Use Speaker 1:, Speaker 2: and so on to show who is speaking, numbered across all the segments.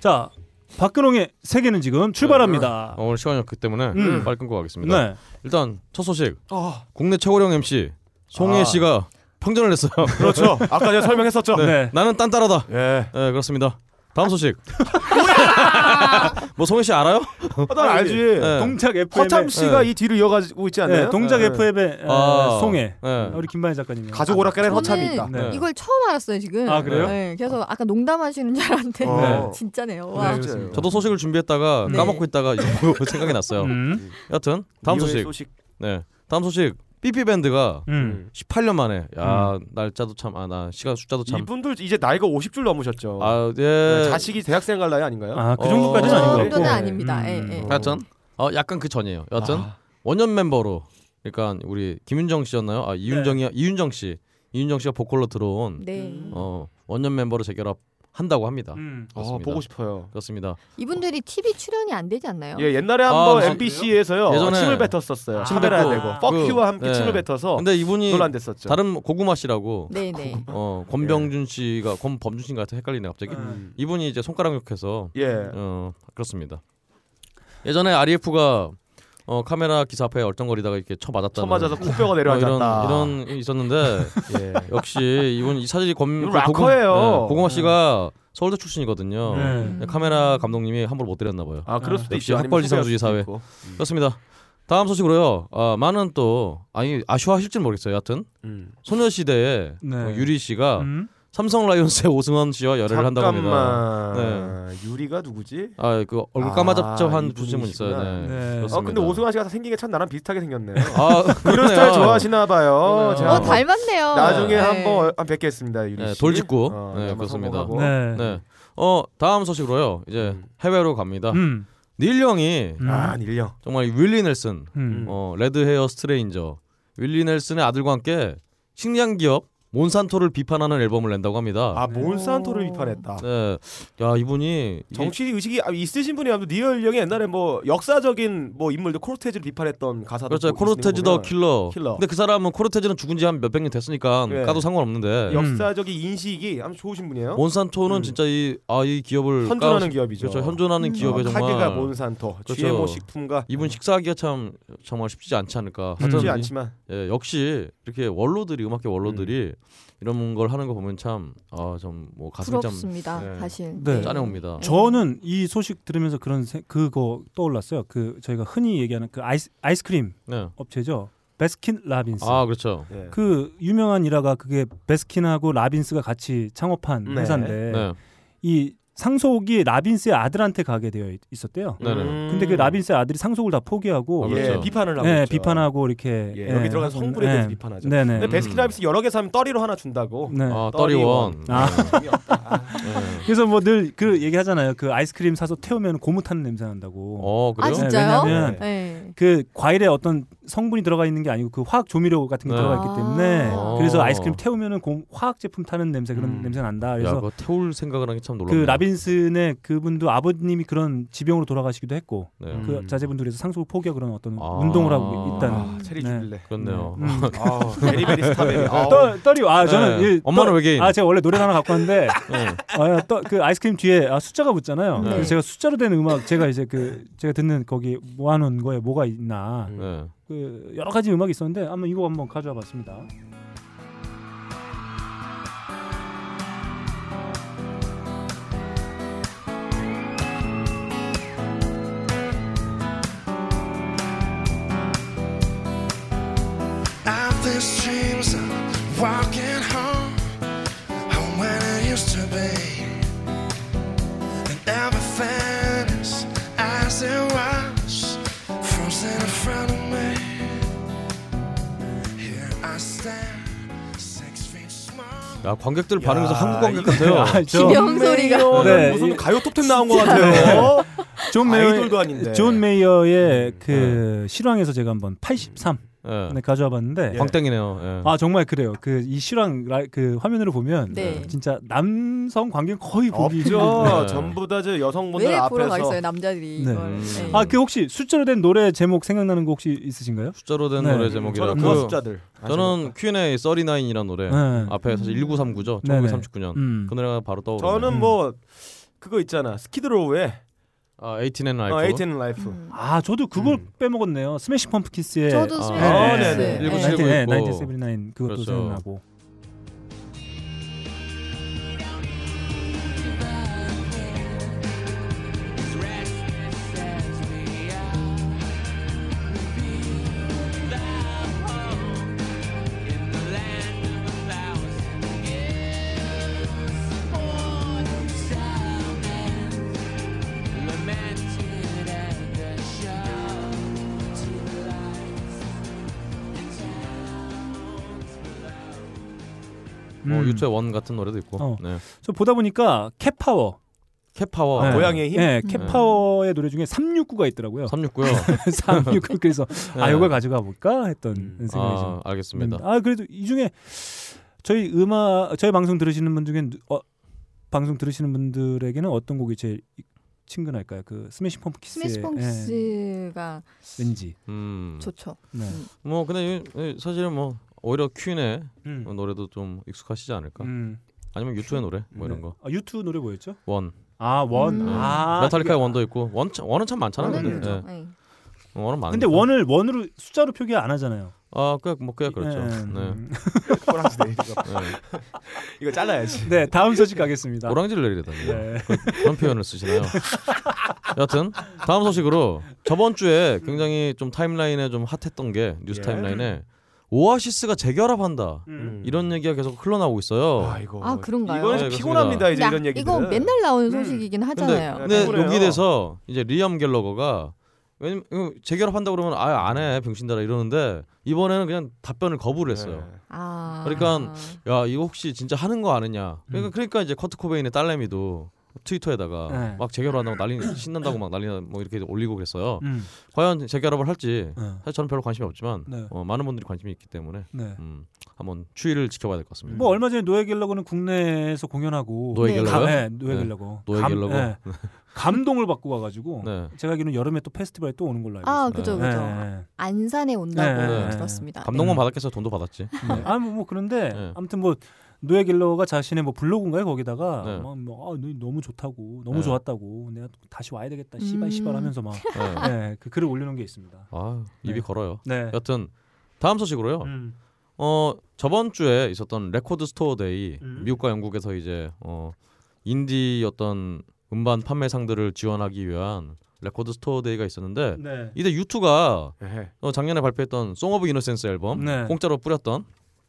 Speaker 1: 자 박근홍의 세계는 지금 출발합니다.
Speaker 2: 어, 오늘 시간이 없기 때문에
Speaker 1: 음.
Speaker 2: 빨리 끊고 가겠습니다.
Speaker 1: 네,
Speaker 2: 일단 첫 소식. 국내 최고령 MC 송혜
Speaker 3: 아.
Speaker 2: 씨가 평전을 냈어요.
Speaker 3: 그렇죠. 아까 제가 설명했었죠.
Speaker 2: 네.
Speaker 1: 네.
Speaker 2: 나는 딴따라다.
Speaker 3: 예.
Speaker 2: 네, 그렇습니다. 다음 소식. 뭐 송혜 씨 알아요?
Speaker 3: 아, 난 알지.
Speaker 2: 네.
Speaker 1: 동작 FM.
Speaker 3: 허참 씨가 이 뒤를 이어가고 있지 않나요?
Speaker 1: 네, 동작
Speaker 3: 예.
Speaker 1: FM의
Speaker 2: 아.
Speaker 1: 송해
Speaker 2: 네.
Speaker 3: 어.
Speaker 1: 우리 김만희 작가님.
Speaker 3: 가족 오락가는
Speaker 4: 저는
Speaker 3: 허참이 있다.
Speaker 1: 그러니까.
Speaker 2: 네.
Speaker 4: 이걸 처음 알았어요 지금.
Speaker 1: 아, 그래요?
Speaker 4: 네, 그래서 아까 농담하시는 줄 알았는데
Speaker 3: 어.
Speaker 4: 진짜네요. 와.
Speaker 3: 네.
Speaker 2: 저도 소식을 준비했다가
Speaker 4: 네.
Speaker 2: 까먹고 있다가 이거 생각이 났어요.
Speaker 1: 음.
Speaker 2: 여튼 다음 소식. 네. 다음 소식. 삐삐 밴드가
Speaker 1: 음.
Speaker 2: 18년 만에 야 날짜도 참 아 나 시간 숫자도 참
Speaker 3: 음. 이분들 이제 나이가 50줄 넘으셨죠.
Speaker 2: 아, 예.
Speaker 3: 네, 자식이 대학생 갈 나이 아닌가요? 네.
Speaker 1: 아, 그 정도까지는
Speaker 2: 어,
Speaker 1: 아닌 것
Speaker 4: 정도는
Speaker 1: 같고.
Speaker 4: 아닙니다. 예,
Speaker 1: 음.
Speaker 4: 예.
Speaker 2: 하여튼 어 약간 그 전이에요. 여튼
Speaker 3: 아.
Speaker 2: 원년 멤버로 그러니까 우리 김윤정 씨였나요? 아 이윤정이
Speaker 3: 네.
Speaker 2: 이윤정 씨 이윤정 씨가 보컬로 들어온
Speaker 3: 음.
Speaker 4: 네.
Speaker 2: 어 원년 멤버로 재결합 한다고 합니다.
Speaker 1: 음.
Speaker 3: 어,
Speaker 2: 그렇습니다.
Speaker 3: 보고 싶어요.
Speaker 2: 그렇습니다.
Speaker 4: 이분들이 TV 출연이 안 되지 않나요?
Speaker 3: 예, 옛날에
Speaker 2: 아,
Speaker 3: 한번
Speaker 2: 그래요?
Speaker 3: MBC에서요.
Speaker 2: 예전에
Speaker 3: 침을 뱉었었어요.
Speaker 1: 아, 침
Speaker 3: 카메라에
Speaker 2: 뱉고.
Speaker 3: 대고
Speaker 1: 아.
Speaker 3: 퍼큐와
Speaker 2: 그,
Speaker 3: 함께
Speaker 2: 네.
Speaker 3: 침을 뱉어서
Speaker 2: 근데 이분이
Speaker 3: 논란됐었죠. 예.
Speaker 2: 다른 고구마 씨라고
Speaker 4: 네, 네.
Speaker 2: 어 권병준 씨가 권범준 씨인가 하여튼 헷갈리네 갑자기
Speaker 1: 음.
Speaker 2: 이분이 이제 손가락 욕해서
Speaker 3: 예.
Speaker 2: 어 그렇습니다. 예전에 RF가 어 카메라 기사 앞에 얼쩡거리다가 이렇게 쳐맞았다.
Speaker 3: 쳐맞아서 코뼈가
Speaker 2: 이런
Speaker 3: 내려앉았다.
Speaker 2: 이런 게 있었는데
Speaker 3: 예.
Speaker 2: 역시 이분 이 사진이 검
Speaker 3: 이분
Speaker 2: 그 고구-
Speaker 3: 락커예요.
Speaker 2: 네, 고구마 씨가 서울대 출신이거든요.
Speaker 1: 네.
Speaker 2: 근데 카메라 감독님이 함부로 못 때렸나 봐요.
Speaker 3: 아, 그럴 수도
Speaker 2: 역시
Speaker 3: 있죠. 아니면
Speaker 2: 학벌지상주의
Speaker 3: 소개할
Speaker 2: 사회.
Speaker 3: 수도 있고.
Speaker 2: 그렇습니다. 다음 소식으로요. 아, 많은 또 아니 아쉬워하실지 모르겠어요. 여하튼
Speaker 3: 음.
Speaker 2: 소녀시대의
Speaker 1: 네.
Speaker 2: 어, 유리 씨가
Speaker 1: 음.
Speaker 2: 삼성 라이온스의 오승환 씨와 열애를 한다고 합니다. 네.
Speaker 3: 잠깐만. 유리가 누구지?
Speaker 2: 아 그 얼굴
Speaker 3: 아,
Speaker 2: 까마잡잡한
Speaker 3: 이분이시구나.
Speaker 2: 부심은 있어요. 네.
Speaker 1: 네.
Speaker 2: 그렇습니다.
Speaker 3: 아 근데 오승환 씨가 생긴 게 참 나랑 비슷하게 생겼네요.
Speaker 2: 아
Speaker 3: 그런
Speaker 2: 그러네요.
Speaker 3: 스타일 좋아하시나 봐요.
Speaker 1: 그러네요.
Speaker 3: 제가
Speaker 4: 어
Speaker 3: 한번
Speaker 4: 닮았네요.
Speaker 3: 나중에
Speaker 4: 네.
Speaker 3: 한번 한 뵙겠습니다. 유리
Speaker 2: 네,
Speaker 3: 씨.
Speaker 2: 돌직구.
Speaker 3: 어,
Speaker 2: 네,
Speaker 3: 한번
Speaker 2: 그렇습니다.
Speaker 3: 성공하고.
Speaker 1: 네.
Speaker 2: 네. 어 다음 소식으로요. 이제
Speaker 3: 음.
Speaker 2: 해외로 갑니다.
Speaker 1: 음.
Speaker 2: 닐 형이
Speaker 1: 음.
Speaker 3: 아, 일령.
Speaker 2: 정말 이 윌리 넬슨
Speaker 1: 음.
Speaker 2: 어, 레드 헤어 스트레인저 윌리 넬슨의 아들과 함께 식량 기업 몬산토를 비판하는 앨범을 낸다고 합니다.
Speaker 3: 아, 몬산토를 비판했다.
Speaker 2: 네, 야 이분이 이-
Speaker 3: 정치 의식이 아, 있으신 분이 아무도 니얼 형이 옛날에 뭐 역사적인 뭐 인물들 코르테즈를 비판했던 가사도
Speaker 2: 그렇죠
Speaker 3: 뭐 있는 거
Speaker 2: 코르테즈 더
Speaker 3: 보면
Speaker 2: 킬러.
Speaker 3: 킬러.
Speaker 2: 근데 그 사람은 코르테즈는 죽은 지 한 몇백 년 됐으니까
Speaker 3: 예.
Speaker 2: 까도 상관없는데
Speaker 1: 역-
Speaker 3: 역사적인 인식이 아주 좋으신 분이에요.
Speaker 2: 몬산토는
Speaker 3: 음.
Speaker 2: 진짜 이 아 이 기업을
Speaker 3: 현존하는
Speaker 2: 까고 싶-
Speaker 3: 기업이죠. 어,
Speaker 2: 그렇죠 현존하는
Speaker 4: 음.
Speaker 2: 기업에 정말
Speaker 3: 타계가 몬산토,
Speaker 2: 그렇죠.
Speaker 3: GMO 식품과
Speaker 2: 이분 식사하기가 참 정말 쉽지 않지 않을까. 하여튼
Speaker 3: 쉽지
Speaker 2: 이-
Speaker 3: 않지만
Speaker 2: 예, 역시 이렇게 원로들이 음악계 원로들이 이런 걸 하는 거 보면 참아좀뭐 가슴 참
Speaker 4: 부럽습니다.
Speaker 2: 네.
Speaker 4: 사실.
Speaker 1: 네.
Speaker 2: 짠해 옵니다.
Speaker 1: 저는 이 소식 들으면서 그런 세, 그거 떠올랐어요. 그 저희가 흔히 얘기하는 그 아이스 아이스크림
Speaker 2: 네.
Speaker 1: 업체죠. 베스킨 라빈스.
Speaker 2: 아 그렇죠.
Speaker 3: 예.
Speaker 1: 그 유명한 일화가 그게 베스킨하고 라빈스가 같이 창업한
Speaker 3: 네.
Speaker 1: 회사인데
Speaker 2: 네.
Speaker 1: 이 상속이 라빈스의 아들한테 가게 되어 있- 있었대요.
Speaker 2: 네네.
Speaker 3: 음.
Speaker 1: 근데 그 라빈스의 아들이 상속을 다 포기하고
Speaker 2: 아,
Speaker 3: 예,
Speaker 2: 그렇죠.
Speaker 3: 비판을 하고
Speaker 1: 네,
Speaker 3: 있죠.
Speaker 1: 비판하고 이렇게
Speaker 3: 예, 여기 들어간
Speaker 1: 하고
Speaker 3: 성분에
Speaker 1: 있는-
Speaker 3: 대해서
Speaker 1: 네.
Speaker 3: 비판하죠.
Speaker 1: 네네.
Speaker 3: 근데 베스킨라빈스 음. 여러 개 사면 떠리로 하나 준다고.
Speaker 1: 네.
Speaker 2: 아
Speaker 3: 떠리원. 네.
Speaker 2: 떠리원.
Speaker 1: 아.
Speaker 3: 재미없다.
Speaker 2: 네.
Speaker 1: 그래서 뭐 늘 그 얘기하잖아요. 그 아이스크림 사서 태우면 고무 타는 냄새 난다고.
Speaker 2: 어
Speaker 4: 아
Speaker 2: 그래요?
Speaker 1: 진-
Speaker 4: 진짜요?
Speaker 1: 네,
Speaker 3: 왜냐면
Speaker 4: 네.
Speaker 1: 그 과일에 어떤 성분이 들어가 있는 게 아니고 그 화학 조미료 같은 게
Speaker 2: 네.
Speaker 1: 들어가 있기 때문에
Speaker 4: 아.
Speaker 1: 그래서
Speaker 2: 어.
Speaker 1: 아이스크림 태우면은 고- 화학 제품 타는 냄새 그런
Speaker 3: 음.
Speaker 1: 냄새 난다.
Speaker 2: 야
Speaker 1: 그래서
Speaker 2: 그거 태울 생각을 하기 참
Speaker 1: 그
Speaker 2: 놀랍네요.
Speaker 1: 라빈슨의 그분도 아버님이 그런 지병으로 돌아가시기도 했고
Speaker 2: 네.
Speaker 3: 음.
Speaker 1: 그 자제분들에서 상속을 포기하고 그런 어떤
Speaker 2: 아.
Speaker 1: 운동을 하고 있다는.
Speaker 3: 아, 체리
Speaker 1: 네.
Speaker 3: 줄래.
Speaker 2: 그렇네요.
Speaker 1: 음.
Speaker 3: 아우, 베리베리 스타베리. 아우.
Speaker 1: 떠, 떨이 아 저는
Speaker 2: 네.
Speaker 1: 이
Speaker 2: 엄마는
Speaker 1: 떠-
Speaker 2: 외계인.
Speaker 1: 아 제가 원래 노래 하나 갖고 왔는데
Speaker 2: 네.
Speaker 1: 아, 떠, 그 아이스크림 뒤에 아, 숫자가 붙잖아요.
Speaker 4: 네.
Speaker 1: 그래서 제가 숫자로 된 음악 제가 이제 그 제가 듣는 거기 모아놓은 거에 뭐가 있나
Speaker 3: 음.
Speaker 2: 네.
Speaker 1: 그 여러 가지 음악이 있었는데 한번 이거 한번 가져와봤습니다.
Speaker 5: After streams I'm walking home Home when I used to be And everything is as it was Frozen in front of me Here I stand Six feet small
Speaker 2: 야 관객들 반응에서
Speaker 3: 야,
Speaker 2: 한국 관객 같아요.
Speaker 1: 아, 저-
Speaker 4: 비명 소리가.
Speaker 3: 메이어는
Speaker 1: 네.
Speaker 3: 무슨 가요 톱텐 나온 것 같아요.
Speaker 1: 존
Speaker 3: 아이돌도
Speaker 1: 메이어
Speaker 3: 아닌데.
Speaker 1: 네. 존 메이어의 그 실황에서 제가 한번 83
Speaker 2: 음. 네.
Speaker 1: 네, 가져와봤는데
Speaker 3: 예.
Speaker 2: 광땡이네요. 예.
Speaker 1: 아 정말 그래요. 그 이 실황 라- 그 화면으로 보면
Speaker 4: 네.
Speaker 1: 진짜 남성 관객 거의 보기
Speaker 3: 없죠.
Speaker 2: 네.
Speaker 3: 전부 다 저그 여성분들
Speaker 4: 왜 보러
Speaker 3: 앞에서
Speaker 4: 가겠어요 남자들이
Speaker 1: 네.
Speaker 4: 이걸.
Speaker 2: 음.
Speaker 4: 네.
Speaker 1: 아 그 혹시 숫자로 된 노래 제목 생각나는 거 혹시 있으신가요?
Speaker 2: 숫자로 된
Speaker 1: 네.
Speaker 2: 노래
Speaker 3: 음, 저는
Speaker 2: 제목이라.
Speaker 3: 그거
Speaker 2: 그,
Speaker 3: 숫자들. 아, 안
Speaker 2: 저는 Q&A 39이란 노래
Speaker 1: 아, 네.
Speaker 2: 앞에 사실 1939죠.
Speaker 1: 네네.
Speaker 2: 1939년
Speaker 1: 음.
Speaker 2: 아, 그 노래가 바로
Speaker 3: 생각나요. 뭐,
Speaker 2: 떠오르네요.
Speaker 3: 저는
Speaker 1: 음.
Speaker 3: 뭐 그거 있잖아. 스키드로우의
Speaker 2: 아, 18 and
Speaker 3: 어,
Speaker 2: Life.
Speaker 3: 18 라이프.
Speaker 4: 음.
Speaker 1: 아 저도 그걸
Speaker 2: 음.
Speaker 1: 빼먹었네요. 스매싱 펌프킨스의
Speaker 4: 저도
Speaker 2: 아,
Speaker 4: 스웨덴.
Speaker 3: 네, 네, 네.
Speaker 4: 네.
Speaker 2: 일곱
Speaker 4: 네.
Speaker 2: 시간.
Speaker 1: 네,
Speaker 2: 있고.
Speaker 1: 1979 그것도
Speaker 2: 그렇죠.
Speaker 1: 생각나고
Speaker 2: 뭐
Speaker 1: 음.
Speaker 2: 유채 원 같은 노래도 있고.
Speaker 1: 어.
Speaker 2: 네.
Speaker 1: 저 보다 보니까 캣파워
Speaker 2: 캣파워.
Speaker 1: 네.
Speaker 3: 고양이의 힘?
Speaker 1: 네,
Speaker 4: 음.
Speaker 1: 캣파워의 노래 중에 369가 있더라고요.
Speaker 2: 369요.
Speaker 1: 369 그래서 아
Speaker 2: 네.
Speaker 1: 이걸 가져가 볼까 했던
Speaker 3: 음.
Speaker 1: 생각이 좀
Speaker 2: 아, 알겠습니다.
Speaker 1: 아 그래도 이 중에 저희 음악 저희 방송 들으시는 분 중에 누- 어, 방송 들으시는 분들에게는 어떤 곡이 제일 친근할까요? 그 스매싱 펌프키스의
Speaker 4: 스매시 펑스가
Speaker 1: 예, 왠지.
Speaker 2: 음.
Speaker 4: 좋죠.
Speaker 1: 네.
Speaker 2: 뭐 근데 이- 이 사실은 뭐 오히려 퀸의
Speaker 1: 음.
Speaker 2: 노래도 좀 익숙하시지 않을까?
Speaker 1: 음.
Speaker 2: 아니면 유튜의 노래 뭐 이런
Speaker 1: 네.
Speaker 2: 거.
Speaker 1: 아, 유튜 노래 뭐였죠?
Speaker 2: 원.
Speaker 1: 아, 원.
Speaker 4: 음.
Speaker 1: 아.
Speaker 2: 메탈리카의 원도 있고. 원 참- 원은 참 많잖아요.
Speaker 4: 저는
Speaker 2: 근데.
Speaker 4: 그죠.
Speaker 2: 예.
Speaker 4: 네.
Speaker 2: 원은 많.
Speaker 1: 근데 원을 원으로 숫자로 표기 안 하잖아요.
Speaker 2: 아, 꽤뭐 꽤 그렇죠.
Speaker 1: 예.
Speaker 2: 네.
Speaker 1: 음.
Speaker 3: 꼬랑지네 이거.
Speaker 2: 네.
Speaker 3: 이거 잘라야지.
Speaker 1: 네, 다음 소식 가겠습니다.
Speaker 2: 오랑지를 내리다니.
Speaker 1: 네.
Speaker 2: 그런 표현을 쓰시나요? 여하튼 다음 소식으로 저번 주에 굉장히 좀 타임라인에 좀 핫했던 게 뉴스
Speaker 3: 예.
Speaker 2: 타임라인에 오아시스가 재결합한다
Speaker 1: 음.
Speaker 2: 이런 얘기가 계속 흘러나오고 있어요.
Speaker 3: 아 이거.
Speaker 4: 아, 그런가요?
Speaker 3: 이거는
Speaker 2: 네,
Speaker 3: 피곤합니다 이제
Speaker 4: 야,
Speaker 3: 이런 얘기들.
Speaker 4: 이거 맨날 나오는
Speaker 3: 음.
Speaker 4: 소식이긴
Speaker 2: 근데,
Speaker 4: 하잖아요.
Speaker 1: 네.
Speaker 2: 근데
Speaker 3: 그래요.
Speaker 2: 여기 대해서 네. 이제 리암 갤러거가 왜냐면 이거 재결합한다 그러면 아예 안해 병신들아 이러는데 이번에는 그냥 답변을 거부를
Speaker 1: 네.
Speaker 2: 했어요.
Speaker 4: 아.
Speaker 2: 그러니까 야 이거 혹시 진짜 하는 거 아느냐? 그러니까
Speaker 1: 음.
Speaker 2: 그러니까 이제 커트 코베인의 딸내미도 트위터에다가
Speaker 1: 네.
Speaker 2: 막 재결합한다고 난리 신난다고 막 난리 나- 뭐 이렇게 올리고 그랬어요.
Speaker 1: 음.
Speaker 2: 과연 재결합을 할지
Speaker 1: 어.
Speaker 2: 사실 저는 별로 관심이 없지만
Speaker 1: 네.
Speaker 2: 어, 많은 분들이 관심이 있기 때문에
Speaker 1: 네.
Speaker 2: 음, 한번 추이를 지켜봐야 될 것 같습니다.
Speaker 1: 뭐 얼마 전에 노예 갤러거는 국내에서 공연하고
Speaker 2: 노예
Speaker 4: 네.
Speaker 1: 감,
Speaker 2: 갤러요?
Speaker 1: 네, 노예
Speaker 2: 네.
Speaker 1: 갤러거.
Speaker 2: 노예
Speaker 1: 감-
Speaker 2: 갤러거?
Speaker 1: 네. 감동을 받고 와가지고
Speaker 2: 네.
Speaker 1: 제가 알기로는 여름에 또 페스티벌에 또 오는 걸로 알고
Speaker 4: 아,
Speaker 1: 있습니다.
Speaker 4: 그죠,
Speaker 1: 네,
Speaker 4: 그죠.
Speaker 1: 네,
Speaker 4: 안산에 온다고
Speaker 1: 네, 네.
Speaker 4: 들었습니다.
Speaker 2: 감동만
Speaker 1: 음.
Speaker 2: 받았겠어 돈도 받았지.
Speaker 1: 네. 아, 뭐, 뭐 그런데
Speaker 2: 네.
Speaker 1: 아무튼 뭐 노예 갤러가 자신의 뭐 블로그인가요 거기다가
Speaker 2: 네.
Speaker 1: 막 뭐, 아, 너 너무 좋다고 너무
Speaker 2: 네.
Speaker 1: 좋았다고 내가 다시 와야 되겠다 씨발
Speaker 4: 음.
Speaker 1: 씨발 하면서 막
Speaker 2: 네.
Speaker 1: 네, 그 글을 올려놓은 게 있습니다.
Speaker 2: 아 입이
Speaker 1: 네.
Speaker 2: 걸어요.
Speaker 1: 네.
Speaker 2: 여튼 다음 소식으로요.
Speaker 1: 음.
Speaker 2: 어 저번 주에 있었던 레코드 스토어 데이
Speaker 1: 음.
Speaker 2: 미국과 영국에서 이제 어 인디 어떤 음반 판매상들을 지원하기 위한 레코드 스토어 데이가 있었는데
Speaker 1: 네.
Speaker 2: 이때 유투가
Speaker 3: 예.
Speaker 2: 어, 작년에 발표했던 송 오브 이노센스 앨범
Speaker 1: 네.
Speaker 2: 공짜로 뿌렸던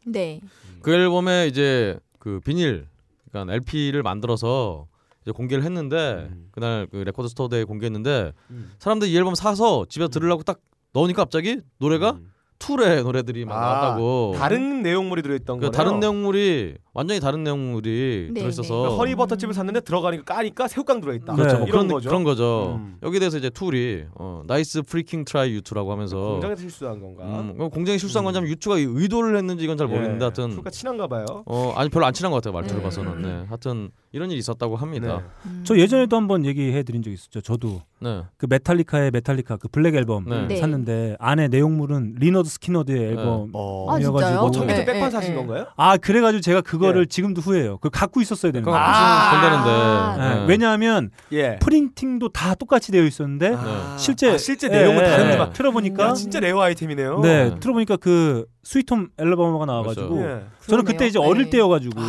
Speaker 4: 네.
Speaker 2: 그 앨범에 이제 그 비닐 그러니까 LP를 만들어서 이제 공개를 했는데
Speaker 3: 음.
Speaker 2: 그날 그 레코드 스토어에 공개했는데
Speaker 1: 음.
Speaker 2: 사람들이 이 앨범 사서 집에 들으려고 딱 넣으니까 갑자기 노래가
Speaker 3: 음.
Speaker 2: 툴의 노래들이 막
Speaker 3: 아,
Speaker 2: 나왔다고
Speaker 3: 다른 내용물이 들어있던
Speaker 2: 그
Speaker 3: 거예요.
Speaker 2: 다른 내용물이 완전히 다른 내용물이
Speaker 4: 네,
Speaker 2: 들어있어서
Speaker 4: 네.
Speaker 3: 그러니까 허리 버터칩을 샀는데 들어가니까 까니까 새우깡 들어있다.
Speaker 1: 그렇죠.
Speaker 2: 뭐
Speaker 1: 네.
Speaker 2: 그런
Speaker 3: 이런 거죠.
Speaker 2: 그런 거죠.
Speaker 3: 음.
Speaker 2: 여기에 대해서 이제 툴이 어, 나이스 프리킹 트라이 유투라고 하면서
Speaker 3: 아, 공장에서 실수한 건가?
Speaker 2: 음, 그럼 공장이 실수한
Speaker 3: 음. 예,
Speaker 2: 건지 유투가 의도를 했는지 이건 잘 모르겠는데 하여튼
Speaker 3: 술과 친한가 봐요.
Speaker 2: 어 아니 별로 안 친한 것 같아요 말투를
Speaker 4: 네.
Speaker 2: 봐서는 네. 하여튼 이런 일이 있었다고
Speaker 3: 네.
Speaker 2: 합니다.
Speaker 4: 음.
Speaker 1: 저 예전에도 한번 얘기해 드린 적 있었죠. 저도
Speaker 2: 네.
Speaker 1: 그 메탈리카의 메탈리카 그 블랙 앨범
Speaker 2: 네.
Speaker 4: 네.
Speaker 1: 샀는데 안에 내용물은 리너드 스키너드의 앨범
Speaker 3: 어.
Speaker 4: 아, 진짜요?
Speaker 1: 이어가지고
Speaker 3: 처음에
Speaker 4: 네,
Speaker 3: 백판
Speaker 4: 네,
Speaker 3: 사신
Speaker 4: 네.
Speaker 3: 건가요?
Speaker 1: 아 그래가지고 제가 그거를 지금도 후회해요. 그걸 갖고 있었어야 되는
Speaker 2: 그건
Speaker 1: 거예요.
Speaker 3: 아.
Speaker 2: 안 된다는데.
Speaker 1: 네, 왜냐하면
Speaker 3: 예.
Speaker 1: 프린팅도 다 똑같이 되어 있었는데
Speaker 3: 아,
Speaker 1: 실제
Speaker 3: 아, 실제 내용은 다른데
Speaker 2: 네.
Speaker 3: 막.
Speaker 1: 막 틀어보니까
Speaker 4: 아,
Speaker 3: 야, 진짜 레어 아이템이네요.
Speaker 1: 네,
Speaker 2: 네.
Speaker 1: 틀어보니까 그 스위트홈 앨범가 나와가지고
Speaker 2: 그렇죠.
Speaker 3: 예.
Speaker 1: 저는 그때 이제
Speaker 4: 그러네요.
Speaker 1: 어릴
Speaker 4: 네.
Speaker 1: 때여가지고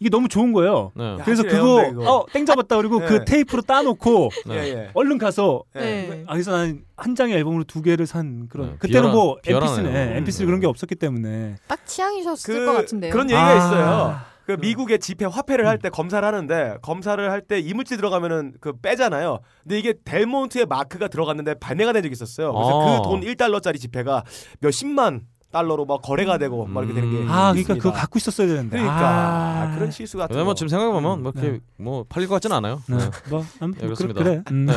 Speaker 1: 이게 너무 좋은 거예요.
Speaker 2: 네.
Speaker 3: 야,
Speaker 1: 그래서
Speaker 3: 사실
Speaker 1: 그거
Speaker 3: 애원데, 이거.
Speaker 1: 어, 땡 잡았다 그리고
Speaker 3: 네.
Speaker 1: 그 테이프로 따놓고
Speaker 2: 네.
Speaker 3: 예, 예.
Speaker 1: 얼른 가서
Speaker 3: 예.
Speaker 4: 네.
Speaker 1: 아, 그래서 난 한 장의 앨범으로 두 개를 산 그런
Speaker 2: 네,
Speaker 1: 그때는 뭐
Speaker 2: 비열한-
Speaker 1: MP3는
Speaker 2: 비열하네요.
Speaker 1: 네, MP3
Speaker 2: 음.
Speaker 1: 그런 게 없었기 때문에
Speaker 4: 딱 취향이셨을 것 같은데요.
Speaker 3: 그런 얘기가
Speaker 1: 아.
Speaker 3: 있어요. 그
Speaker 2: 음.
Speaker 3: 미국의 집회 화폐를 할 때 검사를 하는데 검사를 할 때 이물질 들어가면은 그 빼잖아요. 근데 이게 델몬트의 마크가 들어갔는데 반대가 된 적이 있었어요. 그래서
Speaker 2: 아.
Speaker 3: 그 돈 1달러짜리 지폐가 몇십만 달러로 막 거래가 되고 막 이렇게 되는 게
Speaker 2: 음. 네.
Speaker 1: 아 그러니까
Speaker 3: 있습니다.
Speaker 1: 그거 갖고 있었어야 되는데
Speaker 3: 그러니까
Speaker 1: 아.
Speaker 3: 그런 실수 같은
Speaker 2: 왜냐면
Speaker 3: 거.
Speaker 2: 지금 생각해보면 뭐 이렇게
Speaker 1: 네.
Speaker 2: 뭐 팔릴 것 같진 않아요.
Speaker 1: 네.
Speaker 2: 네.
Speaker 1: 뭐 아무튼
Speaker 2: 예, 그렇습니다.
Speaker 1: 그래. 음.
Speaker 2: 네.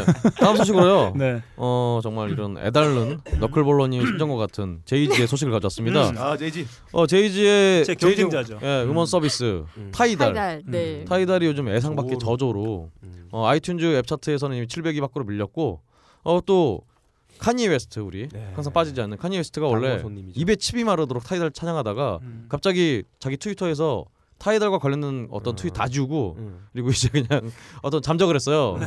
Speaker 2: 다음 소식으로요.
Speaker 1: 네.
Speaker 2: 어 정말 이런 애달른 너클볼러님 심정과 같은 제이지의 소식을 가져왔습니다.
Speaker 3: 음, 아 제이지.
Speaker 2: 어 제이지의
Speaker 1: 제
Speaker 2: 제이지-
Speaker 1: 경쟁자죠.
Speaker 2: 예, 음원 서비스
Speaker 3: 음.
Speaker 2: 타이달.
Speaker 4: 탈달. 네.
Speaker 1: 음.
Speaker 2: 타이달이 요즘 애상받기
Speaker 3: 저조로.
Speaker 2: 저조로
Speaker 3: 음.
Speaker 2: 어, 아이튠즈 앱 차트에서는 이미 700위 밖으로 밀렸고 어 또 카니 웨스트 우리
Speaker 3: 네.
Speaker 2: 항상 빠지지 않는 카니 웨스트가 원래
Speaker 3: 손님이죠.
Speaker 2: 입에 칩이 마르도록 타이달 찬양하다가
Speaker 1: 음.
Speaker 2: 갑자기 자기 트위터에서 타이달과 관련된 어떤 트윗 다 지우고
Speaker 3: 음.
Speaker 2: 그리고 이제 그냥 어떤 잠적을 했어요.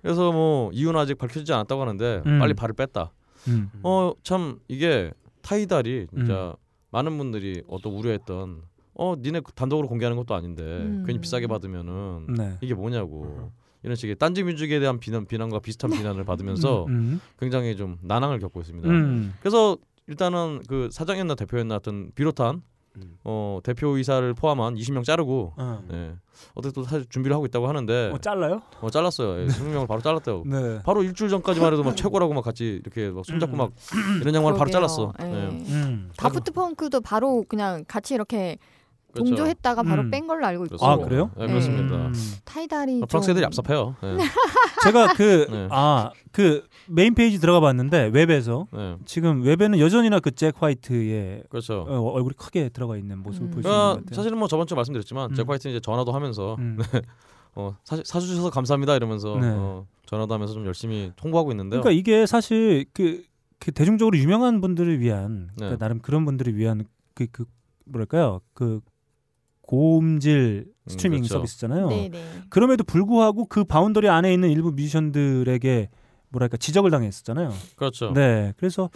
Speaker 2: 그래서 뭐 이유는 아직 밝혀지지 않았다고 하는데
Speaker 1: 음.
Speaker 2: 빨리 발을 뺐다.
Speaker 1: 음.
Speaker 2: 어 참 이게 타이달이 진짜 많은 분들이 어떤 우려했던 어 니네 단독으로 공개하는 것도 아닌데
Speaker 4: 음.
Speaker 2: 괜히 비싸게 받으면은
Speaker 1: 네.
Speaker 2: 이게 뭐냐고
Speaker 3: 음.
Speaker 2: 이런 식의 딴지 뮤직에 대한 비난 비난과 비슷한 비난을 받으면서
Speaker 1: 음.
Speaker 2: 굉장히 좀 난항을 겪고 있습니다.
Speaker 1: 음.
Speaker 2: 그래서 일단은 그 사장이었나 대표였나 하여튼 비롯한
Speaker 3: 음.
Speaker 2: 어 대표이사를 포함한 20명 자르고
Speaker 1: 어.
Speaker 2: 예. 어떻게 또 사실 준비를 하고 있다고 하는데
Speaker 1: 어, 잘라요?
Speaker 2: 어, 잘랐어요. 예, 20명을 바로 잘랐대요.
Speaker 1: 네.
Speaker 2: 바로 일주일 전까지만 해도 막 최고라고 막 같이 이렇게 막 손잡고 막 이런 양반을 바로 잘랐어.
Speaker 4: 예.
Speaker 2: 예.
Speaker 1: 음.
Speaker 4: 다프트 펑크도 바로 그냥 같이 이렇게
Speaker 2: 그렇죠.
Speaker 4: 동조했다가 바로
Speaker 1: 음.
Speaker 4: 뺀 걸로 알고 있고
Speaker 1: 아, 그래요?
Speaker 2: 예, 그렇습니다.
Speaker 1: 음.
Speaker 4: 타이달이
Speaker 2: 아, 프랑스 애들이
Speaker 4: 좀-
Speaker 2: 얍삽해요. 예.
Speaker 1: 제가 그
Speaker 2: 네.
Speaker 1: 아, 그 메인 페이지 들어가 봤는데 웹에서
Speaker 2: 예,
Speaker 1: 지금 웹에는 여전히나 그 잭 화이트의
Speaker 2: 그렇죠.
Speaker 1: 어, 얼굴이 크게 들어가 있는 모습을
Speaker 4: 음.
Speaker 1: 보실 수 있는
Speaker 2: 그러니까
Speaker 1: 것 같아요.
Speaker 2: 사실은 뭐 저번 주에 말씀드렸지만
Speaker 1: 음.
Speaker 2: 잭 화이트는 이제 전화도 하면서
Speaker 1: 음.
Speaker 2: 어, 사, 사주셔서 감사합니다 이러면서
Speaker 1: 네.
Speaker 2: 어, 전화도 하면서 좀 열심히 홍보하고 있는데요.
Speaker 1: 그러니까 이게 사실 그, 그 대중적으로 유명한 분들을 위한 그러니까
Speaker 2: 네.
Speaker 1: 나름 그런 분들을 위한 그, 그 뭐랄까요 그 고음질 스트리밍
Speaker 2: 그렇죠.
Speaker 1: 서비스잖아요.
Speaker 4: 네네.
Speaker 1: 그럼에도 불구하고 그 바운더리 안에 있는 일부 뮤지션들에게 뭐랄까 지적을 당했었잖아요.
Speaker 2: 그렇죠.
Speaker 1: 네, 그래서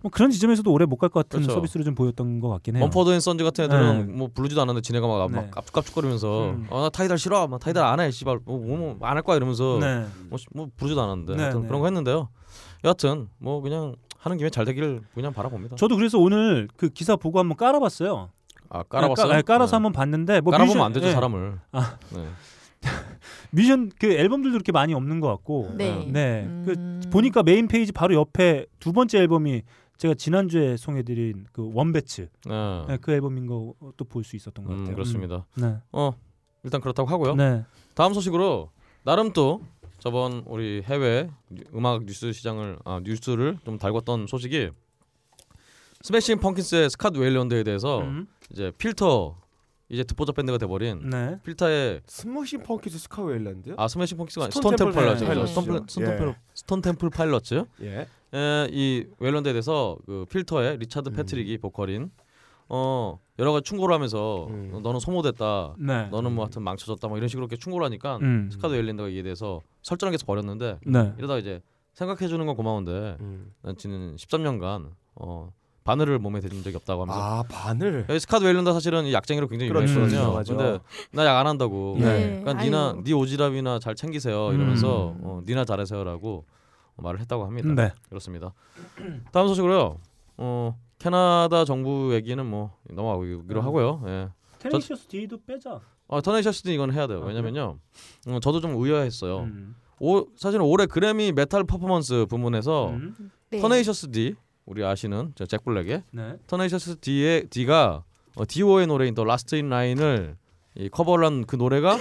Speaker 1: 뭐 그런 지점에서도 오래 못 갈 것 같은
Speaker 2: 그렇죠.
Speaker 1: 서비스로 좀 보였던 것 같긴 해요.
Speaker 2: 범퍼드 앤 선즈 같은 애들은
Speaker 1: 네.
Speaker 2: 뭐 부르지도 않았는데 지네가 막,
Speaker 1: 네.
Speaker 2: 막 깝죽깝죽거리면서
Speaker 1: 음.
Speaker 2: 아 나 타이달 싫어, 막 타이달 안 해, 씨발 뭐안할 거야 이러면서
Speaker 1: 네.
Speaker 2: 뭐, 씨- 뭐 부르지도 않았는데
Speaker 1: 네,
Speaker 2: 하여튼
Speaker 1: 네.
Speaker 2: 그런 거 했는데요. 여하튼 뭐 그냥 하는 김에 잘 되기를 그냥 바라봅니다.
Speaker 1: 저도 그래서 오늘 그 기사 보고 한번 깔아봤어요.
Speaker 2: 아 깔아봤어요?
Speaker 1: 네, 깔- 네, 깔아서
Speaker 2: 네.
Speaker 1: 한번 봤는데 뭐
Speaker 2: 깔아보면
Speaker 1: 뮤지션-
Speaker 2: 안 되죠
Speaker 1: 네.
Speaker 2: 사람을.
Speaker 1: 아.
Speaker 2: 네.
Speaker 1: 뮤지션 그 앨범들도 그렇게 많이 없는 것 같고.
Speaker 4: 네.
Speaker 1: 네. 그
Speaker 4: 음.
Speaker 1: 보니까 메인 페이지 바로 옆에 두 번째 앨범이 제가 지난주에 소개해드린 그 원배츠
Speaker 2: 네.
Speaker 1: 네, 그 앨범인 것도 볼 수 있었던 것
Speaker 2: 음,
Speaker 1: 같아요.
Speaker 2: 그렇습니다.
Speaker 1: 음,
Speaker 2: 어 일단 그렇다고 하고요.
Speaker 1: 네. 네.
Speaker 2: 다음 소식으로 나름 또 저번 우리 해외 뉴- 음악 뉴스 시장을 아, 뉴스를 좀 달궜던 소식이 스매싱 펑킨스의 스캇 웨일런드에 대해서
Speaker 1: 음,
Speaker 2: 이제 필터 이제 듣보잡 밴드가 돼버린
Speaker 1: 네.
Speaker 2: 필터의
Speaker 3: 스머싱 펑키즈 스카웨일랜드?
Speaker 2: 아 스매싱 펑킨스가 아니라
Speaker 3: 스톤
Speaker 2: 스톤 템플
Speaker 3: 템플
Speaker 2: 파일럿
Speaker 4: 파일럿이죠.
Speaker 2: 스톤, 플- 스톤,
Speaker 3: 예.
Speaker 2: 템플- 스톤 템플 파일럿이요.
Speaker 3: 예.
Speaker 2: 에, 이 웨일런드에 대해서 그 필터의 리차드
Speaker 3: 음.
Speaker 2: 패트릭이 보컬인 어 여러 가지 충고를 하면서
Speaker 3: 음.
Speaker 2: 너는 소모됐다,
Speaker 1: 네.
Speaker 2: 너는 뭐 하여튼 망쳐졌다 뭐 이런 식으로 이렇게 충고를 하니까
Speaker 1: 음.
Speaker 2: 스카드 웨일랜드가 이에 대해서 설전을 계속 벌였는데
Speaker 1: 네.
Speaker 2: 이러다 이제 생각해 주는 건 고마운데
Speaker 3: 음.
Speaker 2: 난 지는 13년간 어 바늘을 몸에 대준 적이 없다고 하면서
Speaker 3: 아 바늘.
Speaker 2: 이 스카드 웨일런드 사실은 이 약쟁이로 굉장히
Speaker 3: 그렇죠. 예.
Speaker 2: 유명했거든요.
Speaker 3: 맞아.
Speaker 2: 근데 나 약 안 한다고.
Speaker 1: 네.
Speaker 2: 그러니까
Speaker 4: 아유.
Speaker 2: 니나 니 오지랖이나 잘 챙기세요 이러면서
Speaker 4: 음.
Speaker 2: 어, 니나 잘하세요라고 말을 했다고 합니다.
Speaker 1: 네.
Speaker 2: 그렇습니다. 다음 소식으로요. 어 캐나다 정부 얘기는 뭐 넘어가기로
Speaker 1: 음.
Speaker 2: 하고요. 예.
Speaker 1: 테니셔스 D도 빼자.
Speaker 2: 아, 터네이셔스는 이건 해야 돼요.
Speaker 1: 아,
Speaker 2: 왜냐면요. 음, 저도 좀 의아했어요.
Speaker 1: 음.
Speaker 2: 오, 사실은 올해 그래미 메탈 퍼포먼스 부문에서
Speaker 1: 음.
Speaker 4: 네.
Speaker 2: 터네이셔스 D 우리 아시는 저잭 블랙의
Speaker 1: 네.
Speaker 2: 터네이셔스 D의 D가 어, D.O.의 노래인 더 라스트 인 라인을 이 커버를 한 그 노래가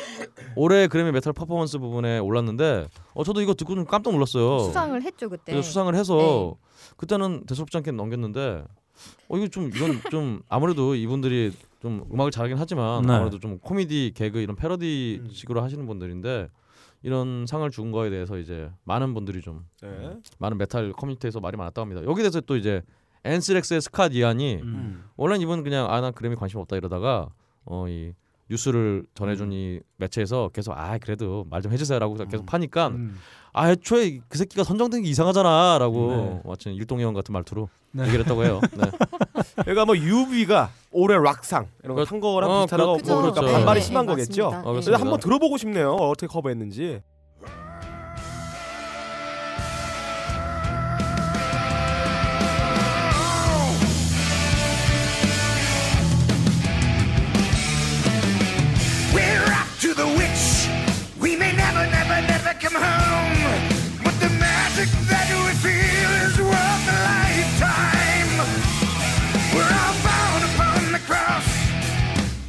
Speaker 2: 올해 그래미 메탈 퍼포먼스 부분에 올랐는데 어 저도 이거 듣고 좀 깜짝 놀랐어요.
Speaker 4: 수상을 네. 했죠 그때.
Speaker 2: 그래서 수상을 해서 그때는 대수롭지 않게 넘겼는데 어 이거 좀 이건 좀 아무래도 이분들이 좀 음악을 잘하긴 하지만
Speaker 1: 네.
Speaker 2: 아무래도 좀 코미디 개그 이런 패러디식으로 하시는 분들인데 이런 상을 준 거에 대해서 이제 많은 분들이 좀
Speaker 3: 예.
Speaker 2: 많은 메탈 커뮤니티에서 말이 많았다고 합니다. 여기 대해서 또 이제 엔스렉스의 스캇 이안이
Speaker 1: 음.
Speaker 2: 원래 는 이분 그냥 아나 그램이 관심 없다 이러다가 어 이 뉴스를 전해준 이 매체에서 계속 아 그래도 말 좀 해주세요라고 계속
Speaker 3: 음.
Speaker 2: 파니까
Speaker 1: 음. 음.
Speaker 2: 아 애초에 그 새끼가 선정된 게 이상하잖아라고
Speaker 1: 네.
Speaker 2: 마치 일동형 같은 말투로
Speaker 1: 네.
Speaker 2: 얘기를 했다고 해요. 네.
Speaker 3: 그러니까 뭐 UV가 올해 락상 이런
Speaker 2: 그렇-
Speaker 3: 거탄 거랑
Speaker 2: 어,
Speaker 3: 비슷하다고
Speaker 2: 그렇-
Speaker 4: 그죠.
Speaker 3: 뭐 그러니까
Speaker 2: 그렇죠.
Speaker 3: 반발이
Speaker 2: 네,
Speaker 3: 심한
Speaker 4: 네,
Speaker 3: 거겠죠.
Speaker 4: 맞습니다.
Speaker 2: 어,
Speaker 4: 네.
Speaker 3: 그래서 한번 들어보고 싶네요. 어떻게 커버했는지.
Speaker 5: We're off to the witch. We may never, never, never come home. But the magic that we feel is worth a lifetime. We're all bound upon the cross.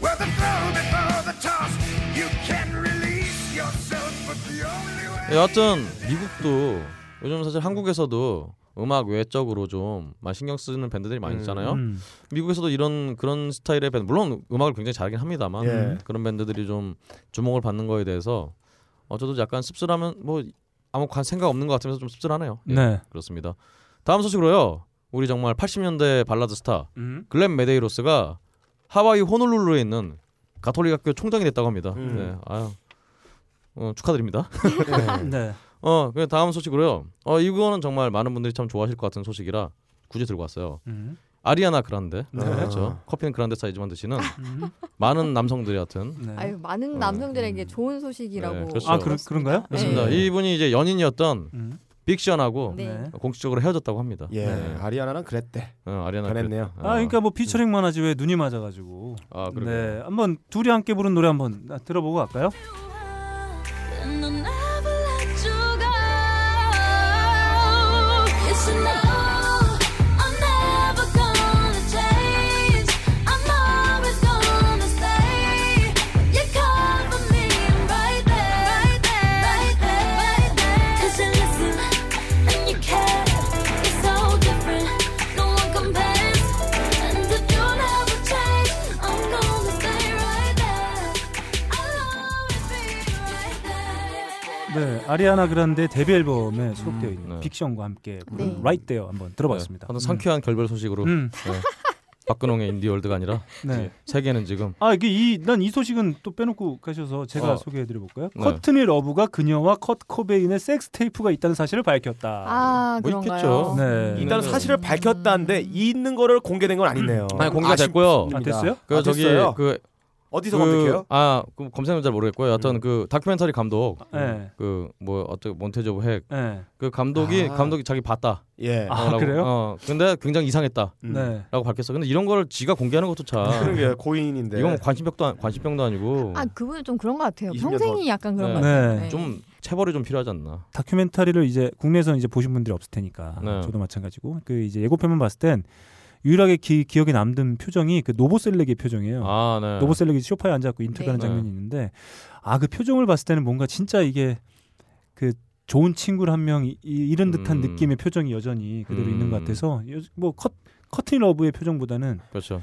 Speaker 5: Where the throw before the toss. You can release yourself, but the only way.
Speaker 2: 여하튼 미국도 요즘 사실 한국에서도 음악 외적으로 좀 많이 신경 쓰는 밴드들이 많이
Speaker 3: 음.
Speaker 2: 있잖아요.
Speaker 1: 음.
Speaker 2: 미국에서도 이런 그런 스타일의 밴드 물론 음악을 굉장히 잘하긴 합니다만
Speaker 3: 예.
Speaker 2: 그런 밴드들이 좀 주목을 받는 거에 대해서 어, 저도 약간 씁쓸하면 뭐 아무 관- 생각 없는 것 같으면서 좀 씁쓸하네요. 예,
Speaker 1: 네.
Speaker 2: 그렇습니다. 다음 소식으로요. 우리 정말 80년대 발라드 스타
Speaker 1: 음.
Speaker 2: 글렌 메데이로스가 하와이 호놀룰루에 있는 가톨릭 학교 총장이 됐다고 합니다.
Speaker 3: 음.
Speaker 2: 네. 아유. 어, 축하드립니다.
Speaker 1: 네.
Speaker 2: 어, 그 다음 소식으로요. 어, 이거는 정말 많은 분들이 참 좋아하실 것 같은 소식이라 굳이 들고 왔어요.
Speaker 1: 음.
Speaker 2: 아리아나 그란데.
Speaker 1: 네.
Speaker 3: 아.
Speaker 2: 그렇죠. 커피는 그란데 사이즈만 드시는
Speaker 1: 음.
Speaker 2: 많은 남성들이 같은
Speaker 1: 네.
Speaker 4: 아유 많은
Speaker 2: 어,
Speaker 4: 남성들에게 좋은
Speaker 2: 네,
Speaker 4: 소식이라고.
Speaker 2: 그렇죠.
Speaker 1: 아, 그런- 그런가요?
Speaker 2: 그렇습니다.
Speaker 1: 네.
Speaker 2: 이분이 이제 연인이었던
Speaker 1: 음.
Speaker 2: 빅션하고
Speaker 4: 네.
Speaker 1: 네.
Speaker 2: 공식적으로 헤어졌다고 합니다.
Speaker 3: 예,
Speaker 2: 네.
Speaker 3: 아리아나랑 그랬대.
Speaker 2: 어, 아리아나
Speaker 3: 변했네요.
Speaker 2: 그란데.
Speaker 1: 아, 그러니까 뭐 피처링만 하지 왜 눈이 맞아가지고.
Speaker 2: 아, 그러게. 네.
Speaker 1: 네, 한번 둘이 함께 부른 노래 한번 들어보고 갈까요? 네, 아리아나 그란데 데뷔 앨범에 수록되어
Speaker 2: 음,
Speaker 1: 있는
Speaker 2: 네.
Speaker 1: 픽션과 함께 부른
Speaker 4: 네.
Speaker 1: Right There 한번 들어봤습니다.
Speaker 2: 하여튼 상쾌한 결별 소식으로
Speaker 1: 음,
Speaker 2: 네. 박근홍의 인디월드가 아니라
Speaker 1: 네.
Speaker 2: 세계는 지금
Speaker 1: 아 이게 이 난 이 소식은 또 빼놓고 가셔서 제가
Speaker 2: 어.
Speaker 1: 소개해드려 볼까요?
Speaker 2: 네.
Speaker 1: 커튼이 러브가 그녀와 컷 코베인의 섹스 테이프가 있다는 사실을 밝혔다.
Speaker 4: 아
Speaker 2: 뭐
Speaker 4: 그런가요?
Speaker 2: 있겠죠.
Speaker 1: 네.
Speaker 3: 일단은 사실을 밝혔다는데 있는 거를 공개된 건 아니네요.
Speaker 2: 아니,
Speaker 3: 음.
Speaker 2: 공개가
Speaker 3: 아쉽-
Speaker 2: 됐고요.
Speaker 1: 아, 됐어요?
Speaker 2: 그
Speaker 3: 아,
Speaker 2: 저기
Speaker 3: 됐어요?
Speaker 2: 그
Speaker 3: 어디서
Speaker 2: 그-
Speaker 3: 검색해요?
Speaker 2: 아, 그 검색은 잘 모르겠고요. 여튼 그 다큐멘터리 감독
Speaker 1: 음. 네.
Speaker 2: 그 뭐 어떻게 몬테조 핵.
Speaker 1: 네.
Speaker 2: 그 감독이
Speaker 3: 아.
Speaker 2: 감독이 자기 봤다.
Speaker 3: 예.
Speaker 1: 아,
Speaker 2: 라고.
Speaker 1: 그래요?
Speaker 2: 어. 근데 굉장히 이상했다.
Speaker 3: 음.
Speaker 1: 네.
Speaker 2: 라고 밝혔어. 근데 이런 거를 지가 공개하는 것도 참
Speaker 3: 아. 그런 게 고인인데.
Speaker 2: 이건 관심병도 아- 관심병도 아니고
Speaker 4: 아 그분은 좀 그런 것 같아요.
Speaker 3: 20년
Speaker 4: 평생이 약간 그런
Speaker 2: 네.
Speaker 4: 것 같아요.
Speaker 1: 네.
Speaker 2: 좀 체벌이 좀 필요하지 않나.
Speaker 1: 다큐멘터리를 이제 국내에서는 이제 보신 분들이 없을 테니까
Speaker 2: 네.
Speaker 1: 저도 마찬가지고 그 이제 예고편만 봤을 땐 유일하게 기, 기억에 남는 표정이 그 노보셀렉의 표정이에요.
Speaker 2: 아, 네.
Speaker 1: 노보셀렉이 쇼파에 앉아갖고 인터뷰하는
Speaker 2: 네.
Speaker 1: 장면이 있는데 아 그 표정을 봤을 때는 뭔가 진짜 이게 그 좋은 친구를 한 명 잃은 듯한
Speaker 2: 음.
Speaker 1: 느낌의 표정이 여전히 그대로
Speaker 2: 음.
Speaker 1: 있는 것 같아서 여- 뭐 컷, 커튼 러브의 표정보다는
Speaker 2: 그렇죠.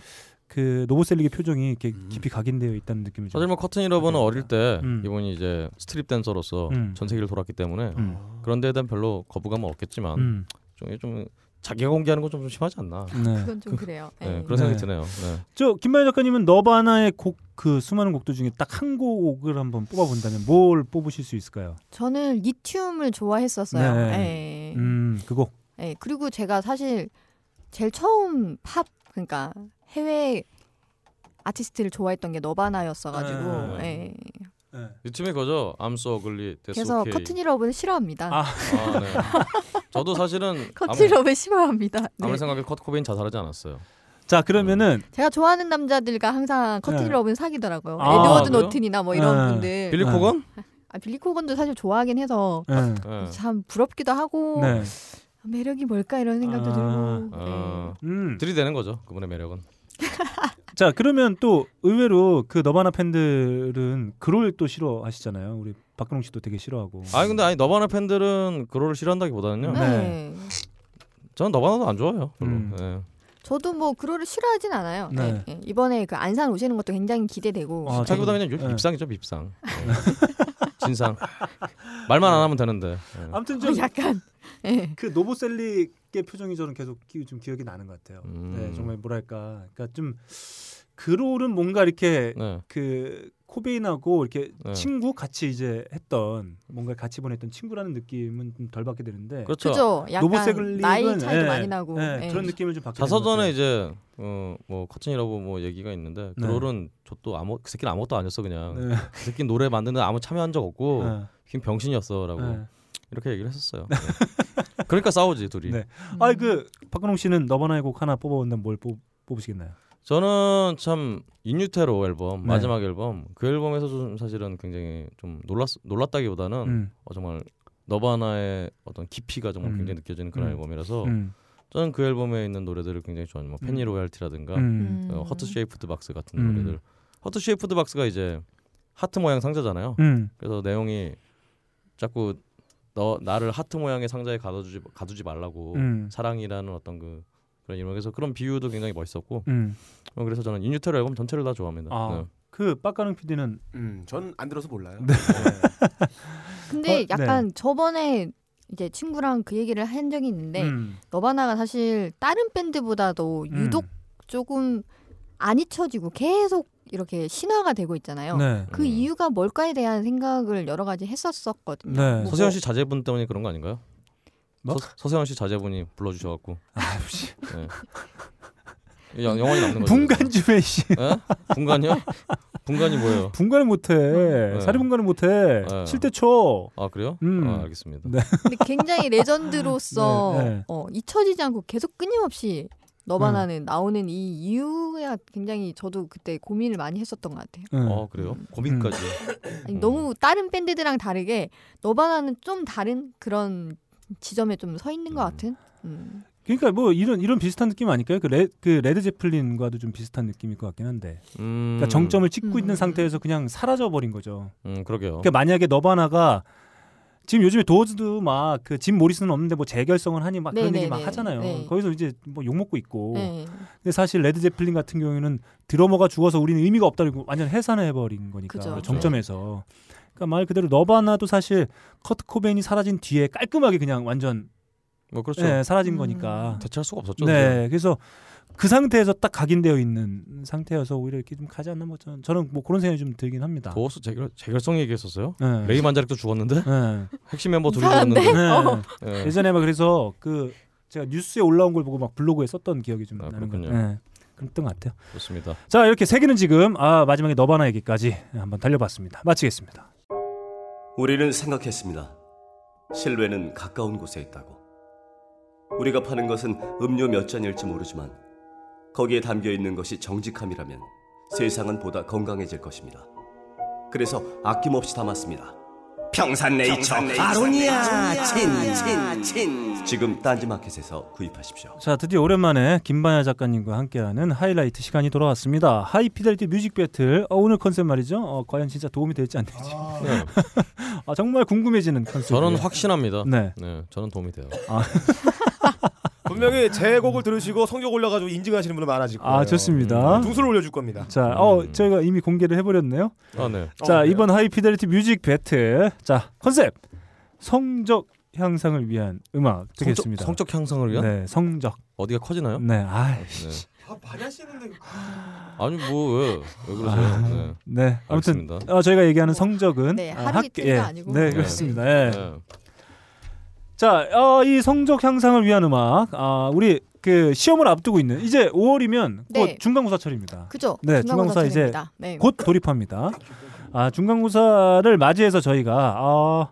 Speaker 1: 그 노보셀릭의 표정이 이렇게 깊이 각인되어 있다는 느낌이 좀
Speaker 2: 음. 사실 뭐 커튼 이러버는 어릴 때
Speaker 1: 음.
Speaker 2: 이분이 이제 스트립 댄서로서
Speaker 1: 음.
Speaker 2: 전 세계를 돌았기 때문에
Speaker 1: 음.
Speaker 2: 그런 데에 대한 별로 거부감은 없겠지만
Speaker 1: 음.
Speaker 2: 좀, 좀 자기가 공개하는 건 좀 심하지 않나.
Speaker 1: 네.
Speaker 4: 그건 좀 그래요.
Speaker 2: 네,
Speaker 4: 네.
Speaker 1: 네.
Speaker 2: 그런 생각이 드네요. 네.
Speaker 1: 저 김만희 작가님은 너바나의 곡 그 수많은 곡들 중에 딱 한 곡을 한번 뽑아본다면 뭘 뽑으실 수 있을까요?
Speaker 4: 저는 리튬을 좋아했었어요.
Speaker 1: 네.
Speaker 4: 네.
Speaker 1: 음, 그거.
Speaker 4: 네, 그리고 제가 사실 제일 처음 팝 그러니까 해외 아티스트를 좋아했던 게 너바나였어가지고
Speaker 2: 네.
Speaker 4: 네.
Speaker 1: 네.
Speaker 2: 유튜브에 거죠. 암소 글리 데스
Speaker 4: 그래서
Speaker 2: 오케이.
Speaker 4: 커튼 이러브는 싫어합니다.
Speaker 1: 아.
Speaker 2: 아, 네. 저도 사실은
Speaker 4: 커튼
Speaker 2: 아무,
Speaker 4: 이러브 싫어합니다. 네.
Speaker 2: 아무리 생각해도 컷 코베인 자살하지 않았어요.
Speaker 1: 자 그러면은
Speaker 4: 제가 좋아하는 남자들과 항상 커튼
Speaker 1: 네.
Speaker 4: 이러브는 사귀더라고요.
Speaker 1: 아,
Speaker 4: 에드워드
Speaker 2: 그래요?
Speaker 4: 노튼이나 뭐 이런
Speaker 1: 네.
Speaker 4: 분들.
Speaker 2: 빌리
Speaker 1: 네.
Speaker 2: 코건?
Speaker 4: 아, 빌리 코건도 사실 좋아하긴 해서
Speaker 1: 네.
Speaker 2: 네.
Speaker 4: 참 부럽기도 하고 아,
Speaker 1: 네.
Speaker 4: 매력이 뭘까 이런 생각도
Speaker 1: 아,
Speaker 4: 들고. 네.
Speaker 2: 어,
Speaker 1: 음.
Speaker 2: 들이대는 거죠. 그분의 매력은.
Speaker 1: 자 그러면 또 의외로 그 너바나 팬들은 그롤 또 싫어하시잖아요. 우리 박근홍 씨도 되게 싫어하고.
Speaker 2: 아니 근데 아니 너바나 팬들은 그로를 싫어한다기보다는요.
Speaker 1: 네.
Speaker 4: 네.
Speaker 2: 저는 너바나도 안 좋아해요. 별로.
Speaker 1: 음.
Speaker 2: 네.
Speaker 4: 저도 뭐 그로를 싫어하진 않아요.
Speaker 1: 네.
Speaker 4: 네, 네. 이번에 그 안산 오시는 것도 굉장히 기대되고.
Speaker 1: 아,
Speaker 2: 자기보다
Speaker 1: 저는-
Speaker 2: 그냥 유-
Speaker 1: 네.
Speaker 2: 입상이죠, 입상. 네. 진상. 말만 안 하면 되는데. 네.
Speaker 1: 아무튼
Speaker 4: 어, 약간 예.
Speaker 1: 좀그 노보셀릭의 표정이 저는 계속 기- 좀 기억이 나는 것 같아요.
Speaker 2: 음.
Speaker 1: 네, 정말 뭐랄까, 그러니까 좀 그롤은 뭔가 이렇게
Speaker 2: 네.
Speaker 1: 그 코베인하고 이렇게
Speaker 2: 네.
Speaker 1: 친구 같이 이제 했던 뭔가 같이 보냈던 친구라는 느낌은 좀 덜 받게 되는데
Speaker 2: 그렇죠.
Speaker 4: 그죠. 약간
Speaker 1: 노보셀릭은
Speaker 4: 나이 차이도
Speaker 1: 예,
Speaker 4: 많이 나고.
Speaker 1: 예,
Speaker 4: 예.
Speaker 1: 그런 느낌을 좀 받게
Speaker 2: 자서전에
Speaker 1: 되는 것
Speaker 2: 이제 어뭐 커튼이라고 뭐 얘기가 있는데
Speaker 1: 네.
Speaker 2: 그롤은 저또 아무 그 새끼는 아무것도 아니었어 그냥
Speaker 1: 같아요. 네.
Speaker 2: 그 새끼 노래 만드는 데 아무 참여한 적 없고
Speaker 1: 네.
Speaker 2: 그냥 병신이었어라고
Speaker 1: 네.
Speaker 2: 이렇게 얘기를 했었어요. 네. 그러니까 싸우지 둘이.
Speaker 1: 네.
Speaker 4: 음.
Speaker 1: 아이 그 박근홍 씨는 너바나의 곡 하나 뽑아본다면 뭘 뽑, 뽑으시겠나요?
Speaker 2: 저는 참 인유테로 앨범
Speaker 1: 네.
Speaker 2: 마지막 앨범 그 앨범에서 좀 사실은 굉장히 좀 놀랐 놀랐다기보다는
Speaker 1: 음,
Speaker 2: 어, 정말 너바나의 어떤 깊이가 정말
Speaker 1: 음.
Speaker 2: 굉장히 느껴지는 그런
Speaker 1: 음.
Speaker 2: 앨범이라서
Speaker 1: 음,
Speaker 2: 저는 그 앨범에 있는 노래들을 굉장히 좋아해요. 뭐 페니 로얄티라든가
Speaker 1: 음,
Speaker 4: 음.
Speaker 2: 어, 허트 쉐이프드 박스 같은
Speaker 1: 음.
Speaker 2: 노래들. 허트 쉐이프드 박스가 이제 하트 모양 상자잖아요.
Speaker 1: 음,
Speaker 2: 그래서 내용이 자꾸 너 나를 하트 모양의 상자에 가둬주지 가두지 말라고
Speaker 1: 음.
Speaker 2: 사랑이라는 어떤 그 그런 이론에서 그런 비유도 굉장히 멋있었고
Speaker 1: 음.
Speaker 2: 어, 그래서 저는 인유테르 앨범 전체를 다 좋아합니다.
Speaker 1: 아.
Speaker 2: 네.
Speaker 1: 그 빡가능 PD는
Speaker 3: 음, 전 안 들어서 몰라요.
Speaker 1: 어,
Speaker 4: 근데
Speaker 1: 네.
Speaker 4: 약간 저번에 이제 친구랑 그 얘기를 한 적이 있는데
Speaker 1: 음,
Speaker 4: 너바나가 사실 다른 밴드보다도
Speaker 1: 음.
Speaker 4: 유독 조금 안 잊혀지고 계속 이렇게 신화가 되고 있잖아요.
Speaker 1: 네.
Speaker 4: 그
Speaker 2: 음.
Speaker 4: 이유가 뭘까에 대한 생각을 여러 가지 했었었거든요.
Speaker 1: 네.
Speaker 4: 뭐-
Speaker 2: 서세현 씨 자제분 때문에 그런 거 아닌가요?
Speaker 1: 뭐?
Speaker 2: 서, 서세현 씨 자제분이 불러주셔갖고
Speaker 1: 아, 씨.
Speaker 2: 예. 영- 영원히 남는 거죠.
Speaker 1: 분간 좀해 씨.
Speaker 2: 예? 분간이요? 분간이 뭐예요?
Speaker 1: 분간을 못해. 사리 분간을 못해.
Speaker 2: 네.
Speaker 1: 칠 때 쳐.
Speaker 2: 아 그래요?
Speaker 1: 음.
Speaker 2: 아, 알겠습니다.
Speaker 1: 네.
Speaker 4: 근데 굉장히 레전드로서
Speaker 1: 네, 네.
Speaker 4: 어, 잊혀지지 않고 계속 끊임없이
Speaker 1: 음.
Speaker 4: 너바나는 나오는 이 이유가 굉장히 저도 그때 고민을 많이 했었던 것 같아요.
Speaker 1: 응.
Speaker 2: 아 그래요? 고민까지.
Speaker 4: 아니,
Speaker 2: 음.
Speaker 4: 너무 다른 밴드들이랑 다르게 너바나는 좀 다른 그런 지점에 좀 서 있는 것
Speaker 2: 음.
Speaker 4: 같은. 음.
Speaker 1: 그러니까 뭐 이런 이런 비슷한 느낌 아닐까요? 그, 레, 그 레드 제플린과도 좀 비슷한 느낌일 것 같긴 한데.
Speaker 2: 음.
Speaker 1: 그러니까 정점을 찍고
Speaker 4: 음.
Speaker 1: 있는 상태에서 그냥 사라져 버린 거죠.
Speaker 2: 음 그러게요.
Speaker 1: 그러니까 만약에 너바나가 지금 요즘에 도어즈도 막 그 짐 모리슨은 없는데 뭐 재결성을 하니 막 그런
Speaker 4: 네,
Speaker 1: 얘기
Speaker 4: 네,
Speaker 1: 막
Speaker 4: 네.
Speaker 1: 하잖아요.
Speaker 4: 네.
Speaker 1: 거기서 이제 뭐 욕 먹고 있고.
Speaker 4: 네.
Speaker 1: 근데 사실 레드 제플린 같은 경우에는 드러머가 죽어서 우리는 의미가 없다고 완전 해산해 버린 거니까
Speaker 4: 그죠. 네.
Speaker 1: 정점에서. 그러니까 말 그대로 너바나도 사실 커트 코벤이 사라진 뒤에 깔끔하게 그냥 완전
Speaker 2: 뭐 그렇죠.
Speaker 1: 예, 사라진
Speaker 4: 음.
Speaker 1: 거니까.
Speaker 2: 대체할 수가 없었죠. 그죠?
Speaker 1: 네, 그래서 그 상태에서 딱 각인되어 있는 상태여서 오히려 이렇게 좀 가지 않나 뭐 저는, 저는 뭐 그런 생각이 좀 들긴 합니다.
Speaker 2: 도어스 재결 재결성 얘기했었어요.
Speaker 1: 예.
Speaker 2: 레이 만자릭도 죽었는데
Speaker 1: 예.
Speaker 2: 핵심 멤버 둘이
Speaker 4: 이상한데?
Speaker 2: 죽었는데.
Speaker 1: 예.
Speaker 4: 어.
Speaker 2: 예.
Speaker 1: 예전에 막 그래서 그 제가 뉴스에 올라온 걸 보고 막 블로그에 썼던 기억이 좀
Speaker 2: 아,
Speaker 1: 나는 거예요.
Speaker 2: 그렇군요.
Speaker 1: 예. 그랬던 것 같아요.
Speaker 2: 좋습니다.
Speaker 1: 자 이렇게 세기는 지금 아 마지막에 너바나 얘기까지 한번 달려봤습니다. 마치겠습니다.
Speaker 6: 우리는 생각했습니다. 실외는 가까운 곳에 있다고. 우리가 파는 것은 음료 몇 잔일지 모르지만 거기에 담겨 있는 것이 정직함이라면 세상은 보다 건강해질 것입니다. 그래서 아낌없이 담았습니다.
Speaker 5: 평산네이처 아로니아 진진진
Speaker 6: 지금 딴지마켓에서 구입하십시오.
Speaker 1: 자 드디어 오랜만에 김반야 작가님과 함께하는 하이라이트 시간이 돌아왔습니다. 하이피델리티 뮤직 배틀 어, 오늘 컨셉 말이죠. 어, 과연 진짜 도움이 될지 안 될지
Speaker 2: 네.
Speaker 1: 아, 정말 궁금해지는 컨셉.
Speaker 2: 저는 확신합니다.
Speaker 1: 네.
Speaker 2: 네, 저는 도움이 돼요.
Speaker 3: 분명히 제 곡을 들으시고 성적 올려가지고 인증하시는 분들 많아질 거예요.
Speaker 1: 아 좋습니다.
Speaker 3: 등수를 올려줄 겁니다.
Speaker 1: 자, 어
Speaker 2: 음.
Speaker 1: 저희가 이미 공개를 해버렸네요.
Speaker 2: 아, 네.
Speaker 3: 어,
Speaker 1: 자
Speaker 3: 그래요?
Speaker 1: 이번 하이피델리티 뮤직 배틀 자 컨셉 성적 향상을 위한 음악 되겠습니다.
Speaker 2: 성적, 성적 향상을 위한
Speaker 1: 네 성적
Speaker 2: 어디가 커지나요?
Speaker 1: 네 아.
Speaker 2: 네.
Speaker 3: 아, 많이 하시는데
Speaker 2: 아니 뭐 왜 왜 그러세요? 네.
Speaker 1: 네 아무튼
Speaker 2: 알겠습니다.
Speaker 1: 어, 저희가 얘기하는 성적은
Speaker 4: 네,
Speaker 1: 아,
Speaker 4: 하루 이틀도
Speaker 1: 예.
Speaker 4: 아니고.
Speaker 1: 네
Speaker 4: 네.
Speaker 1: 그렇습니다. 예.
Speaker 2: 네.
Speaker 1: 자, 어, 이 성적 향상을 위한 음악, 아, 우리 그 시험을 앞두고 있는 이제 5월이면 곧
Speaker 4: 네.
Speaker 1: 중간고사철입니다.
Speaker 4: 그죠?
Speaker 1: 네, 중간고사 이제
Speaker 4: 중간고사입니다. 네.
Speaker 1: 곧 돌입합니다. 아, 중간고사를 맞이해서 저희가 어,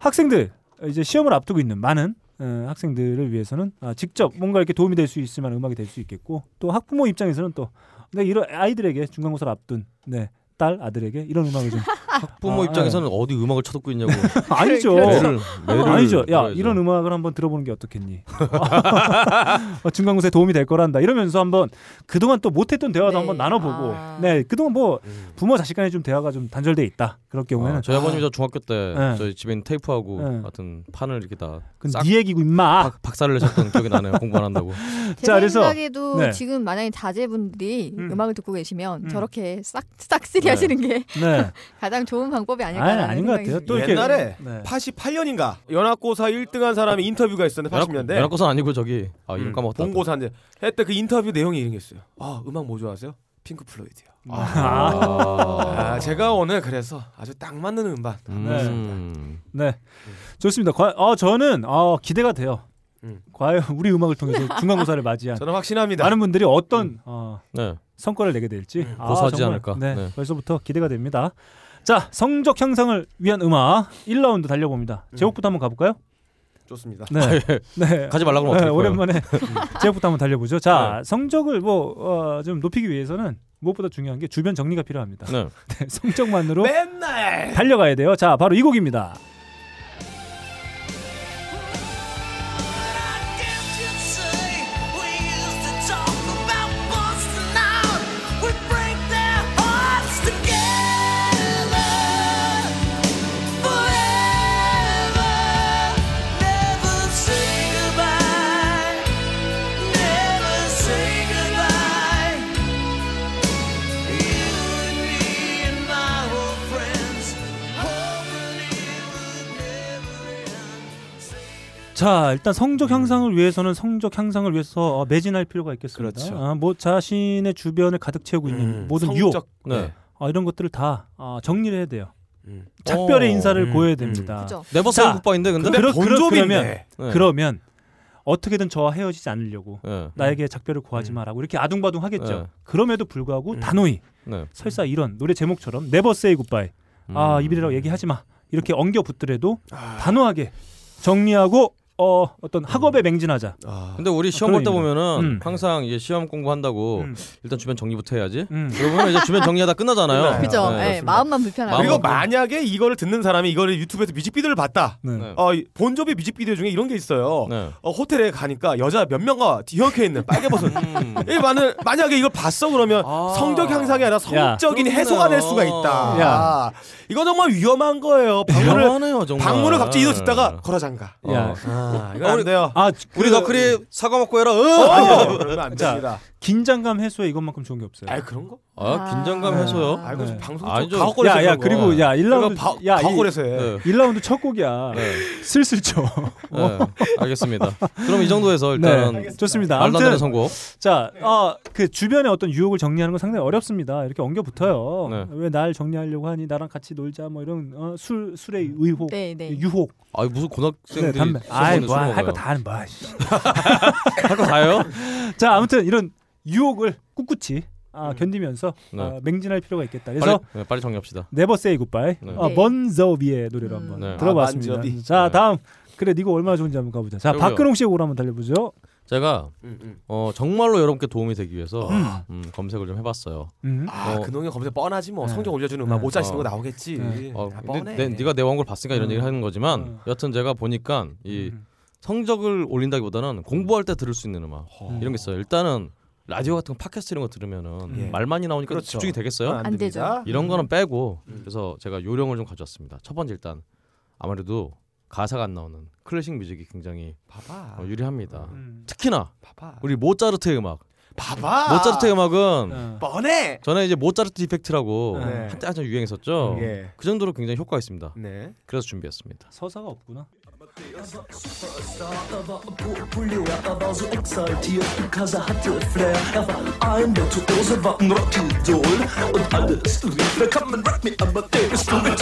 Speaker 1: 학생들 이제 시험을 앞두고 있는 많은 어, 학생들을 위해서는 아, 직접 뭔가 이렇게 도움이 될 수 있을 만한 음악이 될 수 있겠고 또 학부모 입장에서는 또 네, 이런 아이들에게 중간고사를 앞둔 네, 딸 아들에게 이런 음악을 좀
Speaker 2: 부모
Speaker 1: 아,
Speaker 2: 입장에서는 어디 음악을 쳐듣고 있냐고
Speaker 1: 아니죠.
Speaker 2: 매를 매를 네,
Speaker 1: 아니죠. 야
Speaker 2: 들어야죠.
Speaker 1: 이런 음악을 한번 들어보는 게 어떻겠니? 어, 중간고사에 도움이 될 거란다. 이러면서 한번 그동안 또 못했던 대화도
Speaker 4: 네.
Speaker 1: 한번 나눠보고.
Speaker 4: 아.
Speaker 1: 네 그동안 뭐 부모 자식 간의 좀 대화가 좀 단절돼 있다. 그럴 경우에는
Speaker 2: 아, 저희 아버님이 저 중학교 때
Speaker 1: 네.
Speaker 2: 저희 집에 있는 테이프하고
Speaker 1: 네.
Speaker 2: 같은 판을 이렇게 다
Speaker 1: 그건
Speaker 2: 싹
Speaker 1: 네 얘기고 임마.
Speaker 2: 박, 박살을 내셨던 기억이 나네요. 공부 안 한다고.
Speaker 4: 제
Speaker 1: 자, 그래서-
Speaker 4: 생각에도
Speaker 1: 네.
Speaker 4: 지금 만약에 자제분들이
Speaker 1: 음.
Speaker 4: 음. 악을 듣고 계시면
Speaker 1: 음.
Speaker 4: 저렇게 싹 싹쓸이
Speaker 2: 네.
Speaker 4: 하시는 게
Speaker 1: 네.
Speaker 4: 가장 좋은 방법이
Speaker 1: 아니,
Speaker 4: 아닐까라는
Speaker 1: 아닌 것
Speaker 4: 생각이
Speaker 1: 같아요. 또
Speaker 4: 듭니다.
Speaker 1: 이렇게
Speaker 3: 옛날에
Speaker 1: 네.
Speaker 3: 88년인가 연합고사 1등한 사람이 인터뷰가 있었는데 80년대 음,
Speaker 2: 연합고사 아니고 저기 아 이름 까먹었다.
Speaker 3: 본고사 이제 했때 그 인터뷰 내용이 이런 게 있어요. 아 음악 뭐 좋아하세요? 핑크 플로이드요. 아, 제가 오늘 그래서 아주 딱 맞는 음반.
Speaker 2: 음.
Speaker 1: 네. 좋습니다. 과, 어, 저는 어, 기대가 돼요.
Speaker 3: 음.
Speaker 1: 과연 우리 음악을 통해서 중간고사를 맞이한
Speaker 3: 네. 저는 확신합니다.
Speaker 1: 많은 분들이 어떤 어,
Speaker 2: 네.
Speaker 1: 성과를 내게 될지 아,
Speaker 2: 고사하지
Speaker 1: 정말,
Speaker 2: 않을까.
Speaker 1: 네,
Speaker 2: 네.
Speaker 1: 벌써부터 기대가 됩니다. 자, 성적 향상을 위한 음악 1라운드 달려봅니다.
Speaker 3: 네.
Speaker 1: 제목부터 한번 가볼까요?
Speaker 3: 좋습니다.
Speaker 1: 네, 네.
Speaker 2: 가지 말라고 하면
Speaker 1: 네,
Speaker 2: 아, 예. 어떡할 거예요? 음. 네.
Speaker 1: 오랜만에 제목부터 한번 달려보죠. 자, 성적을 뭐좀 높이기 위해서는 무엇보다 중요한 게 주변 정리가 필요합니다.
Speaker 2: 네.
Speaker 1: 네, 성적만으로
Speaker 3: 맨날
Speaker 1: 달려가야 돼요. 자, 바로 이 곡입니다.
Speaker 5: You and me and my old friends, holding it.
Speaker 1: 자 일단 성적
Speaker 2: 음.
Speaker 1: 향상을 위해서는 성적 향상을 위해서 어, 매진할 필요가 있겠습니다.
Speaker 3: 그렇죠.
Speaker 1: 아, 뭐 자신의 주변을 가득 채우고 있는
Speaker 3: 음,
Speaker 1: 모든 유혹
Speaker 3: 성적
Speaker 2: 네.
Speaker 1: 아, 이런 것들을 다 아, 정리를 해야 돼요.
Speaker 3: 음.
Speaker 1: 작별의
Speaker 2: 오,
Speaker 1: 인사를
Speaker 3: 음,
Speaker 1: 고해야
Speaker 3: 음.
Speaker 1: 됩니다.
Speaker 4: 그죠?
Speaker 2: 네버세이
Speaker 1: 자,
Speaker 2: 국밥인데 근데.
Speaker 1: 그럼- 그러-
Speaker 3: 본조비인데.
Speaker 2: 네.
Speaker 1: 그러면 어떻게든 저와 헤어지지 않으려고
Speaker 2: 네.
Speaker 1: 나에게 작별을 고하지
Speaker 3: 음.
Speaker 1: 마라고 이렇게 아둥바둥 하겠죠.
Speaker 2: 네.
Speaker 1: 그럼에도 불구하고
Speaker 3: 음.
Speaker 1: 단호히
Speaker 2: 네.
Speaker 1: 설사 이런 노래 제목처럼 Never Say Goodbye 아
Speaker 2: 음.
Speaker 1: 이별이라고 얘기하지 마 이렇게 엉겨 붙더라도
Speaker 3: 아.
Speaker 1: 단호하게 정리하고 어, 어떤 학업에 맹진하자.
Speaker 3: 아.
Speaker 2: 근데 우리 시험
Speaker 1: 그런
Speaker 2: 볼 때
Speaker 1: 의미로.
Speaker 2: 보면은
Speaker 1: 음.
Speaker 2: 항상 이게 시험 공부한다고
Speaker 1: 음.
Speaker 2: 일단 주변 정리부터 해야지.
Speaker 1: 음.
Speaker 2: 그러면 이제 주변 정리하다 끝나잖아요.
Speaker 3: 끝나요.
Speaker 4: 그죠?
Speaker 2: 네,
Speaker 4: 예,
Speaker 2: 그렇습니다.
Speaker 4: 마음만 불편하고.
Speaker 3: 그리고
Speaker 2: 마음은-
Speaker 3: 만약에 이거를 듣는 사람이 이거를 유튜브에서 뮤직비디오를 봤다.
Speaker 1: 네.
Speaker 2: 네.
Speaker 3: 어, 이 본조비 뮤직비디오 중에 이런 게 있어요.
Speaker 2: 네.
Speaker 3: 어, 호텔에 가니까 여자 몇 명과 뒤엉켜 있는 빨개 벗은
Speaker 2: 음.
Speaker 3: 이 만을 만약에 이걸 봤어 그러면
Speaker 2: 아.
Speaker 3: 성적 향상이 아니라 성적인
Speaker 2: 그렇네요.
Speaker 3: 해소가 될 수가 있다.
Speaker 1: 야.
Speaker 3: 아, 이거 정말 위험한 거예요. 방문을
Speaker 2: 방문을 정말.
Speaker 3: 방문을 갑자기 이어 듣다가 걸어장가.
Speaker 2: 어.
Speaker 1: 야.
Speaker 3: 아, 이거
Speaker 2: 어,
Speaker 3: 안
Speaker 2: 우리-
Speaker 3: 돼요.
Speaker 1: 아
Speaker 2: 우리 너클이 사과 먹고 해라. 어!
Speaker 3: 어, 그러면 안
Speaker 1: 자.
Speaker 3: 됩니다.
Speaker 1: 긴장감 해소에 이것만큼 좋은 게 없어요.
Speaker 3: 아, 그런 거?
Speaker 2: 아, 긴장감
Speaker 4: 아.
Speaker 2: 해소요.
Speaker 3: 아, 이거 좀
Speaker 1: 네.
Speaker 3: 방송
Speaker 2: 아니죠.
Speaker 3: 좀 가옥거리에서
Speaker 1: 야야
Speaker 3: 그런 거.
Speaker 1: 그리고 야 1라운드
Speaker 3: 바,
Speaker 1: 야
Speaker 3: 가옥거리에서 음, 해.
Speaker 2: 네.
Speaker 1: 1라운드 첫 곡이야.
Speaker 2: 네.
Speaker 1: 슬슬 쳐.
Speaker 2: 네, 알겠습니다. 그럼 이 정도에서
Speaker 1: 네.
Speaker 2: 일단은
Speaker 1: 좋습니다.
Speaker 2: 말도 안 되는
Speaker 1: 아무튼
Speaker 2: 선곡.
Speaker 1: 자, 아, 그 주변의 어떤 유혹을 정리하는 건 상당히 어렵습니다. 이렇게 엉겨 붙어요.
Speaker 2: 네.
Speaker 1: 왜 날 정리하려고 하니 나랑 같이 놀자 뭐 이런 어, 술 술의 의혹,
Speaker 4: 네, 네.
Speaker 1: 유혹,
Speaker 2: 아 무슨
Speaker 1: 네,
Speaker 2: 고등학생들이
Speaker 1: 담배. 아이 뭐할 거 다 하는 뭐. 씨.
Speaker 2: 할거 다요?
Speaker 1: 자, 아무튼 이런 유혹을 꿋꿋이 아, 견디면서
Speaker 2: 네.
Speaker 1: 아, 맹진할 필요가 있겠다.
Speaker 2: 빨리,
Speaker 1: 그래서
Speaker 2: 네, 빨리 정리합시다.
Speaker 1: 네버 세이 굿바이.
Speaker 2: 네.
Speaker 1: 어,
Speaker 4: 네.
Speaker 1: 먼저비의 노래로
Speaker 4: 음.
Speaker 1: 한번
Speaker 2: 네.
Speaker 1: 들어봤습니다.
Speaker 3: 아, 먼저비.
Speaker 1: 자,
Speaker 2: 네.
Speaker 1: 다음. 그래, 네가 얼마나 좋은지 한번 가보자. 자,
Speaker 2: 그러고요.
Speaker 1: 박근홍 씨의 곡을 한번 달려보죠.
Speaker 2: 제가
Speaker 3: 음, 음.
Speaker 2: 어, 정말로 여러분께 도움이 되기 위해서 음, 검색을 좀 해봤어요.
Speaker 1: 음.
Speaker 3: 아,
Speaker 2: 어.
Speaker 3: 그놈이 검색 뻔하지 뭐.
Speaker 1: 네.
Speaker 3: 성적 올려주는 음악 모자 시는
Speaker 2: 어.
Speaker 3: 거 나오겠지.
Speaker 1: 네.
Speaker 2: 어,
Speaker 3: 아,
Speaker 2: 근데
Speaker 3: 뻔해.
Speaker 2: 내, 네가 내 원고를 봤으니까 이런
Speaker 1: 음.
Speaker 2: 얘기를 하는 거지만
Speaker 1: 음.
Speaker 2: 여튼 제가 보니까 이
Speaker 1: 음.
Speaker 2: 성적을 올린다기보다는 공부할 때 들을 수 있는 음악
Speaker 3: 아.
Speaker 1: 음.
Speaker 2: 이런 게 있어요. 일단은 라디오 같은 거 팟캐스트 이런 거 들으면은
Speaker 3: 예.
Speaker 2: 말만이 나오니까
Speaker 3: 그렇죠.
Speaker 2: 집중이 되겠어요?
Speaker 3: 아, 음.
Speaker 4: 안 되죠.
Speaker 3: 됩니다.
Speaker 2: 이런 거는 빼고 그래서 제가 요령을 좀 가져왔습니다. 첫 번째 일단 아무래도 가사가 안 나오는 클래식 뮤직이 굉장히
Speaker 3: 봐봐.
Speaker 2: 어, 유리합니다.
Speaker 1: 음.
Speaker 2: 특히나
Speaker 3: 봐봐.
Speaker 2: 우리 모차르트의
Speaker 3: 아,
Speaker 2: 음악.
Speaker 3: 봐봐.
Speaker 2: 모차르트의 음악은
Speaker 1: 어.
Speaker 3: 뻔해.
Speaker 2: 전에 이제 모차르트 이펙트라고
Speaker 3: 네.
Speaker 2: 한때 한참 유행했었죠.
Speaker 3: 예.
Speaker 2: 그 정도로 굉장히 효과가 있습니다.
Speaker 3: 네.
Speaker 2: 그래서 준비했습니다.
Speaker 1: 서사가 없구나.
Speaker 7: Er war populär, er war so exaltiert, Kasa hatte Flair. Er war ein Virtuose, war ein Rockidol. Und alles rief, willkommen, rock me, aber der ist gut.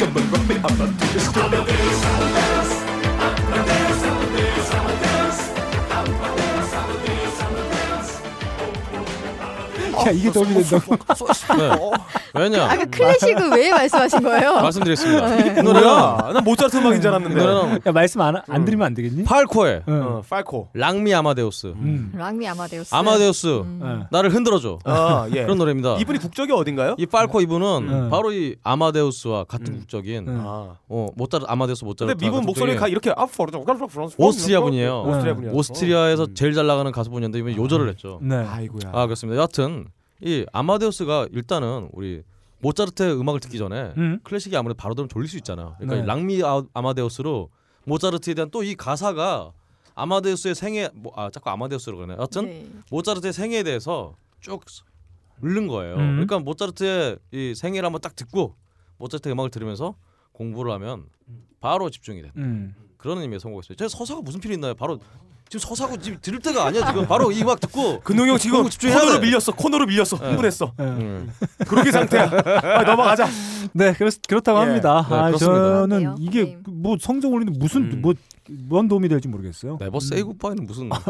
Speaker 7: Willkommen, rock me, aber der ist gut.
Speaker 1: 야, 이게
Speaker 4: 어,
Speaker 1: 도움이 된다고.
Speaker 2: 네. 왜냐?
Speaker 4: 아까 네. 클래식을 왜 말씀하신 거예요?
Speaker 2: 말씀드리겠습니다. 이 노래가
Speaker 3: 뭐야? 네. 난 모차르트 음악인 줄
Speaker 2: 이
Speaker 3: 알았는데.
Speaker 2: 노래는
Speaker 1: 야, 말씀 안,
Speaker 3: 음.
Speaker 1: 안 드리면 안 되겠니?
Speaker 2: 팔코의
Speaker 1: 응.
Speaker 3: 어, 팔코.
Speaker 2: 랑미
Speaker 3: 음.
Speaker 2: 아마데우스.
Speaker 4: 랑미 음, 아마데우스.
Speaker 2: 아마데우스
Speaker 4: 네. 음.
Speaker 1: 응.
Speaker 2: 나를 흔들어줘.
Speaker 3: 어, 예.
Speaker 2: 아, 그런 예. 노래입니다.
Speaker 3: 이분이 네. 국적이 어딘가요?
Speaker 2: 이 팔코 이분은
Speaker 1: 음.
Speaker 2: 바로 이 아마데우스와 같은 국적인
Speaker 1: 음.
Speaker 3: 아.
Speaker 2: 어, 모차르 아마데우스 모차르트.
Speaker 3: 근데 미분 목소리가 이렇게 아, 앞으로 좀
Speaker 2: 오스트리아 분이에요.
Speaker 3: 오스트리아
Speaker 1: 음.
Speaker 3: 분이요. 아. 음.
Speaker 2: 오스트리아에서 제일 잘 나가는 가수분이었는데 이번에 요절을 했죠.
Speaker 1: 네.
Speaker 3: 아이고야.
Speaker 2: 아 그렇습니다. 여하튼 이 아마데우스가 일단은 우리 모차르트의 음악을 듣기 전에
Speaker 1: 음.
Speaker 2: 클래식이 아무래도 바로 들으면 졸릴 수 있잖아요. 그러니까
Speaker 1: 네.
Speaker 2: 이 랑미 아, 아마데우스로 모차르트에 대한 또 이 가사가 아마데우스의 생애 뭐, 아 자꾸 아마데우스로 그러네. 여하튼
Speaker 4: 네.
Speaker 2: 모차르트의 생애에 대해서 쭉 읽는 거예요.
Speaker 1: 음.
Speaker 2: 그러니까 모차르트의 이 생애를 한번 딱 듣고 모차르트 음악을 들으면서 공부를 하면 바로 집중이 돼.
Speaker 1: 음.
Speaker 2: 그런 의미의 성공했어요. 제 서사가 무슨 필요 있나요? 바로 지금 서사고 지금 들을 때가 아니야. 지금 바로 이 음악 듣고
Speaker 1: 그,
Speaker 3: 근홍이 형 지금
Speaker 2: 너무 집중해야
Speaker 3: 코너로
Speaker 2: 돼.
Speaker 3: 밀렸어. 코너로 밀렸어.
Speaker 4: 네.
Speaker 3: 흥분했어.
Speaker 2: 음.
Speaker 3: 그러기 상태야. 빨리 넘어가자.
Speaker 1: 네, 그렇, 그렇다고
Speaker 3: 예.
Speaker 1: 합니다.
Speaker 2: 네,
Speaker 1: 아,
Speaker 2: 그렇습니다.
Speaker 1: 저는
Speaker 4: 그런데요,
Speaker 1: 이게
Speaker 4: 게임.
Speaker 1: 뭐 성적 올리는데 무슨
Speaker 3: 음.
Speaker 1: 뭐 뭔 도움이 될지 모르겠어요.
Speaker 2: 네버 세이 굿바이는 무슨 뭐야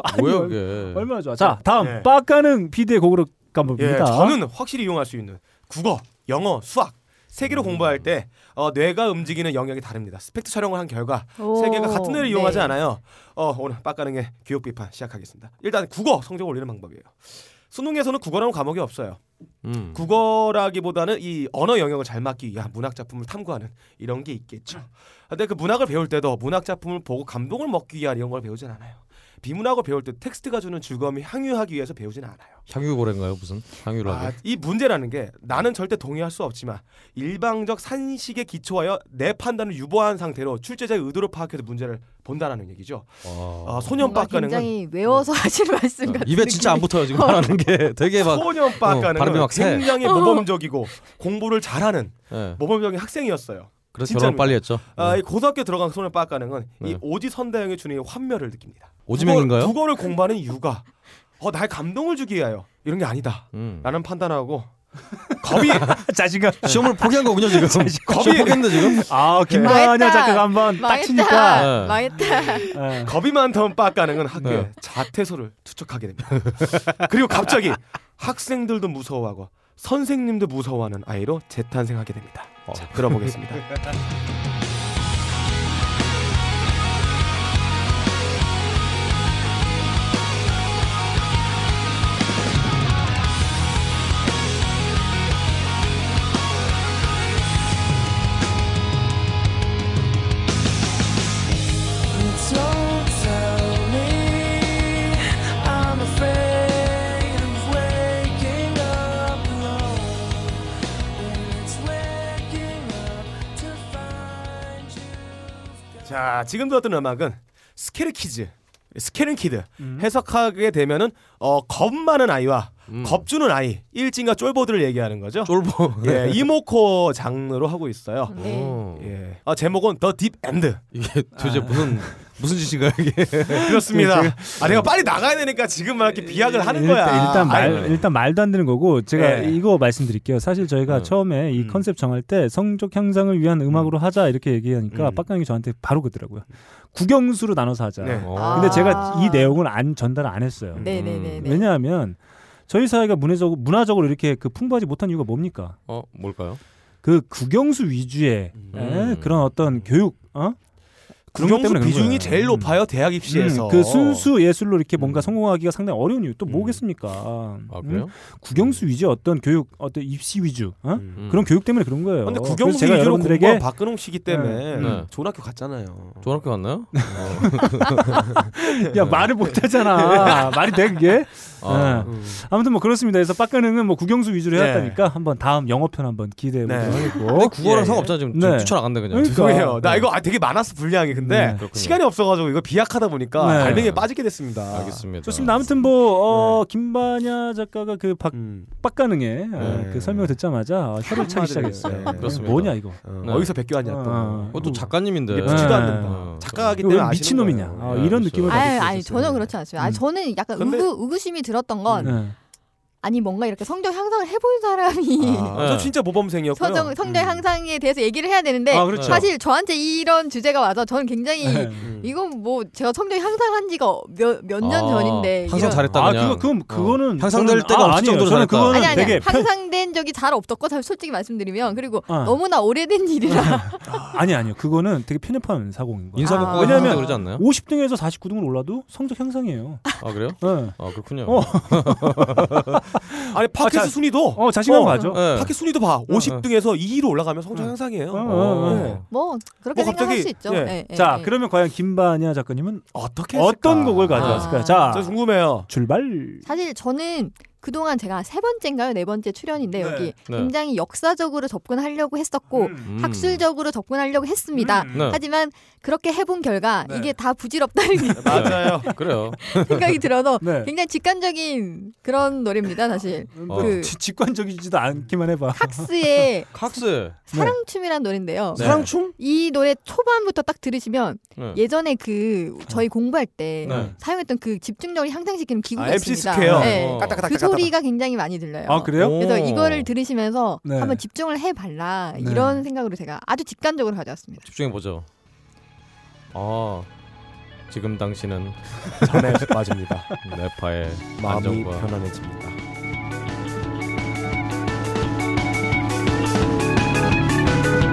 Speaker 2: 이게.
Speaker 3: 네.
Speaker 1: 얼마나 좋아. 자, 다음
Speaker 3: 예.
Speaker 1: 빡가는 비디의 곡으로
Speaker 3: 예,
Speaker 1: 가봅니다.
Speaker 3: 저는 확실히 이용할 수 있는 국어, 영어, 수학 세 개로 공부할 때 어, 뇌가 움직이는 영역이 다릅니다. 스펙트 촬영을 한 결과
Speaker 4: 오,
Speaker 3: 세 개가 같은 뇌를
Speaker 4: 네.
Speaker 3: 이용하지 않아요. 어, 오늘 빡가능의 교육 비판 시작하겠습니다. 일단 국어 성적 올리는 방법이에요. 수능에서는 국어라는 과목이 없어요.
Speaker 2: 음.
Speaker 3: 국어라기보다는 이 언어 영역을 잘 막기 위한 문학 작품을 탐구하는 이런 게 있겠죠. 근데 그 문학을 배울 때도 문학 작품을 보고 감동을 먹기 위한 이런 걸 배우진 않아요. 비문학을 배울 때 텍스트가 주는 즐거움이 향유하기 위해서 배우진 않아요.
Speaker 2: 향유고래인가요 무슨 향유라고?
Speaker 3: 아, 이 문제라는 게 나는 절대 동의할 수 없지만 일방적 산식에 기초하여 내 판단을 유보한 상태로 출제자의 의도를 파악해서 문제를 본다라는 얘기죠.
Speaker 2: 와.
Speaker 3: 아, 소년
Speaker 4: 뭔가
Speaker 3: 빡가는 건
Speaker 4: 굉장히 외워서 하실 말씀 같은
Speaker 2: 아, 입에 진짜 안
Speaker 4: 느낌이-
Speaker 2: 붙어요 지금 말하는 게 되게 막 어,
Speaker 3: 소년 빡가는
Speaker 2: 발음이
Speaker 3: 건
Speaker 2: 막 새.
Speaker 3: 굉장히 모범적이고 공부를 잘하는
Speaker 2: 예.
Speaker 3: 모범적인 학생이었어요.
Speaker 2: 그래서
Speaker 3: 진짜입니다.
Speaker 2: 결혼 빨리 했죠. 음.
Speaker 3: 아, 이 고등학교 들어간 소년 빡가는 건 이
Speaker 2: 네.
Speaker 3: 오지 선다형의 주님의 환멸을 느낍니다.
Speaker 2: 오지명인가요?
Speaker 3: 국어, 국어를 공부하는 이유가 어, 나의 감동을 주기 위하여 이런 게 아니다.
Speaker 2: 음.
Speaker 3: 라는 판단하고 겁이
Speaker 1: 자신감.
Speaker 2: 시험을 포기한 거군요 지금. 시험 포기했는데 지금.
Speaker 1: 아 김만야
Speaker 4: 망했다.
Speaker 1: 작가가 한번 딱 치니까.
Speaker 2: 네.
Speaker 4: 망했다. 망했다.
Speaker 1: 예.
Speaker 3: 겁이 많던 빡가능은 학교에
Speaker 2: 네.
Speaker 3: 자퇴서를 투척하게 됩니다. 그리고 갑자기 학생들도 무서워하고 선생님도 무서워하는 아이로 재탄생하게 됩니다. 자, 들어보겠습니다. 자, 지금 들었던 음악은 스케르 키즈, 스케른 키드 해석하게 되면은 어, 겁 많은 아이와 겁 주는 아이, 일진과 쫄보들을 얘기하는 거죠.
Speaker 2: 쫄보.
Speaker 3: 예, 이모코 장르로 하고 있어요.
Speaker 4: 네.
Speaker 2: 어.
Speaker 3: 예, 아, 제목은 더 딥 엔드.
Speaker 2: 이게 도대체 무슨 무슨 짓인가요 이게?
Speaker 3: 예, 그렇습니다. 아 내가 빨리 나가야 되니까 지금 막 이렇게 비약을 하는 거야.
Speaker 1: 일단, 일단 말
Speaker 3: 아니,
Speaker 1: 일단 말도 안 되는 거고 제가
Speaker 3: 예.
Speaker 1: 이거 말씀드릴게요. 사실 저희가
Speaker 2: 음.
Speaker 1: 처음에 이
Speaker 3: 음.
Speaker 1: 컨셉 정할 때 성적 향상을 위한 음악으로 하자 이렇게 얘기하니까
Speaker 3: 음.
Speaker 1: 빡강이 저한테 바로 그더라고요. 국영수로 나눠서 하자.
Speaker 3: 네.
Speaker 2: 어.
Speaker 4: 아.
Speaker 1: 근데 제가 이 내용을 안 전달을 안 했어요.
Speaker 4: 네네네.
Speaker 1: 음.
Speaker 4: 네.
Speaker 1: 왜냐하면 저희 사회가 문화적으로 문화적으로 이렇게 그 풍부하지 못한 이유가 뭡니까?
Speaker 2: 어 뭘까요?
Speaker 1: 그 국영수 위주의
Speaker 2: 음.
Speaker 1: 에, 그런 어떤 교육 어? 그런 것 때문에
Speaker 3: 국영수
Speaker 1: 그런
Speaker 3: 비중이
Speaker 1: 거예요.
Speaker 3: 제일 높아요 대학 입시에서.
Speaker 1: 음, 그 순수 예술로 이렇게 뭔가
Speaker 2: 음.
Speaker 1: 성공하기가 상당히 어려운 이유 또
Speaker 2: 음.
Speaker 1: 뭐겠습니까?
Speaker 2: 아
Speaker 1: 음?
Speaker 2: 그래요?
Speaker 1: 국영수 위주 어떤 교육 어떤 입시 위주 어?
Speaker 2: 음.
Speaker 1: 그런 교육 때문에 그런 거예요.
Speaker 3: 근데
Speaker 1: 그래서
Speaker 3: 국영수
Speaker 1: 제가
Speaker 3: 위주로
Speaker 1: 여러분들에게
Speaker 3: 공부한 박근홍 씨기
Speaker 1: 네.
Speaker 3: 때문에
Speaker 2: 네.
Speaker 3: 좋은 학교 갔잖아요.
Speaker 2: 중학교 갔나요?
Speaker 1: 야 말을 못하잖아. 말이 돼 그게?
Speaker 2: 아.
Speaker 3: 음.
Speaker 1: 예. 아무튼 뭐 그렇습니다. 그래서 빡가능은 뭐 국영수 위주로
Speaker 3: 네.
Speaker 1: 해왔다니까 한번 다음 영어편 한번 기대해
Speaker 2: 음.
Speaker 1: 보도록
Speaker 3: 네.
Speaker 1: 하겠고.
Speaker 2: 근데 국어랑
Speaker 3: 예,
Speaker 2: 상관없잖아 지금
Speaker 1: 네.
Speaker 2: 추천 나간다 그냥.
Speaker 1: 응?
Speaker 3: 죄송해요. 나
Speaker 1: 네.
Speaker 3: 이거 아, 되게 많았어 분량이 근데
Speaker 1: 네,
Speaker 2: 그렇군요.
Speaker 3: 시간이 없어가지고 이거 비약하다 보니까
Speaker 1: 네.
Speaker 3: 갈등에 빠지게 됐습니다.
Speaker 2: 아, 알겠습니다.
Speaker 1: 좋습니다. 아무튼 뭐 어, 김반야 작가가 그 박,
Speaker 3: 음,
Speaker 1: 빡가능의
Speaker 3: 네.
Speaker 1: 그 설명을 듣자마자 어, 혀를 차기
Speaker 3: 한마디를-
Speaker 1: 시작했어요.
Speaker 3: 네.
Speaker 2: 그렇습니다.
Speaker 1: 뭐냐 이거?
Speaker 3: 어,
Speaker 2: 네.
Speaker 3: 어디서 백교하냐 또.
Speaker 1: 어, 어.
Speaker 2: 그것도 작가님인데.
Speaker 3: 음. 이게 붙지도
Speaker 1: 네.
Speaker 3: 않는다.
Speaker 2: 어.
Speaker 3: 작가하기
Speaker 1: 이거
Speaker 3: 때문에 아시는
Speaker 1: 미친놈이냐?
Speaker 3: 거예요.
Speaker 1: 아,
Speaker 2: 네,
Speaker 1: 이런
Speaker 2: 그렇죠.
Speaker 1: 느낌을 받을
Speaker 4: 아니
Speaker 1: 수
Speaker 4: 아니
Speaker 1: 있었어요.
Speaker 4: 전혀 그렇지 않습니다.
Speaker 1: 음.
Speaker 4: 아니 저는 약간
Speaker 3: 근데-
Speaker 4: 의구 의구심이 들었던 건
Speaker 1: 네.
Speaker 4: 아니 뭔가 이렇게 성적 향상을 해본 사람이
Speaker 3: 아, 저
Speaker 2: 네.
Speaker 3: 진짜 모범생이었고요. 음.
Speaker 4: 성적 성적 향상에 대해서 얘기를 해야 되는데
Speaker 1: 아, 그렇죠.
Speaker 4: 사실 저한테 이런 주제가 와서 저는 굉장히
Speaker 1: 네.
Speaker 3: 음.
Speaker 4: 이건 뭐 제가 성적 향상한 지가 어, 몇 몇 년
Speaker 2: 아,
Speaker 4: 전인데
Speaker 2: 항상
Speaker 4: 이런-
Speaker 2: 잘했다
Speaker 1: 아,
Speaker 2: 그냥.
Speaker 1: 그거 그건 그거는
Speaker 2: 향상될
Speaker 1: 저는-
Speaker 2: 때가
Speaker 1: 아,
Speaker 2: 없을
Speaker 1: 아니에요. 저는
Speaker 2: 정도로 잘했다.
Speaker 1: 그거는
Speaker 4: 아니 아니
Speaker 1: 되게 편-
Speaker 4: 향상된 적이 잘 없었고 사- 솔직히 말씀드리면 그리고
Speaker 1: 어.
Speaker 4: 너무나 오래된 일이라
Speaker 1: 아니 아니요. 그거는 되게 편협한 사고인 거예요.
Speaker 2: 인사고가
Speaker 4: 아.
Speaker 2: 왜냐면
Speaker 1: 왜냐면-
Speaker 2: 그러지 않나요?
Speaker 1: 50등에서 49등으로 올라도 성적 향상이에요.
Speaker 2: 아 그래요?
Speaker 1: 예.
Speaker 2: 아 그렇군요.
Speaker 1: 어.
Speaker 3: 아니 팟캐스트
Speaker 1: 아, 자-
Speaker 3: 순위도
Speaker 1: 어 자신감
Speaker 3: 어.
Speaker 1: 가죠.
Speaker 2: 네.
Speaker 3: 팟캐 순위도 봐. 50등에서 2위로 올라가면 성적
Speaker 1: 응.
Speaker 3: 향상이에요.
Speaker 1: 어,
Speaker 2: 어.
Speaker 1: 네.
Speaker 4: 뭐 그렇게
Speaker 3: 뭐 갑자기-
Speaker 4: 생각할 수 있죠.
Speaker 3: 예.
Speaker 4: 예, 예,
Speaker 1: 자
Speaker 4: 예.
Speaker 1: 그러면 과연 김바냐 작가님은
Speaker 3: 어떻게 했을까?
Speaker 1: 어떤 곡을 가져왔을까요?
Speaker 4: 아.
Speaker 1: 자
Speaker 3: 저 궁금해요.
Speaker 1: 출발.
Speaker 4: 사실 저는 그동안 제가 세 번째인가요 네 번째 출연인데
Speaker 1: 네.
Speaker 4: 여기
Speaker 2: 네.
Speaker 4: 굉장히 역사적으로 접근하려고 했었고
Speaker 2: 음.
Speaker 4: 학술적으로 접근하려고 했습니다.
Speaker 1: 음.
Speaker 2: 네.
Speaker 4: 하지만 그렇게 해본 결과
Speaker 1: 네.
Speaker 4: 이게 다 부질없다는
Speaker 2: 네.
Speaker 3: 맞아요.
Speaker 2: 그래요.
Speaker 4: 생각이 들어서
Speaker 1: 네. 음,
Speaker 4: 굉장히 직관적인 그런 노래입니다 사실.
Speaker 2: 어.
Speaker 4: 그 어.
Speaker 1: 지- 직관적이지도 않기만 해봐.
Speaker 4: 칵스의
Speaker 2: 칵스.
Speaker 4: 사랑춤이란 노래인데요.
Speaker 2: 네.
Speaker 3: 사랑충?
Speaker 4: 이 노래 초반부터 딱 들으시면
Speaker 2: 네.
Speaker 4: 예전에 그 저희 공부할 때
Speaker 2: 네.
Speaker 4: 사용했던 그 집중력을 향상시키는 기구가
Speaker 3: 아, MC
Speaker 4: 있습니다.
Speaker 3: 스퀘어.
Speaker 4: 네.
Speaker 3: 까딱까딱
Speaker 4: 그
Speaker 3: 까딱.
Speaker 4: 소리가 굉장히 많이 들려요.
Speaker 1: 아
Speaker 3: 어.
Speaker 1: 그래요?
Speaker 2: 오.
Speaker 4: 그래서 이거를 들으시면서
Speaker 1: 네.
Speaker 4: 한번 집중을 해발라
Speaker 1: 네.
Speaker 4: 이런 생각으로 제가 아주 직관적으로 가져왔습니다.
Speaker 2: 집중해 보죠. 아 지금 당신은
Speaker 3: 전에 빠집니다.
Speaker 2: 네파의
Speaker 3: 마음이
Speaker 2: 안정과
Speaker 3: 편안해집니다.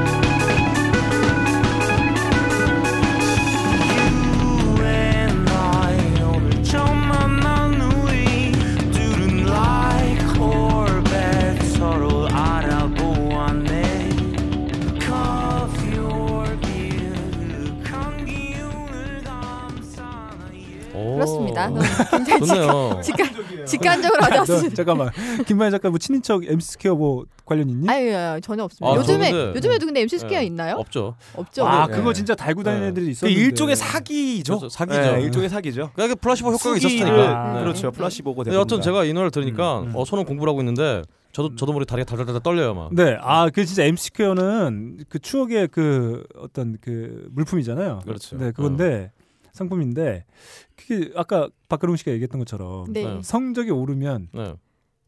Speaker 2: 오.
Speaker 4: 그렇습니다. 굉장히
Speaker 2: 좋네요.
Speaker 4: 직관, 직관적으로 하셨습니다.
Speaker 1: 너, 잠깐만 김만희 작가 뭐 친인척 MC 스퀘어 뭐 관련 있니?
Speaker 4: 아유, 아유, 전혀 없습니다.
Speaker 2: 아,
Speaker 4: 요즘에
Speaker 2: 저는데-
Speaker 4: 요즘에도 근데 MC 스퀘어
Speaker 2: 예.
Speaker 4: 있나요?
Speaker 2: 없죠.
Speaker 4: 없죠.
Speaker 1: 아
Speaker 2: 네.
Speaker 1: 그거 진짜 달고 다니는
Speaker 2: 네.
Speaker 1: 애들이 있었는데
Speaker 3: 일종의 사기죠.
Speaker 2: 그렇죠, 사기죠.
Speaker 4: 음.
Speaker 3: 예, 일종의 사기죠.
Speaker 2: 그러니까 플라시보 효과가
Speaker 3: 수기를-
Speaker 2: 있었으니까.
Speaker 1: 아,
Speaker 2: 네.
Speaker 3: 어, 그렇죠. 플라시보고
Speaker 2: 근데
Speaker 3: 대부분.
Speaker 2: 여튼
Speaker 3: 다. 음.
Speaker 2: 제가 이 노래를 들으니까
Speaker 1: 음, 음.
Speaker 2: 어 손은 공부를 하고 있는데 저도 저도 모르게 다리가 달달달달 떨려요 막.
Speaker 1: 네, 아, 그 진짜 MC 퀘어는 그 추억의 그 어떤 그 물품이잖아요.
Speaker 2: 그렇죠.
Speaker 1: 네, 그건데 상품인데 그게 아까 박근홍 씨가 얘기했던 것처럼
Speaker 4: 네.
Speaker 2: 네.
Speaker 1: 성적이 오르면
Speaker 2: 네.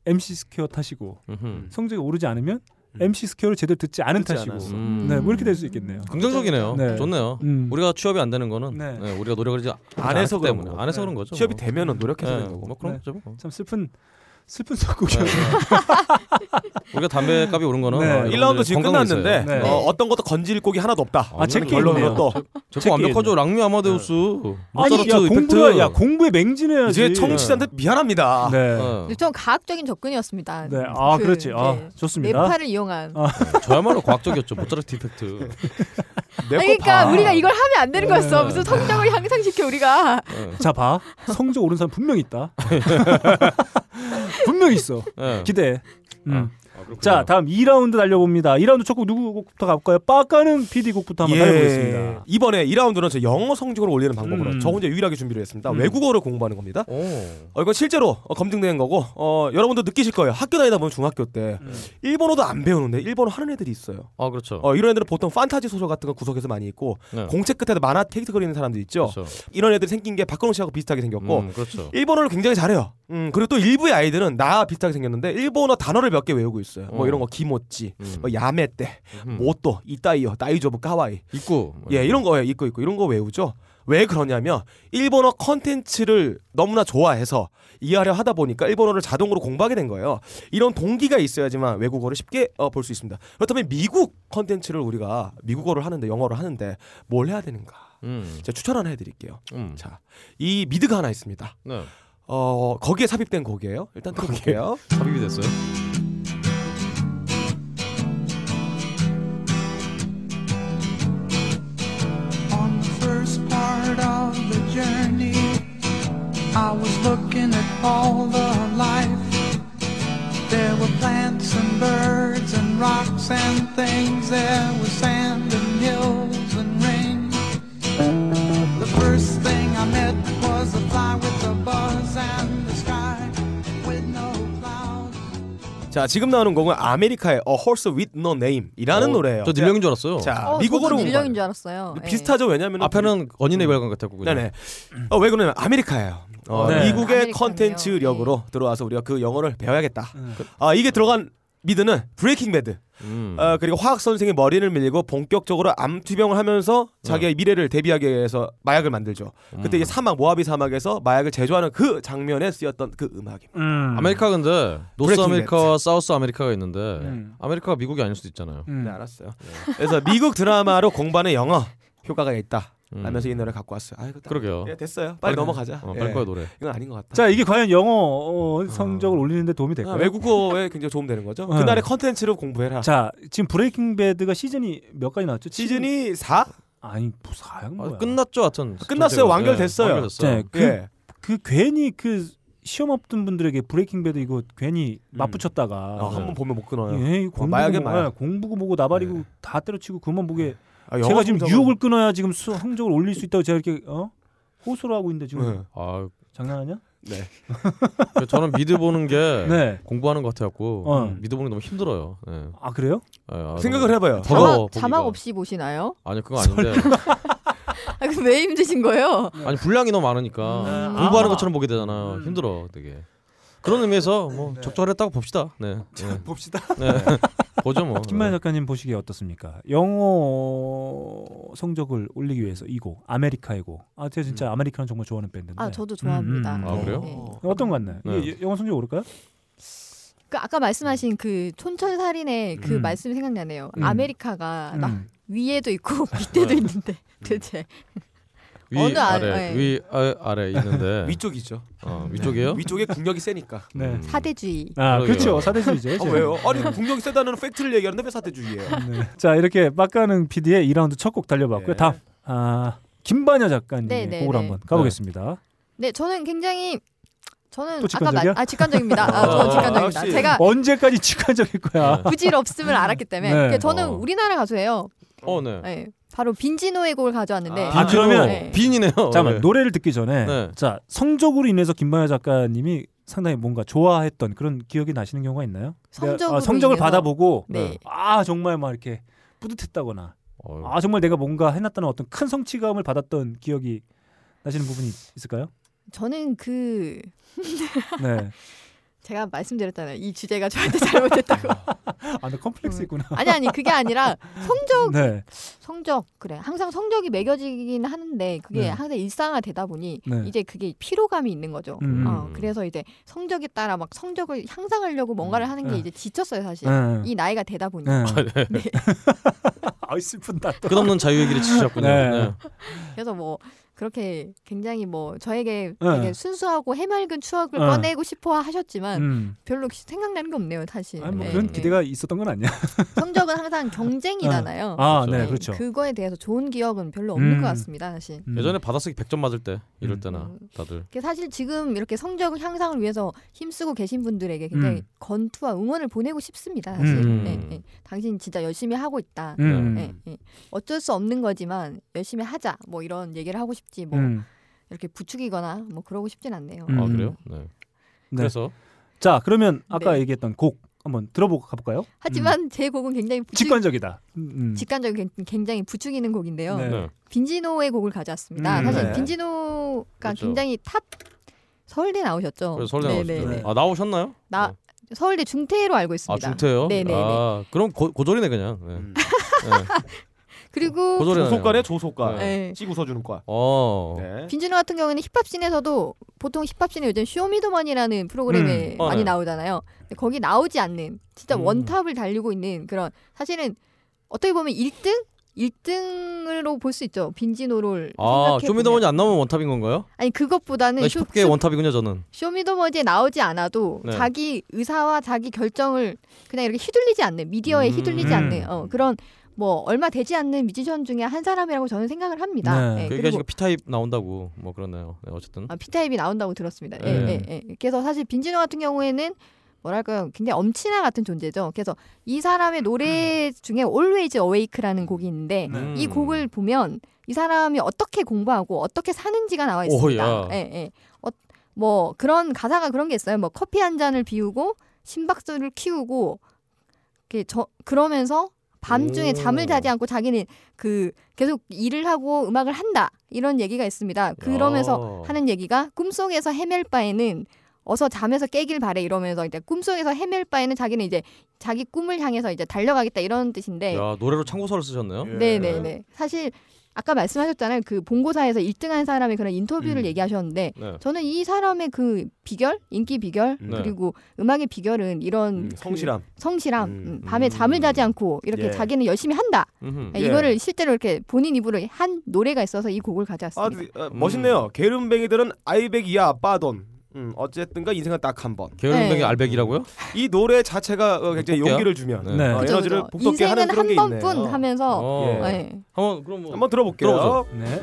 Speaker 1: MC 스퀘어 탓이고
Speaker 2: 음흠.
Speaker 1: 성적이 오르지 않으면 MC 스퀘어를 제대로 듣지 않은
Speaker 3: 듣지
Speaker 1: 탓이고.
Speaker 3: 않아서.
Speaker 2: 음.
Speaker 1: 네, 뭐 이렇게 될 수 있겠네요.
Speaker 2: 긍정적이네요.
Speaker 1: 네.
Speaker 2: 좋네요.
Speaker 1: 음.
Speaker 2: 우리가 취업이 안 되는 거는
Speaker 1: 네.
Speaker 2: 네, 우리가 노력을 이제
Speaker 3: 안 해서 그런
Speaker 2: 때문에
Speaker 3: 거고.
Speaker 2: 안 해서 그런 거죠.
Speaker 3: 취업이
Speaker 2: 뭐.
Speaker 3: 되면은 노력해서
Speaker 2: 네,
Speaker 3: 되는 거고.
Speaker 2: 뭐 그런
Speaker 1: 네.
Speaker 2: 거죠. 뭐.
Speaker 1: 참 슬픈 슬픈 선곡이었어요.
Speaker 2: 우리가 담배값이 오른 거는
Speaker 1: 네.
Speaker 2: 어,
Speaker 1: 네.
Speaker 3: 1라운드 지금 끝났는데
Speaker 1: 네.
Speaker 3: 어, 어떤 것도 건질 곡이 하나도 없다.
Speaker 1: 아, 책도
Speaker 3: 결론으로
Speaker 1: 있네요.
Speaker 3: 또
Speaker 2: 저거 완벽하죠.
Speaker 3: 네.
Speaker 2: 랑미 아마데우스,
Speaker 1: 아니,
Speaker 2: 모차르트
Speaker 1: 야,
Speaker 2: 이펙트.
Speaker 1: 공부야, 야, 공부에 맹진해야지.
Speaker 3: 이제 청취자한테 미안합니다.
Speaker 1: 네.
Speaker 2: 네.
Speaker 4: 좀 과학적인 접근이었습니다.
Speaker 1: 네, 아,
Speaker 4: 그,
Speaker 1: 그, 렇지 아,
Speaker 4: 네.
Speaker 1: 좋습니다. 아,
Speaker 4: 네파를 이용한.
Speaker 2: 저야말로 과학적이었죠. 모차르트 이펙트.
Speaker 3: 내
Speaker 4: 아니, 그러니까 우리가 이걸 하면 안
Speaker 1: 네.
Speaker 4: 되는 거였어. 무슨 성적을 향상시켜 우리가.
Speaker 2: 네.
Speaker 1: 자, 봐. 성적 오른 사람 분명 있다. 분명 있어.
Speaker 2: 네.
Speaker 1: 기대해. 음.
Speaker 2: 아, 그렇군요.
Speaker 1: 자, 다음 2라운드 달려봅니다. 2라운드 첫 곡 누구 곡부터 가볼까요? 빠까는 PD 곡부터 한번 달려보겠습니다.
Speaker 3: 예. 이번에 2라운드는 저 영어 성적을 올리는 방법으로
Speaker 1: 음.
Speaker 3: 저 혼자 유일하게 준비를 했습니다.
Speaker 1: 음.
Speaker 3: 외국어를 공부하는 겁니다.
Speaker 2: 오.
Speaker 3: 어, 이건 실제로 어, 검증된 거고 어, 여러분도 느끼실 거예요. 학교 다니다 보면 중학교 때
Speaker 2: 음.
Speaker 3: 일본어도 안 배우는데 일본어 하는 애들이 있어요.
Speaker 2: 아 그렇죠.
Speaker 3: 어, 이런 애들은 보통 판타지 소설 같은 거 구석에서 많이 있고
Speaker 2: 네.
Speaker 3: 공책 끝에도 만화 캐릭터 그리는 사람들 있죠.
Speaker 2: 그렇죠.
Speaker 3: 이런 애들 생긴 게 박근홍 씨하고 비슷하게 생겼고
Speaker 2: 음, 그렇죠.
Speaker 3: 일본어를 굉장히 잘해요. 음, 그리고 또 일부의 아이들은 나 비슷하게 생겼는데 일본어 단어를 몇 개 외우고 있어요. 뭐
Speaker 2: 어.
Speaker 3: 이런 거 기모찌,
Speaker 2: 음.
Speaker 3: 뭐 야메떼,
Speaker 2: 음.
Speaker 3: 모또, 이따이요, 다이조브, 까와이.
Speaker 2: 있고.
Speaker 3: 예, 이런 거 예, 있고 있고 이런 거 외우죠. 왜 그러냐면 일본어 컨텐츠를 너무나 좋아해서 이해하려 하다 보니까 일본어를 자동으로 공부하게 된 거예요. 이런 동기가 있어야지만 외국어를 쉽게 볼 수 있습니다. 그렇다면 미국 컨텐츠를 우리가 미국어를 하는데 영어를 하는데 뭘 해야 되는가?
Speaker 2: 음.
Speaker 3: 제가 추천 하나 해드릴게요.
Speaker 2: 음.
Speaker 3: 자, 이 미드가 하나 있습니다.
Speaker 2: 네.
Speaker 3: 어 거기에 삽입된 곡이에요. 일단 들어볼게요.
Speaker 2: 삽입이 됐어요.
Speaker 8: On the first part of the journey, I was looking at all the life. There were plants and birds and rocks and things. There was sand and hills and rain. The first thing I met was a fly with a buzz and the sky with no clouds.
Speaker 3: 자 지금 나오는 곡은 아메리카의 A Horse with No Name이라는
Speaker 2: 어,
Speaker 3: 노래요.
Speaker 2: 저 늘령인 줄 알았어요.
Speaker 1: 아,
Speaker 3: 자
Speaker 4: 어,
Speaker 3: 미국어로
Speaker 4: 저도
Speaker 3: 공부하는
Speaker 4: 인줄 알았어요.
Speaker 3: 근데
Speaker 4: 예.
Speaker 3: 비슷하죠 왜냐면
Speaker 2: 앞에는 언니네 별관 같았고 그냥.
Speaker 3: 네네 어, 왜 그러냐면 아메리카예요 어,
Speaker 1: 네.
Speaker 3: 미국의
Speaker 4: 아메리카네요. 예.
Speaker 3: 컨텐츠력으로 들어와서 우리가 그 영어를 배워야겠다
Speaker 1: 음.
Speaker 3: 아 이게 들어간 미드는 브레이킹 배드
Speaker 2: 음.
Speaker 3: 어, 그리고 화학 선생의 머리를 밀고 본격적으로 암투병을 하면서
Speaker 2: 네.
Speaker 3: 자기의 미래를 대비하기 위해서 마약을 만들죠
Speaker 2: 음.
Speaker 3: 그때 이 사막 모하비 사막에서 마약을 제조하는 그 장면에 쓰였던 그 음악입니다
Speaker 1: 음.
Speaker 2: 아메리카 근데 노스
Speaker 3: 브레이킹
Speaker 2: 아메리카와 사우스 아메리카가 있는데
Speaker 1: 음.
Speaker 2: 아메리카가 미국이 아닐 수도 있잖아요.
Speaker 1: 음.
Speaker 3: 네 알았어요 그래서 미국 드라마로 공부하는 영어 효과가 있다
Speaker 2: 음.
Speaker 3: 하면서 이 노래 갖고 왔어요 아 이거 딱-
Speaker 2: 그러게요.
Speaker 3: 예, 됐어요 빨리 넘어가자
Speaker 2: 어,
Speaker 3: 예.
Speaker 2: 빨리 거야 노래.
Speaker 3: 이건 아닌 것 같다
Speaker 1: 자, 이게 과연 영어 어, 성적을 올리는데 도움이
Speaker 3: 아,
Speaker 1: 될까요?
Speaker 3: 외국어에 굉장히 도움 되는 거죠.
Speaker 1: 네.
Speaker 3: 그날의 컨텐츠로 공부해라.
Speaker 1: 자, 지금 브레이킹 배드가 시즌이 몇 가지 나왔죠?
Speaker 3: 시즌이 4
Speaker 1: 아니, 뭐 사양
Speaker 2: 아,
Speaker 1: 뭐야?
Speaker 2: 끝났죠, 하여튼.
Speaker 3: 끝났어요.
Speaker 2: 전체가.
Speaker 3: 완결됐어요.
Speaker 2: 예, 완결됐어요.
Speaker 1: 네, 그,
Speaker 3: 예.
Speaker 1: 그 괜히 그 시험 앞둔 분들에게 브레이킹 배드 이거 괜히 맞붙였다가
Speaker 3: 아, 한번 보면 못 끊어요.
Speaker 1: 예, 이거 공부고
Speaker 3: 마약에
Speaker 1: 뭐-
Speaker 3: 마약.
Speaker 1: 예, 공부고 뭐고 나발이고 다 때려치고 그만 보게
Speaker 3: 아, 영어
Speaker 1: 제가 지금
Speaker 3: 성적은-
Speaker 1: 유혹을 끊어야 지금 수, 성적을 올릴 수 있다고 제가 이렇게 어? 호소를 하고 있는데 지금
Speaker 3: 네.
Speaker 2: 아,
Speaker 1: 장난하냐?
Speaker 2: 그 저는 미드 보는 게
Speaker 1: 네.
Speaker 2: 공부하는 것 같아갖고
Speaker 1: 어.
Speaker 2: 미드 보는 게 너무 힘들어요. 예.
Speaker 1: 아 그래요?
Speaker 2: 아,
Speaker 3: 예. 생각을 해봐요.
Speaker 2: 더- 더러워,
Speaker 4: 자막,
Speaker 2: 보기가.
Speaker 4: 자막 없이 보시나요?
Speaker 2: 아니 그건 아닌데
Speaker 4: 아, 그럼 왜 힘드신 거예요?
Speaker 2: 아니 분량이 너무 많으니까
Speaker 1: 음.
Speaker 2: 공부하는
Speaker 1: 아.
Speaker 2: 것처럼 보게 되잖아요
Speaker 1: 음.
Speaker 2: 힘들어 되게 그런 의미에서 뭐 적절했다고 봅시다 네, 네.
Speaker 1: 봅시다.
Speaker 2: 네. 보죠 뭐
Speaker 1: 김만 작가님 보시기에 어떻습니까? 영어 성적을 올리기 위해서 이 곡 아메리카의 곡. 아 제가 진짜 아메리카는 정말 좋아하는 밴드인데.
Speaker 4: 아, 저도 좋아합니다.
Speaker 1: 음, 음.
Speaker 2: 아, 그래요?
Speaker 4: 예.
Speaker 1: 어떤 것 같나요?
Speaker 2: 네.
Speaker 1: 이게 영어 성적 오를까요?
Speaker 4: 그 아까 말씀하신 그 촌철살인의 그
Speaker 1: 음.
Speaker 4: 말씀이 생각나네요.
Speaker 1: 음.
Speaker 4: 아메리카가 나
Speaker 1: 음. 네.
Speaker 4: 위에도 있고 밑에도 있는데 대체
Speaker 2: 위
Speaker 4: 어느 아-
Speaker 2: 아래
Speaker 4: 네.
Speaker 2: 위 아, 아래 있는데
Speaker 3: 위쪽이죠.
Speaker 2: 어, 위쪽이에요?
Speaker 3: 위쪽에 국력이 세니까.
Speaker 1: 네.
Speaker 2: 음.
Speaker 4: 사대주의.
Speaker 1: 아
Speaker 2: 그러게요.
Speaker 1: 그렇죠. 사대주의죠.
Speaker 3: 아, 왜요? 아니 국력이 세다는 팩트를 얘기하는데 왜 사대주의예요?
Speaker 1: 네. 자 이렇게 빡가는 PD의 2라운드 첫 곡 달려봤고요.
Speaker 3: 네.
Speaker 1: 다음 아, 김반야 작가님의
Speaker 4: 네, 네,
Speaker 1: 곡을
Speaker 4: 네.
Speaker 1: 한번 가보겠습니다.
Speaker 4: 네, 저는 굉장히 저는
Speaker 1: 또
Speaker 4: 아까
Speaker 1: 직관적이야?
Speaker 4: 말, 아 직관적입니다. 아, 저
Speaker 2: 아,
Speaker 4: 직관적입니다.
Speaker 3: 역시.
Speaker 4: 제가
Speaker 1: 언제까지 직관적일
Speaker 2: 네.
Speaker 1: 거야?
Speaker 4: 부질없음을 알았기 때문에
Speaker 1: 네.
Speaker 4: 그러니까 저는
Speaker 2: 어.
Speaker 4: 우리나라 가수예요.
Speaker 2: 어, 네.
Speaker 4: 네, 바로 빈지노의 곡을 가져왔는데
Speaker 1: 아, 그러면
Speaker 4: 네.
Speaker 2: 빈이네요.
Speaker 1: 잠깐만
Speaker 2: 네.
Speaker 1: 노래를 듣기 전에
Speaker 2: 네.
Speaker 1: 자 성적으로 인해서 김만여 작가님이 상당히 뭔가 좋아했던 그런 기억이 나시는 경우가 있나요?
Speaker 4: 성적으로
Speaker 1: 내가, 아, 성적을
Speaker 4: 인해서?
Speaker 1: 받아보고
Speaker 4: 네.
Speaker 1: 아 정말 막 이렇게 뿌듯했다거나
Speaker 2: 어휴.
Speaker 1: 아 정말 내가 뭔가 해놨다는 어떤 큰 성취감을 받았던 기억이 나시는 부분이 있을까요?
Speaker 4: 저는 그
Speaker 1: 네.
Speaker 4: 제가 말씀드렸잖아요. 이 주제가 저한테 잘못됐다고.
Speaker 1: 아, 나 컴플렉스
Speaker 4: 음. 어,
Speaker 1: 있구나.
Speaker 4: 아니 아니 그게 아니라 성적
Speaker 1: 네.
Speaker 4: 성적 그래 항상 성적이 매겨지긴 하는데 그게
Speaker 1: 네.
Speaker 4: 항상 일상화되다 보니
Speaker 1: 네.
Speaker 4: 이제 그게 피로감이 있는 거죠.
Speaker 1: 음.
Speaker 4: 어, 그래서 이제 성적에 따라 막 성적을
Speaker 2: 음.
Speaker 4: 향상하려고 뭔가를 하는 게
Speaker 1: 네.
Speaker 4: 이제 지쳤어요 사실.
Speaker 1: 네.
Speaker 4: 이 나이가 되다 보니.
Speaker 1: 네. 아, 슬픈다. 또.
Speaker 2: 끝없는 자유의기를 지셨군요.
Speaker 1: 네.
Speaker 2: 네.
Speaker 4: 그래서 뭐 그렇게 굉장히 뭐 저에게
Speaker 1: 네.
Speaker 4: 되게 순수하고 해맑은 추억을
Speaker 1: 네.
Speaker 4: 꺼내고 싶어 하셨지만
Speaker 1: 음.
Speaker 4: 별로 기- 생각나는 게 아, 없네요 사실.
Speaker 1: 아니, 뭐
Speaker 4: 네,
Speaker 1: 그런
Speaker 4: 네.
Speaker 1: 기대가 있었던 건 아니야.
Speaker 4: 성적은 항상 경쟁이잖아요.
Speaker 1: 아,
Speaker 2: 그렇죠.
Speaker 1: 네, 그렇죠.
Speaker 4: 거에 대해서 좋은 기억은 별로 없는
Speaker 1: 음.
Speaker 4: 것 같습니다 사실.
Speaker 1: 음.
Speaker 2: 예전에 받아쓰기 100점 맞을 때 이럴 때나
Speaker 4: 음.
Speaker 2: 다들
Speaker 4: 이게 사실 지금 이렇게 성적 향상을 위해서 힘쓰고 계신 분들에게 굉장히
Speaker 1: 음.
Speaker 4: 건투와 응원을 보내고 싶습니다. 사실.
Speaker 1: 음.
Speaker 4: 예, 예. 당신 진짜 열심히 하고 있다.
Speaker 1: 음.
Speaker 4: 예, 예. 어쩔 수 없는 거지만 열심히 하자. 뭐 이런 얘기를 하고 싶지 뭐
Speaker 1: 음.
Speaker 4: 이렇게 부추기거나 뭐 그러고 싶진 않네요.
Speaker 1: 음.
Speaker 2: 아 그래요? 네.
Speaker 1: 네.
Speaker 2: 그래서
Speaker 1: 자, 그러면 아까
Speaker 4: 네.
Speaker 1: 얘기했던 곡 한번 들어보고 가볼까요?
Speaker 4: 하지만 제 곡은 굉장히 부추...
Speaker 1: 직관적이다. 음, 음.
Speaker 4: 직관적인 굉- 굉장히 부추기는 곡인데요.
Speaker 1: 네.
Speaker 2: 네.
Speaker 4: 빈지노의 곡을 가져왔습니다.
Speaker 1: 음,
Speaker 4: 사실
Speaker 3: 네.
Speaker 4: 빈지노가
Speaker 2: 그렇죠.
Speaker 4: 굉장히 탑 서울대 나오셨죠.
Speaker 2: 그래서 서울대
Speaker 4: 네,
Speaker 2: 나오셨죠.
Speaker 4: 네, 네.
Speaker 2: 아 나오셨나요?
Speaker 4: 나-
Speaker 2: 네.
Speaker 4: 서울대 중퇴로 알고
Speaker 2: 아
Speaker 4: 있습니다.
Speaker 2: 중퇴요?
Speaker 4: 네네네.
Speaker 2: 아 그럼 고, 고졸이네 그냥. 네.
Speaker 3: 음.
Speaker 2: 네.
Speaker 4: 그리고
Speaker 2: 고졸이네요.
Speaker 3: 조속과래 조속과.
Speaker 2: 네.
Speaker 4: 예.
Speaker 3: 찍 웃어주는 과.
Speaker 2: 어.
Speaker 3: 네.
Speaker 4: 빈준호 같은 경우에는 힙합씬에서도 보통 힙합씬에 요즘 쇼미더머니라는 프로그램에
Speaker 2: 음. 어,
Speaker 4: 많이
Speaker 2: 네.
Speaker 4: 나오잖아요. 근데 거기 나오지 않는 진짜
Speaker 1: 음.
Speaker 4: 원탑을 달리고 있는 그런 사실은 어떻게 보면 1등? 1등으로 볼 수 있죠. 빈지노를
Speaker 2: 아
Speaker 4: 생각해
Speaker 2: 쇼미더머니
Speaker 4: 보면.
Speaker 2: 안 나오면 원탑인 건가요?
Speaker 4: 아니
Speaker 2: 네,
Speaker 4: 그것보다는 쇼,
Speaker 2: 쉽게
Speaker 4: 쇼,
Speaker 2: 원탑이군요 저는.
Speaker 4: 쇼미더머니에 나오지 않아도
Speaker 2: 네.
Speaker 4: 자기 의사와 자기 결정을 그냥 이렇게 휘둘리지 않는 미디어에
Speaker 2: 음.
Speaker 4: 휘둘리지
Speaker 1: 음.
Speaker 4: 않는 어, 그런 뭐 얼마 되지 않는 뮤지션 중에 한 사람이라고 저는 생각을 합니다.
Speaker 1: 네.
Speaker 4: 예,
Speaker 2: 그
Speaker 4: 그리고-
Speaker 2: 얘기가 지금 P타입 나온다고 뭐 그렇네요. 네, 어쨌든.
Speaker 4: 아, 피타입이 나온다고 들었습니다. 예,
Speaker 2: 네.
Speaker 4: 예, 예. 그래서 사실 빈지노 같은 경우에는 뭐랄까요, 굉장히 엄친아 같은 존재죠. 그래서 이 사람의
Speaker 2: 음.
Speaker 4: 노래 중에 Always Awake라는 곡이 있는데
Speaker 1: 네.
Speaker 4: 이 곡을 보면 이 사람이 어떻게 공부하고 어떻게 사는지가 나와 있습니다.
Speaker 2: 오호야.
Speaker 4: 예, 예. 어, 뭐 그런 가사가 그런 게 있어요. 뭐 커피 한 잔을 비우고 심박수를 키우고 이렇게 저 그러면서 밤중에
Speaker 2: 오.
Speaker 4: 잠을 자지 않고 자기는 그 계속 일을 하고 음악을 한다 이런 얘기가 있습니다. 그러면서
Speaker 3: 어.
Speaker 2: 야.
Speaker 4: 하는 얘기가 꿈속에서 헤맬 바에는 어서 잠에서 깨길 바래 이러면서 이제 꿈속에서 헤맬 바에는 자기는 이제 자기 꿈을 향해서 이제 달려가겠다 이런 뜻인데
Speaker 2: 야 노래로 참고서를
Speaker 3: 예.
Speaker 2: 쓰셨네요.
Speaker 4: 네네네 사실 아까 말씀하셨잖아요 그 본고사에서 1등한 사람의 그런 인터뷰를
Speaker 3: 음.
Speaker 4: 얘기하셨는데
Speaker 2: 네.
Speaker 4: 저는 이 사람의 그 비결 인기 비결
Speaker 3: 음.
Speaker 2: 네.
Speaker 4: 그리고 음악의 비결은 이런
Speaker 3: 음,
Speaker 4: 그
Speaker 3: 성실함.
Speaker 4: 성실함
Speaker 3: 음.
Speaker 4: 음, 밤에 잠을 자지 않고 이렇게
Speaker 3: 예.
Speaker 4: 자기는 열심히 한다
Speaker 2: 음흠.
Speaker 3: 예.
Speaker 4: 이거를 실제로 이렇게 본인 입으로 한 노래가 있어서 이 곡을
Speaker 3: 아,
Speaker 4: 가져왔습니다.
Speaker 3: 아,
Speaker 2: 음.
Speaker 3: 멋있네요. 게으름뱅이들은 아이백 이하 아빠돈. 음, 어쨌든가 인생은 딱 한 번.
Speaker 2: 게으름뱅이
Speaker 4: 네.
Speaker 2: 알백이라고요?
Speaker 3: 이 노래 자체가 어, 굉장히
Speaker 2: 볼게요.
Speaker 3: 용기를 주면
Speaker 2: 네.
Speaker 1: 네.
Speaker 3: 어,
Speaker 4: 그죠,
Speaker 3: 에너지를
Speaker 4: 그죠.
Speaker 3: 북돋게 하는 그런 게
Speaker 4: 인생은 한
Speaker 3: 있네요.
Speaker 4: 번뿐 하면서
Speaker 2: 어.
Speaker 3: 예.
Speaker 4: 네.
Speaker 2: 한번 그럼 뭐
Speaker 3: 한번 들어볼게요.
Speaker 2: 들어보죠.
Speaker 1: 네.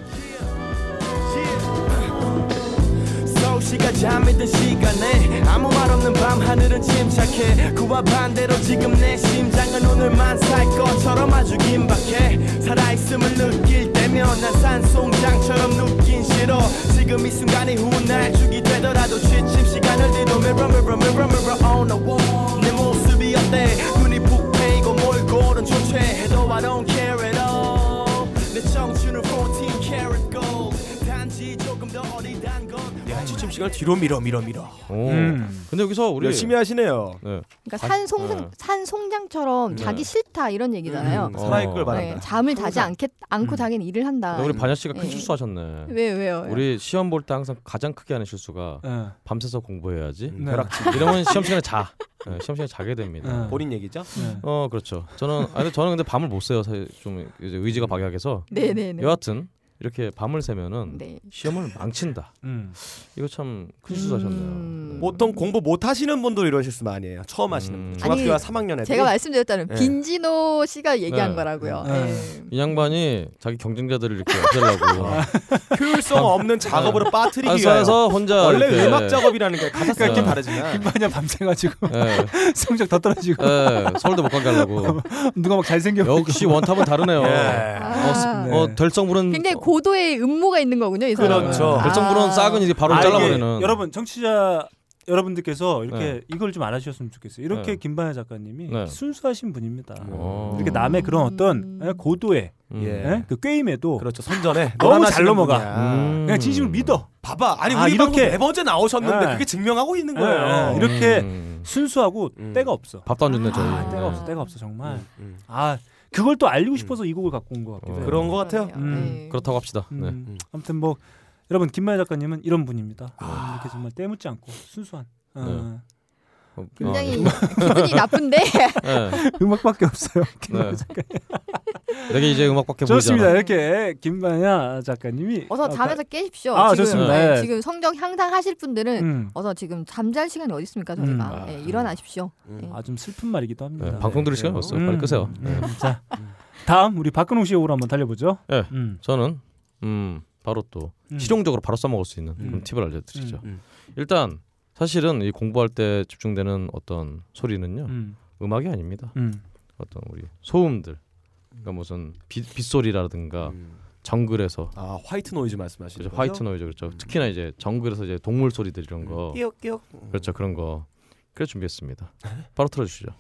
Speaker 7: 서울시가 잠이든 시간에 아무 말 없는 밤 하늘은 침착해 그와 반대로 지금 내 심장은 오늘만 살 것처럼 아주 긴박해 살아있음을 느낄 때면 난 산송장처럼 눕긴 싫어 지금 이 순간이 훗날 죽이 되더라도 취침 시간을 뒤로 mirror mirror mirror mirror on the wall 내 모습이 어때 눈이 푹 패이고 몰골은 초췌해도 I don't care at all 내 청춘은 14 karat gold 단지 조금 더 어리단 건
Speaker 3: 야, 취침 시간 뒤로 밀어 밀어 밀어.
Speaker 2: 오.
Speaker 1: 음.
Speaker 2: 근데 여기서 우리
Speaker 3: 열심히 하시네요.
Speaker 2: 네.
Speaker 4: 그러니까
Speaker 2: 관-
Speaker 4: 산송
Speaker 2: 네.
Speaker 4: 산송장처럼
Speaker 2: 네.
Speaker 4: 자기 싫다 이런 얘기잖아요.
Speaker 3: 어. 음, 살아있길
Speaker 2: 어.
Speaker 4: 네,
Speaker 3: 바란다.
Speaker 4: 잠을 자지
Speaker 3: 항상. 음.
Speaker 4: 않겠 않고 자기는 일을 한다.
Speaker 2: 근데 우리 반야 씨가 큰
Speaker 4: 예.
Speaker 2: 실수하셨네.
Speaker 4: 왜 왜요?
Speaker 2: 우리 시험 볼 때 항상 가장 크게 하는 실수가
Speaker 1: 네.
Speaker 2: 밤새서 공부해야지.
Speaker 3: 음,
Speaker 1: 네.
Speaker 3: 벼락치.
Speaker 2: 이러면 시험 시간에 자. 네, 시험 시간에 자게 됩니다.
Speaker 1: 음.
Speaker 3: 본인 얘기죠?
Speaker 1: 네.
Speaker 2: 어 그렇죠. 저는 아니 저는 근데 밤을 못 새요. 사실 좀 이제 의지가 박약해서.
Speaker 4: 네네네.
Speaker 2: 여하튼 이렇게 밤을 새면은
Speaker 4: 네.
Speaker 2: 시험을 망친다.
Speaker 1: 음.
Speaker 2: 이거 참 큰 실수하셨네요.
Speaker 4: 음.
Speaker 2: 네.
Speaker 3: 보통 공부 못 하시는 분들 이런 실수 많이 해요. 처음 하시는
Speaker 2: 음.
Speaker 3: 분들. 중학교 한
Speaker 4: 아니,
Speaker 3: 3학년 애들.
Speaker 4: 제가 말씀드렸다는
Speaker 3: 네.
Speaker 4: 빈지노 씨가 얘기한
Speaker 2: 네.
Speaker 4: 거라고요.
Speaker 1: 네.
Speaker 4: 네.
Speaker 2: 이 양반이 자기 경쟁자들을 이렇게 없애려고 아,
Speaker 3: 효율성 없는 작업으로 빠뜨리기 위해서
Speaker 2: 안산에서 혼자
Speaker 3: 원래
Speaker 2: 아. 이렇게,
Speaker 3: 음악 작업이라는 게 가사 쓰는 게
Speaker 2: 네.
Speaker 3: 다르지만
Speaker 1: 마냥 밤새가지고
Speaker 2: 예,
Speaker 1: 성적 더 떨어지고
Speaker 2: 예, 서울대 못 가게 하려고
Speaker 1: 누가 막 잘생겨 보이고.
Speaker 2: 역시 원탑은 다르네요.
Speaker 3: 예.
Speaker 4: 아,
Speaker 2: 어, 스- 어 될성부는
Speaker 4: 굉장히 고도의 음모가 있는 거군요, 이 사람은. 아.
Speaker 3: 그렇죠.
Speaker 2: 음, 될성부는 싹은 이제 바로
Speaker 1: 아, 이게
Speaker 2: 잘라버리는.
Speaker 1: 여러분 청취자 여러분들께서 이렇게
Speaker 2: 네.
Speaker 1: 이걸 좀 알아주셨으면 좋겠어요. 이렇게
Speaker 2: 네.
Speaker 1: 김반야 작가님이
Speaker 2: 네.
Speaker 1: 순수하신 분입니다.
Speaker 2: 어.
Speaker 1: 이렇게 남의 그런 어떤
Speaker 4: 음.
Speaker 1: 예, 고도의
Speaker 2: 음.
Speaker 3: 예.
Speaker 1: 예, 그 게임에도
Speaker 3: 그렇죠. 선전에
Speaker 4: 아,
Speaker 1: 너무
Speaker 3: 노란하시는
Speaker 1: 잘 넘어가.
Speaker 3: 분이야.
Speaker 2: 음.
Speaker 1: 그냥 진심을 믿어.
Speaker 3: 봐봐. 아니
Speaker 1: 아,
Speaker 3: 우리
Speaker 1: 이렇게.
Speaker 3: 이렇게 네 번째 나오셨는데
Speaker 1: 네.
Speaker 3: 그게 증명하고 있는
Speaker 1: 예,
Speaker 2: 네,
Speaker 3: 거예요.
Speaker 1: 예, 이렇게
Speaker 2: 음.
Speaker 1: 순수하고
Speaker 3: 음.
Speaker 1: 때가 없어.
Speaker 2: 밥도 안 줬네 저희.
Speaker 1: 아, 때가
Speaker 2: 네. 음.
Speaker 1: 없어. 때가 없어 정말.
Speaker 3: 음, 음.
Speaker 1: 아 그걸 또 알리고 싶어서 이 곡을 갖고 온 것 같기도
Speaker 2: 어.
Speaker 1: 해요.
Speaker 3: 그런 것 같아요.
Speaker 1: 음,
Speaker 4: 네.
Speaker 2: 그렇다고 합시다.
Speaker 1: 음,
Speaker 2: 네.
Speaker 1: 아무튼 뭐 여러분 김만야 작가님은 이런
Speaker 2: 네.
Speaker 1: 분입니다. 음, 이렇게 정말 때묻지 않고 순수한 어,
Speaker 2: 어,
Speaker 4: 굉장히
Speaker 3: 네.
Speaker 4: 기분이 나쁜데
Speaker 2: 아, 네.
Speaker 1: 음악밖에 없어요.
Speaker 2: 네. 되게 이제 음악밖에 보이지
Speaker 1: 좋습니다.
Speaker 2: 않아.
Speaker 1: 이렇게 김만야 작가님이
Speaker 4: 어서
Speaker 1: 아까-
Speaker 4: 잠에서
Speaker 3: 네.
Speaker 4: 깨십시오.
Speaker 1: 아,
Speaker 4: 지금,
Speaker 1: 좋습니다.
Speaker 4: 네,
Speaker 1: 예.
Speaker 4: 지금 성적 향상하실 분들은
Speaker 1: 음.
Speaker 4: 어서 지금 잠잘 시간이 어디 있습니까, 저희가. 예, 일어나십시오. 예.
Speaker 1: 아좀 슬픈 말이기도 합니다.
Speaker 2: 네, 방송 들을 시간이 없어요. 빨리 끄세요. 네.
Speaker 1: 음, 음, 자 다음 우리 박근홍 씨의 오로 한번 달려보죠.
Speaker 2: 예.
Speaker 1: 음.
Speaker 2: 저는 음 바로 또
Speaker 1: 음.
Speaker 2: 실용적으로 바로 써먹을 수 있는 그런
Speaker 1: 음.
Speaker 2: 팁을 알려드리죠.
Speaker 3: 음, 음.
Speaker 2: 일단 사실은 이 공부할 때 집중되는 어떤 소리는요
Speaker 1: 음.
Speaker 2: 음악이 아닙니다.
Speaker 1: 음.
Speaker 2: 어떤 우리 소음들 그러니까 무슨 빗, 빗소리라든가
Speaker 3: 음.
Speaker 2: 정글에서
Speaker 3: 아 화이트 노이즈 말씀하시죠.
Speaker 2: 그렇죠. 화이트 노이즈 그렇죠. 특히나 이제 정글에서 이제 동물 소리들 이런 거
Speaker 1: 음.
Speaker 3: 끼역끼역.
Speaker 2: 그렇죠 그런 거 그래 준비했습니다. 바로 틀어주시죠.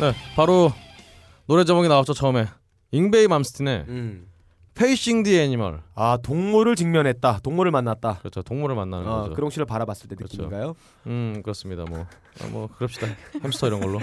Speaker 2: 네, 바로 노래 제목이 나왔죠 처음에 잉베이 맘스틴의
Speaker 3: 음.
Speaker 2: 페이싱 디 애니멀
Speaker 3: 아 동물을 직면했다. 동물을 만났다.
Speaker 2: 그렇죠 동물을 만나는
Speaker 3: 어,
Speaker 2: 거죠.
Speaker 3: 그롱 씨를 바라봤을 때
Speaker 2: 그렇죠.
Speaker 3: 느낌인가요?
Speaker 2: 음 그렇습니다 뭐뭐 뭐 그럽시다 햄스터 이런 걸로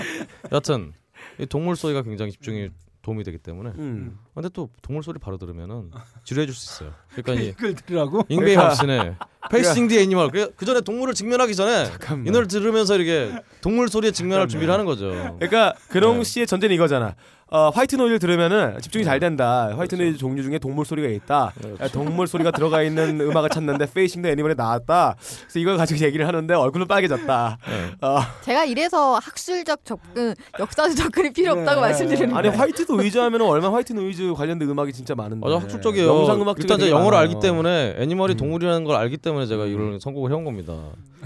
Speaker 2: 여하튼 이 동물 소리가 굉장히 집중이 도움이 되기 때문에
Speaker 3: 음.
Speaker 2: 근데 또 동물 소리 바로 들으면은 지루해질 수 있어요 그러니까 이
Speaker 1: 이걸 들으라고.
Speaker 2: 잉베이
Speaker 3: 그러니까
Speaker 2: 맘스틴의 페이싱 디 애니멀 그, 그 전에 동물을 직면하기 전에 이
Speaker 3: 뭐.
Speaker 2: 노래 들으면서 이렇게 동물 소리에 직면할 준비를 하는 거죠
Speaker 3: 그러니까 그롱
Speaker 2: 네.
Speaker 3: 씨의 전제는 이거잖아. 어, 화이트 노이즈를 들으면은 집중이 잘 된다. 화이트 노이즈 종류 중에 동물 소리가 있다. 야, 동물 소리가 들어가 있는 음악을 찾는데 페이싱 더 애니멀에 나왔다. 그래서 이걸 가지고 얘기를 하는데 얼굴은 빨개졌다.
Speaker 2: 네.
Speaker 3: 어,
Speaker 4: 제가 이래서 학술적 접근, 역사적 접근이 필요 없다고
Speaker 1: 네.
Speaker 4: 말씀드리는
Speaker 3: 아니
Speaker 4: 거예요.
Speaker 3: 화이트 노이즈 하면은 얼마 화이트 노이즈 관련된 음악이 진짜 많은데.
Speaker 2: 맞아 학술적이에요
Speaker 3: 영상 음악
Speaker 2: 일단 제가 영어를 알기 때문에
Speaker 3: 음.
Speaker 2: 애니멀이 동물이라는 걸 알기 때문에 제가 이걸 선곡을 해온 겁니다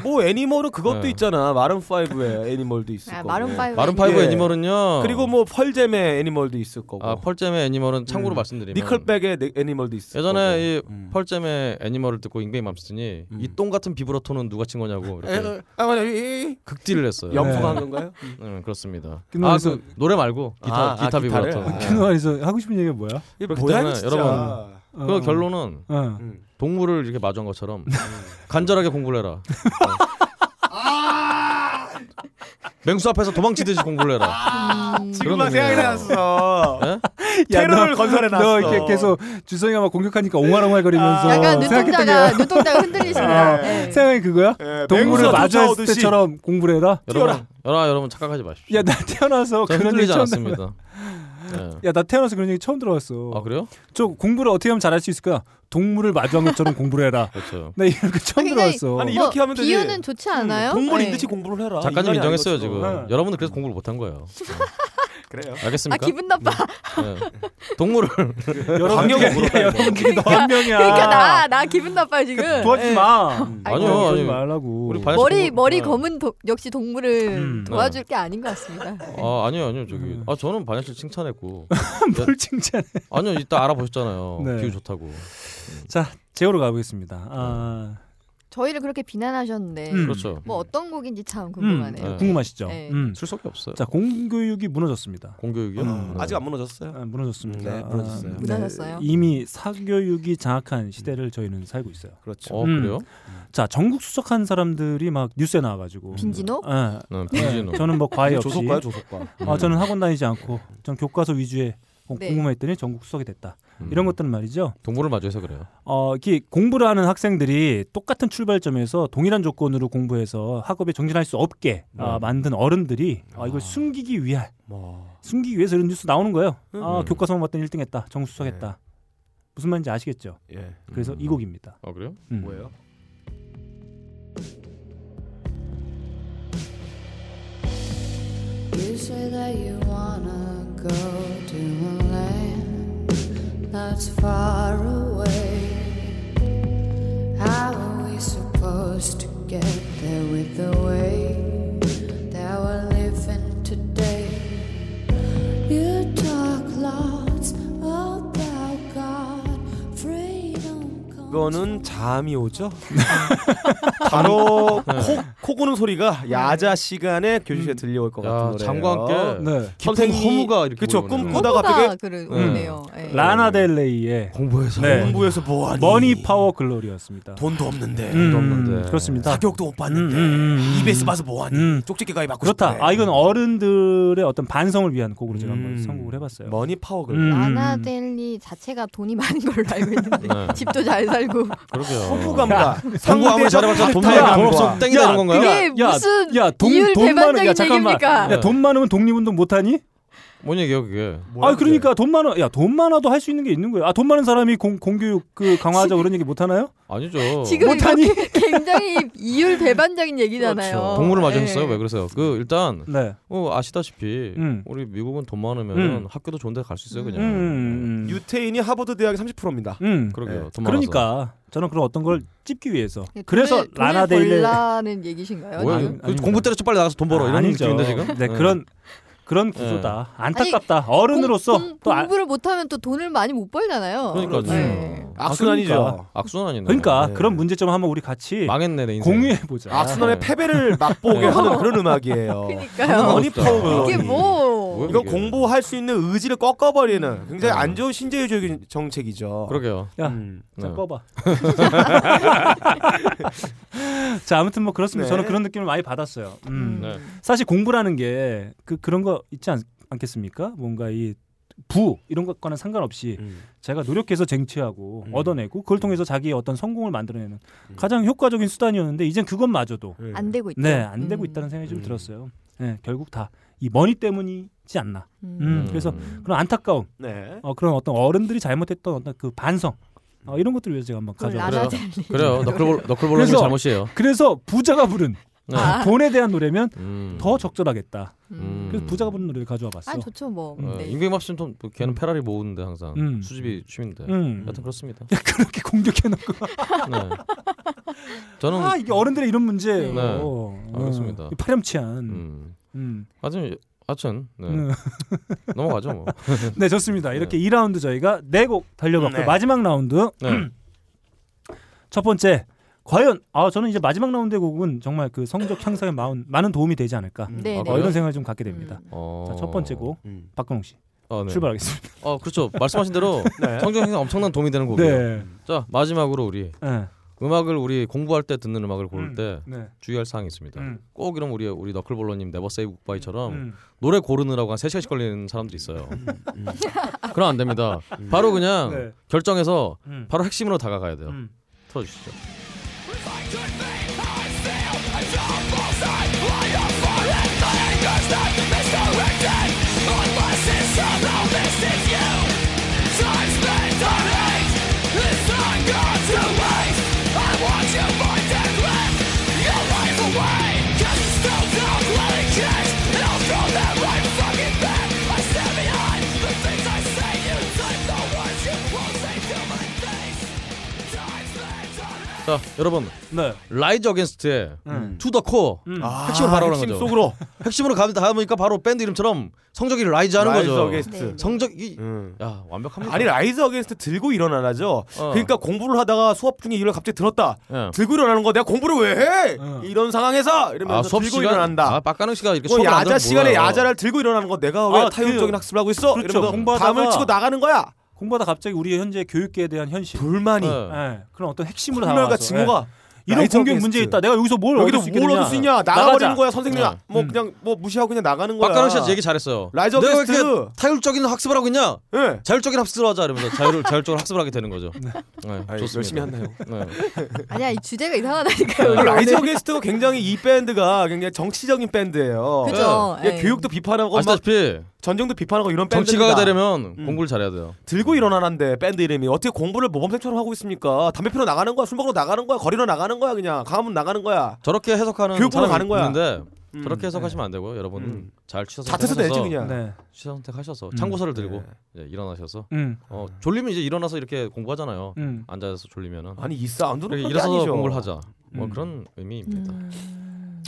Speaker 3: 뭐 애니멀은 그것도
Speaker 2: 네.
Speaker 3: 있잖아. 마른 파이브의 애니멀도 있을
Speaker 4: 아,
Speaker 3: 거고.
Speaker 4: 마룬 파이브.
Speaker 2: 마른 파이브
Speaker 3: 예.
Speaker 2: 애니멀은요
Speaker 3: 그리고 뭐 펄잼의 애니멀도 있을 거고.
Speaker 2: 아 펄잼의 애니멀은 참고로
Speaker 3: 음.
Speaker 2: 말씀드리면
Speaker 3: 니클백의 네- 애니멀도 있을
Speaker 2: 예전에
Speaker 3: 거고.
Speaker 2: 이
Speaker 3: 음.
Speaker 2: 펄잼의 애니멀을 듣고 잉베이 맘스틴이
Speaker 3: 음.
Speaker 2: 이 똥 같은 비브라토는 누가 친 거냐고 이렇게
Speaker 1: 네.
Speaker 3: 에, 아, 맞아. 이- 이-
Speaker 2: 극딜을 했어요.
Speaker 3: 염소가 한 건가요?
Speaker 2: 네, 그렇습니다.
Speaker 1: 그
Speaker 2: 아,
Speaker 1: 노래에서-
Speaker 2: 그 노래 말고 기타
Speaker 3: 아, 아,
Speaker 2: 기타
Speaker 3: 기타를?
Speaker 2: 비브라토.
Speaker 3: 아.
Speaker 2: 네.
Speaker 1: 그래서 하고 싶은 얘기가 뭐야?
Speaker 3: 이게
Speaker 2: 그렇기
Speaker 3: 뭐야 이거
Speaker 2: 때문에
Speaker 3: 진짜.
Speaker 2: 여러분,
Speaker 1: 어.
Speaker 2: 그 결론은
Speaker 1: 어.
Speaker 3: 음.
Speaker 2: 동물을 이렇게 마주한 것처럼 간절하게 공부를 해라. 네. 맹수 앞에서 도망치듯이 공부를
Speaker 3: 아.
Speaker 4: 음.
Speaker 2: 해라.
Speaker 3: 지금만
Speaker 2: 그런
Speaker 3: 생각이
Speaker 2: 의미예요.
Speaker 3: 났어.
Speaker 2: 예?
Speaker 3: 테러를
Speaker 1: 너-
Speaker 3: 건설해놨어.
Speaker 1: 너 이렇게 계속 주성이가 막 공격하니까 옹알옹알거리면서
Speaker 4: 아. 약간
Speaker 1: 생각했던 게
Speaker 4: 눈동자가 눈동자가 흔들리십니다. 예.
Speaker 1: 생각이 그거야?
Speaker 3: 예,
Speaker 1: 동물을
Speaker 3: 맹수가
Speaker 1: 마주했을
Speaker 3: 쫓아오듯이.
Speaker 1: 때처럼 공부를 해라.
Speaker 2: 여러분, 여러분, 여러분 착각하지 마십시오.
Speaker 1: 야 나 태어나서
Speaker 2: 네.
Speaker 1: 그런
Speaker 2: 저는
Speaker 1: 얘기
Speaker 2: 흔들리지
Speaker 1: 처음
Speaker 2: 않았습니다. 네.
Speaker 1: 야나 태어나서 그런 얘기 처음 들어봤어.
Speaker 2: 아 그래요?
Speaker 1: 저 공부를 어떻게 하면 잘할 수 있을까? 동물을 마주한 것처럼 공부를 해라.
Speaker 2: 그렇죠.
Speaker 1: 나 이런 거 처음
Speaker 4: 아, 굉장히-
Speaker 1: 들어봤어.
Speaker 3: 아니, 이렇게 하면 되지.
Speaker 4: 비유는 좋지 않아요? 네.
Speaker 3: 동물인듯이 공부를 해라.
Speaker 2: 작가님
Speaker 3: 인간이
Speaker 2: 인정했어요
Speaker 3: 아닌
Speaker 2: 지금.
Speaker 3: 것처럼.
Speaker 1: 네.
Speaker 2: 여러분들 그래서 공부를 못한 거예요.
Speaker 3: 그래요.
Speaker 4: 아
Speaker 2: 알겠습니까?
Speaker 4: 기분 나빠.
Speaker 2: 네. 동물을
Speaker 1: 여러분들이-
Speaker 2: 예,
Speaker 3: 강력으로 물어봐요,
Speaker 1: 여러분들이 너한 명이야.
Speaker 4: 그러니까 나 나 기분 나빠요 지금.
Speaker 1: 도와주지
Speaker 4: 예.
Speaker 1: 마.
Speaker 2: 아니요,
Speaker 1: 도와주지
Speaker 2: 아니요.
Speaker 1: 말라고.
Speaker 2: 우리 반야
Speaker 4: 머리
Speaker 2: 동물-
Speaker 4: 머리
Speaker 2: 네.
Speaker 4: 검은 도- 역시 동물을
Speaker 1: 음,
Speaker 4: 도와줄 게 아닌 것 같습니다.
Speaker 2: 아 아니요 아니요 저기 아 저는 반야 씨 칭찬했고
Speaker 1: 뭘 칭찬해.
Speaker 2: 아니요 이따 알아보셨잖아요
Speaker 1: 네.
Speaker 2: 비유 좋다고
Speaker 1: 자 제호로 가보겠습니다. 아
Speaker 4: 저희를 그렇게 비난하셨는데
Speaker 1: 음.
Speaker 2: 그렇죠.
Speaker 4: 뭐 어떤 곡인지 참
Speaker 1: 음,
Speaker 4: 궁금하네요.
Speaker 1: 네. 궁금하시죠?
Speaker 4: 네.
Speaker 1: 음.
Speaker 2: 출석이 없어요.
Speaker 1: 자, 공교육이 무너졌습니다.
Speaker 2: 공교육이요.
Speaker 3: 음,
Speaker 2: 네.
Speaker 3: 아직 안 무너졌어요.
Speaker 1: 아, 무너졌습니다.
Speaker 3: 네, 무너졌어요.
Speaker 1: 아,
Speaker 4: 무너졌어요?
Speaker 1: 이미 사교육이 장악한 시대를 저희는 살고 있어요.
Speaker 3: 그렇죠.
Speaker 2: 어
Speaker 1: 음.
Speaker 2: 그래요?
Speaker 1: 자, 전국 수석한 사람들이 막 뉴스에 나와가지고.
Speaker 4: 빈지노?
Speaker 1: 예.
Speaker 2: 네, 빈지노.
Speaker 1: 저는 뭐 과외 없이.
Speaker 3: 조속과요 조속과.
Speaker 1: 아, 저는 학원 다니지 않고 전 교과서 위주의 공-
Speaker 4: 네.
Speaker 1: 공부만 했더니 전국 수석이 됐다.
Speaker 2: 음.
Speaker 1: 이런 것들은 말이죠.
Speaker 2: 동물을 마주해서 그래요.
Speaker 1: 어, 이게 공부를 하는 학생들이 똑같은 출발점에서 동일한 조건으로 공부해서 학업에 정진할 수 없게
Speaker 2: 네.
Speaker 1: 아, 만든 어른들이 아, 이걸 숨기기 위한
Speaker 3: 뭐
Speaker 1: 숨기기 위해서 이런 뉴스 나오는 거예요. 아,
Speaker 2: 음. 네.
Speaker 1: 교과서만 봤더니 1등했다, 정수 수석했다. 무슨 말인지 아시겠죠?
Speaker 3: 예.
Speaker 1: 그래서
Speaker 2: 음.
Speaker 1: 이 곡입니다.
Speaker 2: 아 그래요?
Speaker 1: 음.
Speaker 3: 뭐예요?
Speaker 9: You say that you wanna go to a land that's far away. How are we supposed to get there with the way that we're living today? You talk lots about God, freedom. comes
Speaker 3: 이거는 잠이 오죠. 바로
Speaker 2: 네.
Speaker 3: 코, 코 고는
Speaker 4: 네.
Speaker 3: 소리가 야자 시간에 교실에 들려올 것 같은
Speaker 2: 음. 야
Speaker 3: 노래예요.
Speaker 2: 잠과 함께
Speaker 1: 네.
Speaker 2: 선생 허무가 이렇게
Speaker 3: 그쵸,
Speaker 2: 보이거든요.
Speaker 3: 꿈꾸다 갑자기
Speaker 4: 그를
Speaker 1: 음.
Speaker 4: 오네요. 예.
Speaker 1: 라나델레이의
Speaker 2: 공부해서
Speaker 1: 네.
Speaker 3: 공부해서 뭐하니?
Speaker 1: 머니 파워 글로리였습니다.
Speaker 3: 돈도 없는데
Speaker 1: 음,
Speaker 2: 없는데.
Speaker 1: 그렇습니다.
Speaker 3: 사교육도 못 받는데
Speaker 1: 음, 음, 음, 음.
Speaker 3: EBS 봐서 뭐하니?
Speaker 1: 음.
Speaker 3: 쪽집게 가위 맞고
Speaker 1: 그렇다.
Speaker 3: 싶대.
Speaker 1: 아 이건 어른들의 어떤 반성을 위한 곡으로 제가 한번
Speaker 3: 음.
Speaker 1: 선곡을 해봤어요.
Speaker 3: 머니 파워글.
Speaker 1: 음, 음, 음.
Speaker 4: 라나델리 자체가 돈이 많은 걸로 알고 있는데
Speaker 2: 네.
Speaker 4: 집도 잘 살고
Speaker 2: 그러게요.
Speaker 3: 부감과 상부
Speaker 1: 상대
Speaker 3: 아무리 잘해봤자 돈
Speaker 1: 상대가
Speaker 3: 내가
Speaker 2: 돈
Speaker 3: 안
Speaker 2: 없으면
Speaker 3: 좋아.
Speaker 2: 땡이다 이런 건가요?
Speaker 4: 그게 무슨
Speaker 1: 야돈
Speaker 4: 이율
Speaker 1: 돈 많은 야
Speaker 4: 대반적인
Speaker 1: 잠깐만
Speaker 4: 얘기입니까?
Speaker 1: 야 돈 많으면 독립운동 못하니?
Speaker 2: 뭔 얘기예요 그게?
Speaker 1: 아 그러니까 돈 많아 야돈 많아도 할 수 있는 게 있는 거예요. 아 돈 많은 사람이 공, 공교육 그 강화하자 그런 얘기 못 하나요?
Speaker 2: 아니죠.
Speaker 4: 지금
Speaker 1: 못하니? 그렇죠.
Speaker 4: 이렇게 굉장히 이율 대반적인 얘기잖아요.
Speaker 2: 동물을
Speaker 4: 예.
Speaker 2: 마주했어요. 왜 그러세요? 그 일단
Speaker 1: 네.
Speaker 2: 어, 아시다시피
Speaker 1: 음.
Speaker 2: 우리 미국은 돈 많으면
Speaker 1: 음.
Speaker 2: 학교도 좋은데 갈 수 있어요
Speaker 1: 음,
Speaker 2: 그냥. 네.
Speaker 1: 음, 음.
Speaker 3: 유태인이 하버드 대학의 30%입니다.
Speaker 1: 음.
Speaker 2: 그러게요. 돈 많아서.
Speaker 1: 그러니까 저는 그런 어떤 걸 찝기 위해서
Speaker 4: 돈을-
Speaker 1: 그래서
Speaker 4: 예, 네, 돈을
Speaker 1: 라나데일레
Speaker 4: 벌라는 얘기신가요?
Speaker 2: 뭐야?
Speaker 1: 아니,
Speaker 2: 이거?
Speaker 1: 아닙니다.
Speaker 2: 그 공부 때려쳐 빨리 나가서 돈 벌어 이런
Speaker 1: 아니죠.
Speaker 2: 느낌인데 지금?
Speaker 1: 네,
Speaker 2: 네.
Speaker 1: 그런 그런 구조다. 안타깝다.
Speaker 4: 공-
Speaker 1: 어른으로서
Speaker 4: 공-
Speaker 1: 또 아-
Speaker 4: 공부를 못하면 또 돈을 많이 못 벌잖아요.
Speaker 2: 그러니까요.
Speaker 1: 음.
Speaker 4: 네.
Speaker 1: 아,
Speaker 3: 악순환이죠.
Speaker 2: 악순환이네.
Speaker 1: 그러니까
Speaker 3: 네.
Speaker 1: 그런 문제점 한번 우리 같이
Speaker 2: 망했네 내 인생.
Speaker 1: 공유해 보자.
Speaker 3: 아, 악순환의 패배를 맛보게
Speaker 2: 네.
Speaker 3: 하는 그런 음악이에요.
Speaker 4: 그러니까요.
Speaker 3: 머니
Speaker 1: 그렇죠.
Speaker 3: 파워글.
Speaker 1: 음.
Speaker 4: 이게 뭐?
Speaker 2: 뭐야?
Speaker 3: 이거
Speaker 2: 이게.
Speaker 3: 공부할 수 있는 의지를 꺾어버리는 굉장히
Speaker 2: 네.
Speaker 3: 안 좋은 신자유적인 정책이죠.
Speaker 2: 그러게요.
Speaker 1: 야,
Speaker 3: 음.
Speaker 1: 자,
Speaker 2: 네.
Speaker 1: 꺼봐. 자, 아무튼 뭐 그렇습니다.
Speaker 3: 네.
Speaker 1: 저는 그런 느낌을 많이 받았어요. 음.
Speaker 2: 네.
Speaker 1: 사실 공부라는 게 그 그런 거 있지 않, 겠습니까 뭔가 이 부 이런 것과는
Speaker 2: 음.
Speaker 1: 상관없이 제가 노력해서 쟁취하고
Speaker 3: 음.
Speaker 1: 얻어내고 그걸 통해서 자기의 어떤 성공을 만들어내는
Speaker 2: 음.
Speaker 1: 가장 효과적인 수단이었는데 이젠 그것마저도
Speaker 3: 네.
Speaker 4: 안 되고 있죠.
Speaker 1: 네 안 되고
Speaker 4: 음.
Speaker 1: 있다는 생각이 좀
Speaker 3: 음.
Speaker 1: 들었어요. 네, 결국 다 이 머니 때문이지 않나.
Speaker 4: 음.
Speaker 1: 음, 그래서 그런 안타까움,
Speaker 3: 네.
Speaker 1: 어, 그런 어떤 어른들이 잘못했던 어떤 그 반성 어, 이런 것들을 위해서 제가 한번
Speaker 4: 그걸
Speaker 1: 가져왔어요.
Speaker 4: 라나델리.
Speaker 2: 그래요. 너클볼 너클볼은
Speaker 1: 음. 그래서-
Speaker 2: 잘못이에요.
Speaker 1: 그래서 부자가 부른 그
Speaker 2: 네.
Speaker 4: 아.
Speaker 1: 돈에 대한 노래면
Speaker 2: 음.
Speaker 1: 더 적절하겠다.
Speaker 2: 음.
Speaker 1: 그래서 부자가 부른 노래를 가져와 봤어.
Speaker 4: 아 좋죠 뭐.
Speaker 2: 어,
Speaker 4: 네.
Speaker 2: 임금이 없으면 돈, 뭐 걔는 페라리 모으는데 항상
Speaker 1: 음.
Speaker 2: 수집이 취미인데.
Speaker 1: 음.
Speaker 2: 여튼 그렇습니다.
Speaker 1: 야, 그렇게 공격해놓고
Speaker 2: 네. 저는
Speaker 1: 아 이게 어른들의 이런 문제예요.
Speaker 2: 네.
Speaker 1: 어,
Speaker 2: 알겠습니다.
Speaker 1: 이 파렴치한.
Speaker 2: 음.
Speaker 1: 음.
Speaker 2: 하여튼 하여튼 네.
Speaker 1: 음.
Speaker 2: 넘어가죠 뭐.
Speaker 1: 네 좋습니다. 이렇게 2라운드 저희가 네 곡 달려봤고
Speaker 3: 네.
Speaker 1: 요 마지막 라운드
Speaker 2: 네.
Speaker 1: 첫 번째 과연 아 저는 이제 마지막 라운드의 곡은 정말 그 성적 향상에 많은, 많은 도움이 되지 않을까
Speaker 4: 네,
Speaker 2: 아,
Speaker 1: 어,
Speaker 4: 네.
Speaker 2: 그래요?
Speaker 1: 이런 생각을 좀 갖게 됩니다.
Speaker 2: 어.
Speaker 1: 자 첫 번째 곡
Speaker 3: 음.
Speaker 1: 박근홍 씨
Speaker 2: 아, 네.
Speaker 1: 출발하겠습니다.
Speaker 2: 어 그렇죠. 말씀하신 대로
Speaker 3: 네.
Speaker 2: 성적 향상 엄청난 도움이 되는 곡이에요. 음.
Speaker 1: 네.
Speaker 2: 자 마지막으로 우리
Speaker 1: 네.
Speaker 2: 음악을 우리 공부할 때 듣는 음악을 고를
Speaker 1: 음,
Speaker 2: 때
Speaker 1: 네.
Speaker 2: 주의할 사항이 있습니다.
Speaker 1: 음.
Speaker 2: 꼭 이런 우리 우리 너클볼러님 네버 세이브 굿바이처럼
Speaker 1: 음.
Speaker 2: 노래 고르느라고 한 3시간씩 걸리는 사람들이 있어요. 음. 그럼 안 됩니다. 바로 그냥
Speaker 1: 네.
Speaker 2: 결정해서
Speaker 1: 음.
Speaker 2: 바로 핵심으로 다가가야 돼요.
Speaker 1: 음.
Speaker 2: 틀어 주시죠. 자 여러분
Speaker 1: 네.
Speaker 2: 라이즈 어게인스트의
Speaker 1: 음.
Speaker 2: 투더 코어
Speaker 1: 음.
Speaker 2: 핵심으로 바로 하는
Speaker 3: 핵심
Speaker 2: 거죠.
Speaker 3: 속으로
Speaker 2: 핵심으로 가면 다 보니까 바로 밴드 이름처럼 성적이 라이즈 하는
Speaker 3: 라이즈
Speaker 2: 거죠.
Speaker 3: 어게인스트.
Speaker 4: 네.
Speaker 2: 성적이
Speaker 3: 음.
Speaker 2: 야 완벽합니다.
Speaker 3: 아니 라이즈 어게인스트 들고 일어나죠.
Speaker 2: 어.
Speaker 3: 그러니까 공부를 하다가 수업 중에 이걸 갑자기 들었다.
Speaker 2: 예.
Speaker 3: 들고 일어나는 거 내가 공부를 왜 해?
Speaker 1: 어.
Speaker 3: 이런 상황에서 이러면서
Speaker 2: 아, 수업
Speaker 3: 들고
Speaker 2: 시간
Speaker 3: 일어난다.
Speaker 2: 아, 빡가능 씨가 이렇게
Speaker 3: 뭐
Speaker 2: 수업을 안
Speaker 3: 야자
Speaker 2: 들으면
Speaker 3: 시간에
Speaker 2: 몰라요.
Speaker 3: 야자를 들고 일어나는 거 내가 왜
Speaker 1: 아,
Speaker 3: 타협적인
Speaker 1: 그-
Speaker 3: 학습을 하고 있어?
Speaker 1: 그렇죠.
Speaker 3: 이러면서
Speaker 1: 공부하다가-
Speaker 3: 담을 치고 나가는 거야.
Speaker 1: 공부하다 갑자기 우리 현재 교육계에 대한 현실.
Speaker 3: 불만이
Speaker 2: 예.
Speaker 1: 예. 그런 어떤 핵심으로
Speaker 3: 콩멸과
Speaker 1: 다가와서 예.
Speaker 3: 증오가
Speaker 1: 이런
Speaker 3: 라이즈
Speaker 1: 공격
Speaker 3: 어게인스트.
Speaker 1: 문제 있다. 내가 여기서 뭘
Speaker 3: 여기도
Speaker 1: 얻을 수
Speaker 3: 뭘 얻을 수
Speaker 1: 있겠느냐.
Speaker 3: 있냐? 나가버리는
Speaker 1: 나가자.
Speaker 3: 거야 선생님아.
Speaker 2: 네.
Speaker 3: 뭐
Speaker 1: 음.
Speaker 3: 그냥 뭐 무시하고 그냥 나가는 거야.
Speaker 2: 빡가능 씨가 얘기 잘했어요.
Speaker 3: 라이즈
Speaker 2: 내가 왜
Speaker 3: 어게인스트.
Speaker 2: 이렇게 타율적인 학습을 하고 있냐?
Speaker 3: 예.
Speaker 2: 자율적인 학습을 하자 이러면서 자율 자율적으로 학습을 하게 되는 거죠. 네,
Speaker 3: 아이,
Speaker 2: 좋습니다.
Speaker 3: 열심히 한다요.
Speaker 2: 네.
Speaker 4: 아니야 이 주제가 이상하다니까요.
Speaker 2: 네.
Speaker 4: 우리
Speaker 3: 그 라이즈
Speaker 4: 오늘.
Speaker 3: 어게인스트가 굉장히 이 밴드가 굉장히 정치적인
Speaker 1: 어.
Speaker 3: 밴드예요.
Speaker 4: 그죠.
Speaker 3: 예,
Speaker 4: 예.
Speaker 3: 교육도 비판하고 막
Speaker 2: 아시다시피
Speaker 3: 전쟁도 비판하고 이런 밴드가
Speaker 2: 정치가가 되려면
Speaker 3: 음.
Speaker 2: 공부를 잘해야 돼요.
Speaker 3: 들고 일어나는데 밴드 이름이 어떻게 공부를 모범생처럼 하고 있습니까? 담배 피러 나가는 거야, 술 먹으러 나가는 거야, 거리로 나가는 거야, 그냥 강화문 나가는 거야.
Speaker 2: 저렇게 해석하는
Speaker 3: 교육부로
Speaker 2: 사람이
Speaker 3: 가는 거야.
Speaker 2: 있는데
Speaker 3: 음.
Speaker 2: 저렇게 해석하시면 안 되고요. 여러분
Speaker 3: 음.
Speaker 2: 잘 취사
Speaker 3: 자퇴해서
Speaker 2: 선택하셔서
Speaker 3: 내지 그냥. 네.
Speaker 1: 네.
Speaker 2: 취사 선택하셔서
Speaker 1: 음.
Speaker 2: 참고서를 들고 이제 일어나셔서
Speaker 1: 음.
Speaker 2: 어, 졸리면 이제 일어나서 이렇게 공부하잖아요.
Speaker 1: 음.
Speaker 2: 앉아서 졸리면은
Speaker 3: 아니 이 사운드는
Speaker 2: 그렇게
Speaker 3: 그게
Speaker 2: 일어서서
Speaker 3: 아니죠.
Speaker 2: 공부를 하자. 뭐
Speaker 1: 음.
Speaker 2: 그런 의미입니다.
Speaker 4: 음.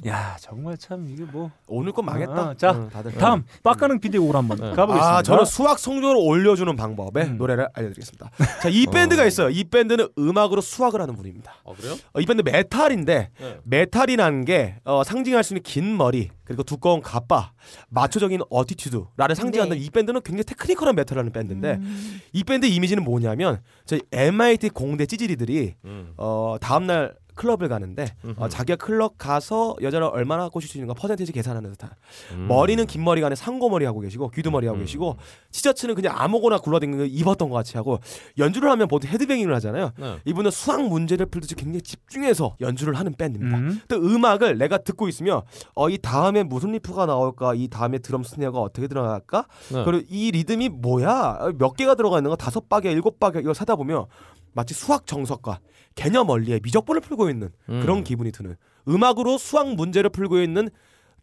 Speaker 1: 야, 정말 참 이게 뭐.
Speaker 3: 오늘 건 망했다.
Speaker 1: 아, 자,
Speaker 3: 응, 다들.
Speaker 1: 다음 빡가는 비디오 오라 한번
Speaker 2: 네.
Speaker 1: 가보겠습니다.
Speaker 3: 아, 저는 수학 성적을 올려주는 방법의
Speaker 1: 음.
Speaker 3: 노래를 알려드리겠습니다. 자, 이 밴드가 있어요. 이 밴드는 음악으로 수학을 하는 분입니다.
Speaker 2: 아 그래요?
Speaker 3: 어, 이 밴드 메탈인데
Speaker 2: 네.
Speaker 3: 메탈이라는 게 어, 상징할 수 있는 긴 머리 그리고 두꺼운 가빠 마초적인 어티튜드라는 상징하는
Speaker 4: 네.
Speaker 3: 이 밴드는 굉장히 테크니컬한 메탈이라는 밴드인데
Speaker 4: 음.
Speaker 3: 이 밴드 이미지는 뭐냐면 저희 MIT 공대 찌질이들이
Speaker 2: 음.
Speaker 3: 어, 다음날 클럽을 가는데
Speaker 2: 음흠.
Speaker 3: 어, 자기가 클럽 가서 여자를 얼마나 꼬실 수 있는가 퍼센테이지 계산하는 듯한
Speaker 2: 음.
Speaker 3: 머리는 긴 머리 간에 상고머리 하고 계시고 귀두머리 하고
Speaker 2: 음.
Speaker 3: 계시고 티셔츠는 그냥 아무거나 굴러댕기는 거 입었던 것 같이 하고 연주를 하면 보통 헤드뱅잉을 하잖아요
Speaker 2: 네.
Speaker 3: 이분은 수학 문제를 풀듯이 굉장히 집중해서 연주를 하는 밴드입니다.
Speaker 1: 음.
Speaker 3: 또 음악을 내가 듣고 있으면 어, 이 다음에 무슨 리프가 나올까, 이 다음에 드럼 스네어가 어떻게 들어갈까,
Speaker 2: 네.
Speaker 3: 그리고 이 리듬이 뭐야, 어, 몇 개가 들어가 있는 거 다섯 박에 일곱 박에 이걸 사다 보면 마치 수학 정석과 개념 원리의 미적분을 풀고 있는
Speaker 2: 음.
Speaker 3: 그런 기분이 드는 음악으로 수학 문제를 풀고 있는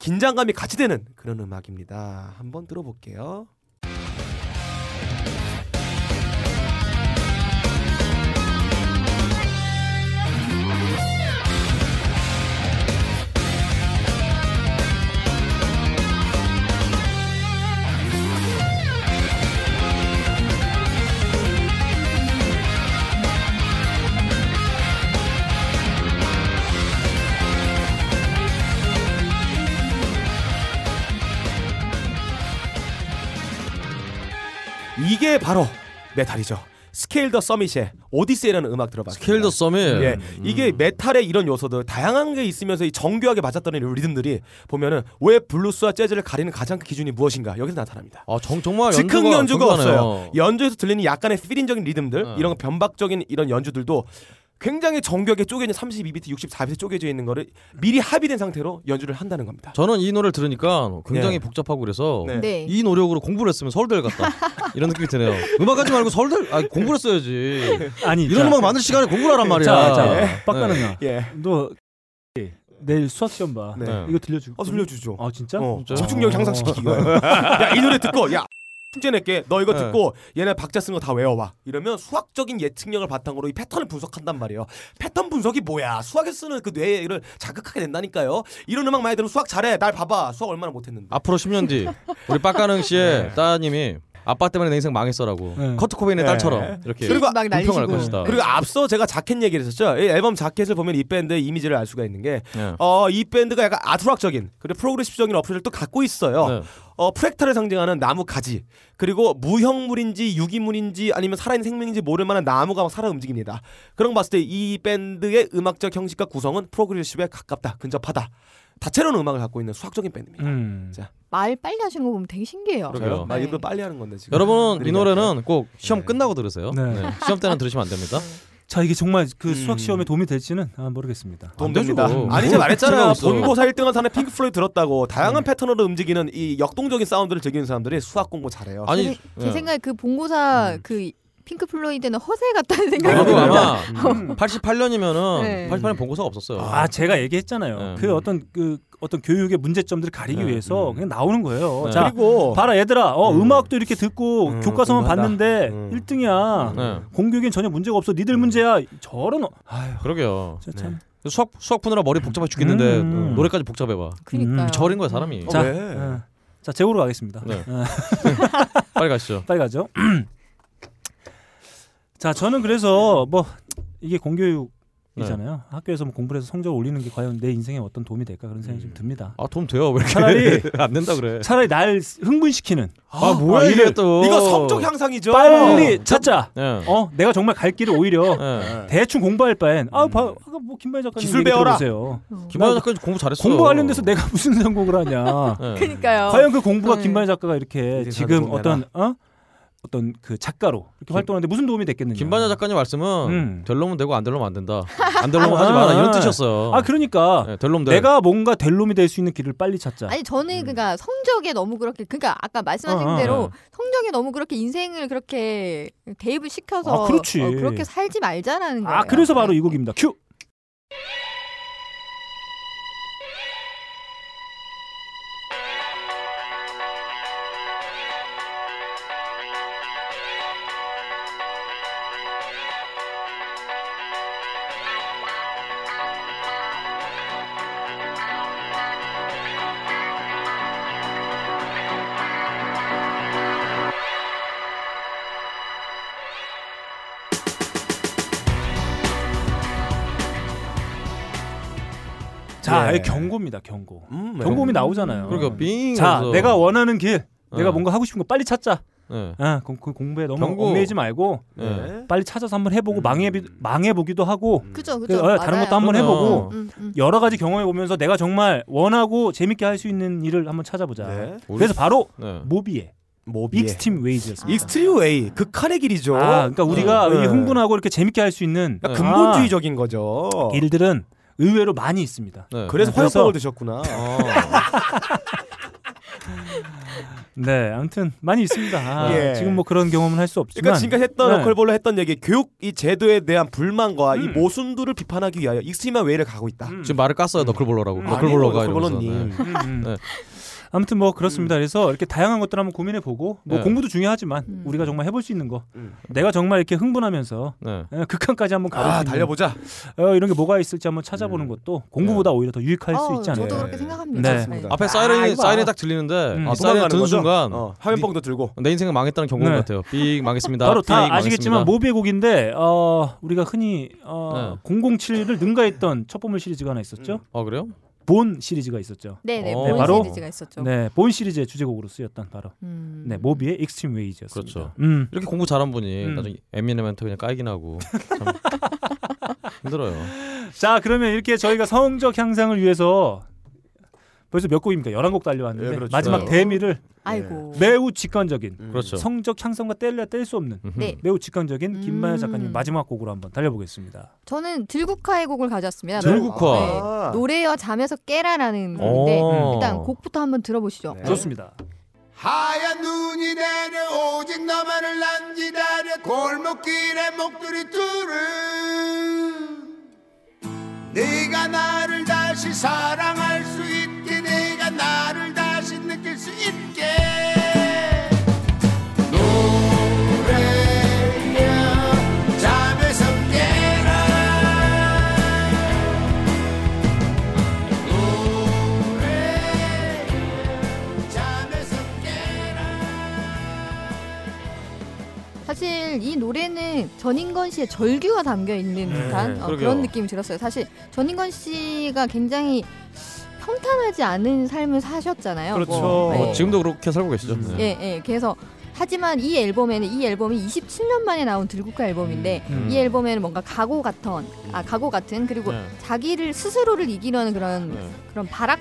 Speaker 3: 긴장감이 같이 되는 그런 음악입니다. 한번 들어볼게요. 이게 바로 메탈이죠. 스케일 더 서밋의 오디세이라는 음악 들어봤습니다.
Speaker 2: 스케일 더 썸이
Speaker 3: 예,
Speaker 2: 음.
Speaker 3: 이게 메탈의 이런 요소들 다양한 게 있으면서 이 정교하게 맞았다는 리듬들이 보면은 왜 블루스와 재즈를 가리는 가장 큰 기준이 무엇인가 여기서 나타납니다.
Speaker 2: 아 정, 정말
Speaker 3: 즉흥
Speaker 2: 연주가
Speaker 3: 연주가
Speaker 2: 정교하네요.
Speaker 3: 없어요. 연주에서 들리는 약간의 필인적인 리듬들,
Speaker 2: 네.
Speaker 3: 이런 변박적인 이런 연주들도 굉장히 정교하게 쪼개진 32비트, 64비트 쪼개져 있는 거를 미리 합의된 상태로 연주를 한다는 겁니다.
Speaker 2: 저는 이 노래를 들으니까 굉장히
Speaker 3: 예.
Speaker 2: 복잡하고 그래서
Speaker 3: 네.
Speaker 4: 네.
Speaker 2: 이 노력으로 공부를 했으면 서울대를 갔다 이런 느낌이 드네요. 음악 하지 말고 서울대 아 공부를 했어야지.
Speaker 1: 아니
Speaker 2: 이런 음악 만들 시간에 공부를 하란 말이야.
Speaker 1: 자, 자,
Speaker 2: 네.
Speaker 1: 빡가는아.
Speaker 3: 예.
Speaker 1: 너 내일 수학 시험 봐.
Speaker 3: 네.
Speaker 2: 네.
Speaker 1: 이거 들려줄.
Speaker 3: 어, 들려주죠.
Speaker 1: 아 진짜?
Speaker 3: 어,
Speaker 2: 진짜요?
Speaker 3: 집중력 향상시키기 이거예요. 야이 노래 듣고 야 숙제 낼게. 너 이거
Speaker 2: 네.
Speaker 3: 듣고 얘네 박자 쓴 거 다 외워와. 이러면 수학적인 예측력을 바탕으로 이 패턴을 분석한단 말이에요. 패턴 분석이 뭐야? 수학에 쓰는 그 뇌를 자극하게 된다니까요. 이런 음악 많이 들으면 수학 잘해. 날 봐봐. 수학 얼마나 못했는데.
Speaker 2: 앞으로 10년 뒤 우리 빡가능 씨의 따님이 아빠 때문에 내 인생 망했어라고
Speaker 1: 네.
Speaker 2: 커트 코베인의
Speaker 3: 네.
Speaker 2: 딸처럼 이렇게
Speaker 4: 그리고 막
Speaker 2: 불평을 할
Speaker 4: 날리시고.
Speaker 2: 것이다.
Speaker 3: 그리고 앞서 제가 자켓 얘기를 했었죠. 이 앨범 자켓을 보면 이 밴드의 이미지를 알 수가 있는 게,
Speaker 2: 네.
Speaker 3: 어, 이 밴드가 약간 아트락적인, 그리고 프로그레시브적인 어플을 또 갖고 있어요.
Speaker 2: 네.
Speaker 3: 어, 프랙타를 상징하는 나무 가지 그리고 무형물인지 유기물인지 아니면 살아있는 생명인지 모를 만한 나무가 막 살아 움직입니다. 그런 거 봤을 때 이 밴드의 음악적 형식과 구성은 프로그레시브에 가깝다, 근접하다. 다채로운 음악을 갖고 있는 수학적인 밴드입니다.
Speaker 1: 음.
Speaker 4: 말 빨리 하신 거 보면 되게 신기해요.
Speaker 2: 그러게요.
Speaker 3: 막
Speaker 4: 네.
Speaker 3: 일부러 빨리 하는 건데 지금.
Speaker 2: 여러분은 이
Speaker 3: 느리게
Speaker 2: 노래는 꼭 시험
Speaker 3: 네.
Speaker 2: 끝나고 들으세요.
Speaker 1: 네.
Speaker 2: 네. 시험 때는 들으시면 안 됩니다.
Speaker 1: 자 이게 정말 그
Speaker 3: 음.
Speaker 1: 수학 시험에 도움이 될지는 아, 모르겠습니다.
Speaker 3: 도움
Speaker 2: 안 되죠.
Speaker 3: 됩니다.
Speaker 2: 뭐,
Speaker 3: 아니 제가
Speaker 2: 필요가 음.
Speaker 3: 말했잖아요.
Speaker 2: 없어.
Speaker 3: 본고사 1등한 사람의 핑크 플로이 들었다고 다양한 패턴으로 움직이는 이 역동적인 사운드를 즐기는 사람들이 수학 공부 잘해요.
Speaker 2: 아니
Speaker 4: 제, 제
Speaker 2: 네.
Speaker 1: 음.
Speaker 4: 생각에 그 본고사 그 핑크 플로이드는 허세 같다는 생각이
Speaker 2: 저도
Speaker 4: 듭니다.
Speaker 2: 아마
Speaker 1: 음.
Speaker 2: 88년이면은
Speaker 4: 네.
Speaker 2: 88년 본고사가 없었어요.
Speaker 1: 아 제가 얘기했잖아요.
Speaker 2: 네.
Speaker 1: 그 어떤 그 어떤 교육의 문제점들을 가리기
Speaker 2: 네.
Speaker 1: 위해서
Speaker 3: 음.
Speaker 1: 그냥 나오는 거예요.
Speaker 2: 네.
Speaker 1: 자
Speaker 3: 그리고
Speaker 1: 봐라 얘들아, 어
Speaker 3: 음.
Speaker 1: 음. 악도 이렇게 듣고
Speaker 3: 음,
Speaker 1: 교과서만
Speaker 3: 공부한다.
Speaker 1: 봤는데
Speaker 3: 음.
Speaker 1: 1등이야.
Speaker 2: 네.
Speaker 1: 공교육엔 전혀 문제가 없어. 니들 문제야. 저런 어, 아유
Speaker 2: 그러게요.
Speaker 1: 진짜 참.
Speaker 2: 그래서 수학 수학 푸느라 머리 복잡해 죽겠는데
Speaker 1: 음.
Speaker 2: 노래까지 복잡해 봐.
Speaker 4: 그니까요.
Speaker 2: 절인 거야 사람이.
Speaker 3: 어,
Speaker 1: 자,
Speaker 3: 왜?
Speaker 1: 어. 자 제고로 가겠습니다.
Speaker 2: 네.
Speaker 1: 어.
Speaker 2: 빨리 가시죠.
Speaker 1: 빨리 가죠. 자, 저는 그래서 뭐 이게 공교육이잖아요. 학교에서 뭐 공부를 해서 성적을 올리는 게 과연 내 인생에 어떤 도움이 될까 그런 생각이 좀 듭니다.
Speaker 2: 아 도움 돼요. 왜 이렇게
Speaker 1: 차라리-
Speaker 2: 안 된다 그래.
Speaker 1: 차라리 날 흥분시키는
Speaker 2: 아, 뭐야 이게 또.
Speaker 3: 이거 성적 향상이죠.
Speaker 1: 빨리 찾자.
Speaker 2: 예.
Speaker 1: 어, 내가 정말 갈 길을 오히려
Speaker 2: 예.
Speaker 1: 대충 공부할 바엔 아, 봐, 아까 뭐 김만희 작가님
Speaker 3: 기술
Speaker 1: 얘기
Speaker 3: 배워라.
Speaker 1: 들어보세요.
Speaker 2: 김만호 작가 공부 잘했어.
Speaker 1: 공부 관련돼서 내가 무슨 성공을 하냐.
Speaker 2: 예.
Speaker 4: 그니까요.
Speaker 1: 과연 그 공부가
Speaker 4: 네.
Speaker 1: 김만희 작가가 이렇게
Speaker 3: 인생
Speaker 1: 지금
Speaker 3: 사는
Speaker 1: 어떤 어? 어떤 그 작가로 이렇게 활동하는데 무슨 도움이 됐겠느냐.
Speaker 2: 김반야 작가님 말씀은
Speaker 1: 음.
Speaker 2: 될놈은 되고 안 될놈 안 된다. 안 될놈 하지
Speaker 1: 아,
Speaker 2: 마라 이런
Speaker 1: 아.
Speaker 2: 뜻이었어요.
Speaker 1: 아, 그러니까
Speaker 2: 예, 될놈 될.
Speaker 1: 내가 뭔가 될 놈이 될 수 있는 길을 빨리 찾자.
Speaker 4: 아니 저는 그니까 성적에 너무 그렇게 그니까 아까 말씀하신
Speaker 1: 음. 어, 어,
Speaker 4: 대로
Speaker 2: 어.
Speaker 4: 성적에 너무 그렇게 인생을 그렇게 대입을 시켜서
Speaker 1: 아, 그렇지.
Speaker 4: 어, 그렇게 살지 말자라는 거예요. 네.
Speaker 1: 아, 그래서 바로 이 곡입니다. 큐. 자,
Speaker 3: 예.
Speaker 1: 이 경고입니다. 경고.
Speaker 3: 음, 왜?
Speaker 1: 경고음이 나오잖아요.
Speaker 2: 그러니까 빙.
Speaker 1: 자,
Speaker 2: 하면서.
Speaker 1: 내가 원하는 길,
Speaker 2: 예.
Speaker 1: 내가 뭔가 하고 싶은 거 빨리 찾자.
Speaker 2: 예.
Speaker 1: 아, 그, 그 공부에 너무
Speaker 2: 경고.
Speaker 1: 얽매이지 말고
Speaker 2: 예.
Speaker 3: 네.
Speaker 1: 빨리 찾아서 한번 해보고 망해 망해 보기도 하고
Speaker 4: 그죠
Speaker 1: 그,
Speaker 4: 그죠.
Speaker 1: 어, 다른
Speaker 4: 맞아요.
Speaker 1: 것도 한번
Speaker 2: 그럼요.
Speaker 1: 해보고
Speaker 4: 음, 음.
Speaker 1: 여러 가지 경험해 보면서 내가 정말 원하고 재밌게 할 수 있는 일을 한번 찾아보자.
Speaker 3: 네.
Speaker 1: 그래서 바로
Speaker 2: 네.
Speaker 1: 모비의
Speaker 3: 모비에.
Speaker 1: 익스팀 웨이즈였습니다.
Speaker 3: 익스트림 웨이 극한의 길이죠.
Speaker 1: 아, 그러니까 우리가
Speaker 3: 네.
Speaker 1: 이 흥분하고 이렇게 재밌게 할 수 있는
Speaker 3: 그러니까
Speaker 1: 아,
Speaker 3: 근본주의적인 거죠.
Speaker 1: 일들은 의외로 많이 있습니다.
Speaker 2: 네. 어.
Speaker 3: 그래서
Speaker 1: 네,
Speaker 3: 화염병을
Speaker 1: 그래서-
Speaker 3: 드셨구나.
Speaker 1: 네, 아무튼 많이 있습니다. 아,
Speaker 3: 예.
Speaker 1: 지금 뭐 그런 경험은 할 수 없지만.
Speaker 3: 그러니까 지금까지 했던
Speaker 1: 네.
Speaker 3: 로컬볼로 했던 얘기 교육 이 제도에 대한 불만과 이 모순들을 비판하기 위하여 익스트림한 웨이를 가고 있다.
Speaker 1: 음.
Speaker 2: 지금 말을 깠어요. 너클볼러라고.
Speaker 1: 음.
Speaker 2: 너클볼러가
Speaker 3: 아니고,
Speaker 2: 이러면서.
Speaker 3: 너클볼러님.
Speaker 2: 네.
Speaker 1: 음, 음.
Speaker 2: 네.
Speaker 1: 아무튼 뭐
Speaker 3: 음.
Speaker 1: 그렇습니다. 그래서 이렇게 다양한 것들 한번 고민해 보고 뭐
Speaker 2: 네.
Speaker 1: 공부도 중요하지만
Speaker 4: 음.
Speaker 1: 우리가 정말 해볼 수 있는 거
Speaker 3: 음.
Speaker 1: 내가 정말 이렇게 흥분하면서
Speaker 2: 네.
Speaker 1: 예, 극한까지 한번 가볼 수
Speaker 3: 아
Speaker 1: 있는
Speaker 3: 달려보자.
Speaker 1: 어, 이런 게 뭐가 있을지 한번
Speaker 2: 음.
Speaker 1: 찾아보는 것도 공부보다 오히려 더 유익할 수
Speaker 4: 어,
Speaker 1: 있지 않을까.
Speaker 4: 저도
Speaker 3: 네.
Speaker 4: 그렇게 생각합니다.
Speaker 1: 네.
Speaker 4: 네.
Speaker 2: 앞에 사이렌이
Speaker 4: 이거
Speaker 2: 사이렌이
Speaker 4: 알아.
Speaker 2: 딱 들리는데
Speaker 1: 음.
Speaker 2: 이 사이렌
Speaker 3: 도망가는
Speaker 2: 듣는
Speaker 3: 거죠?
Speaker 2: 순간
Speaker 3: 어, 화염병도 들고
Speaker 2: 내 인생은 망했다는 경고인
Speaker 1: 네.
Speaker 2: 것 같아요. 삑 망했습니다.
Speaker 1: 바로
Speaker 2: 삑
Speaker 1: 다 아시겠지만
Speaker 2: 망했습니다. 네.
Speaker 1: 모비의 곡인데 어, 우리가 흔히 어, 007을 능가했던 첫 보물 시리즈가 하나 있었죠.
Speaker 3: 음.
Speaker 2: 아 그래요?
Speaker 1: 본 시리즈가 있었죠.
Speaker 4: 네네
Speaker 2: 어.
Speaker 4: 본
Speaker 1: 바로-
Speaker 4: 시리즈가 있었죠.
Speaker 1: 네, 본 시리즈의 주제곡으로 쓰였던 바로
Speaker 4: 음.
Speaker 1: 네 모비의 익스트림 웨이즈였습니다.
Speaker 2: 그렇죠.
Speaker 1: 음.
Speaker 2: 이렇게 공부 잘한 분이
Speaker 1: 음.
Speaker 2: 나중에 에미넴한테 그냥 까이긴 하고 참 힘들어요.
Speaker 1: 자 그러면 이렇게 저희가 성적 향상을 위해서 벌써 몇 곡입니까? 11곡 달려왔는데
Speaker 3: 예, 그렇죠.
Speaker 1: 마지막
Speaker 2: 네.
Speaker 1: 대미를
Speaker 4: 아이고.
Speaker 1: 매우 직관적인
Speaker 2: 그렇죠.
Speaker 1: 성적 향상과 뗄래야 뗄 수 없는
Speaker 2: 음흠.
Speaker 4: 네.
Speaker 1: 매우 직관적인 김만야
Speaker 4: 음.
Speaker 1: 작가님 마지막 곡으로 한번 달려보겠습니다.
Speaker 4: 저는 들국화의 곡을 가져왔습니다. 네.
Speaker 2: 들국화. 어.
Speaker 3: 아.
Speaker 4: 노래여 잠에서 깨라라는
Speaker 2: 오.
Speaker 4: 곡인데 네. 음, 일단 곡부터 한번 들어보시죠.
Speaker 3: 네.
Speaker 1: 좋습니다.
Speaker 5: 하얀 눈이 내려 오직 너만을 난 기다려 골목길에 목도리 뚫은 네가 나를 다시 사랑할 수 있게 네가 나를 다시 느낄 수 있게 노래야 잠에서 깨라 노래야 잠에서 깨라
Speaker 4: 사실 이 노래는 전인건 씨의 절규가 담겨 있는 듯한 어,
Speaker 2: 그러게요.
Speaker 4: 그런 느낌이 들었어요. 사실 전인건 씨가 굉장히 평탄하지 않은 삶을 사셨잖아요.
Speaker 3: 그렇죠.
Speaker 4: 뭐,
Speaker 2: 어,
Speaker 4: 예.
Speaker 2: 지금도 그렇게 살고 계시죠?
Speaker 3: 음.
Speaker 2: 네.
Speaker 4: 예, 예. 그래서 하지만 이 앨범에는 이 앨범이 27년 만에 나온 들국화 앨범인데
Speaker 1: 음.
Speaker 4: 이 앨범에는 뭔가 각오 같은 아 각오 같은
Speaker 1: 뭐,
Speaker 4: 그리고
Speaker 2: 네.
Speaker 4: 자기를 스스로를 이기려는 그런
Speaker 2: 네.
Speaker 4: 그런 발악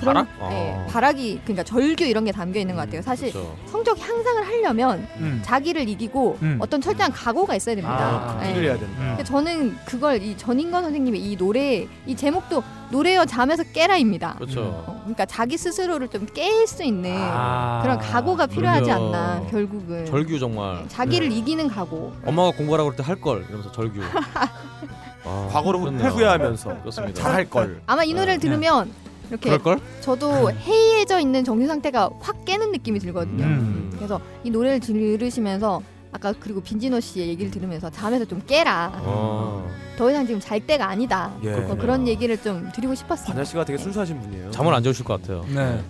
Speaker 4: 그런
Speaker 1: 네,
Speaker 2: 바락?
Speaker 4: 예,
Speaker 2: 아,
Speaker 4: 바락이 그러니까 절규 이런 게 담겨 있는 것 같아요. 사실
Speaker 2: 그렇죠.
Speaker 4: 성적 향상을 하려면
Speaker 1: 음.
Speaker 4: 자기를 이기고
Speaker 1: 음.
Speaker 4: 어떤 철저한 각오가 있어야 됩니다.
Speaker 1: 아,
Speaker 4: 예.
Speaker 3: 일을 해야 된다.
Speaker 4: 근데 저는 그걸 이 전인건 선생님의 이 노래 이 제목도 노래여 잠에서 깨라입니다.
Speaker 1: 음,
Speaker 2: 그렇죠.
Speaker 4: 어, 그러니까 자기 스스로를 좀 깰 수 있는
Speaker 1: 아.
Speaker 4: 그런 각오가 필요하지
Speaker 2: 그러게요.
Speaker 4: 않나
Speaker 1: 네.
Speaker 4: 결국은
Speaker 2: 절규 네. 정말.
Speaker 4: 자기를 이기는 각오.
Speaker 2: 엄마가 공부하라고 그럴 때 할 걸 이러면서 절규. 아,
Speaker 3: 과거로
Speaker 2: 그렇네요.
Speaker 3: 회귀하면서
Speaker 2: 그렇습니다.
Speaker 3: 잘할 걸.
Speaker 4: 아마 이 노래를 들으면 이렇게
Speaker 2: 네. 그럴 걸?
Speaker 4: 저도 해이해져 있는 정신 상태가 확 깨는 느낌이 들거든요.
Speaker 1: 음.
Speaker 4: 그래서 이 노래를 들으시면서 아까 그리고 빈진호 씨의 얘기를 들으면서 잠에서 좀 깨라.
Speaker 2: 어.
Speaker 4: 더 이상 지금 잘 때가 아니다.
Speaker 3: 예.
Speaker 4: 뭐 그런 얘기를 좀 드리고 싶었어요.
Speaker 3: 관자 씨가 되게 순수하신 분이에요.
Speaker 2: 잠을 안 재우실 것 같아요.
Speaker 1: 네.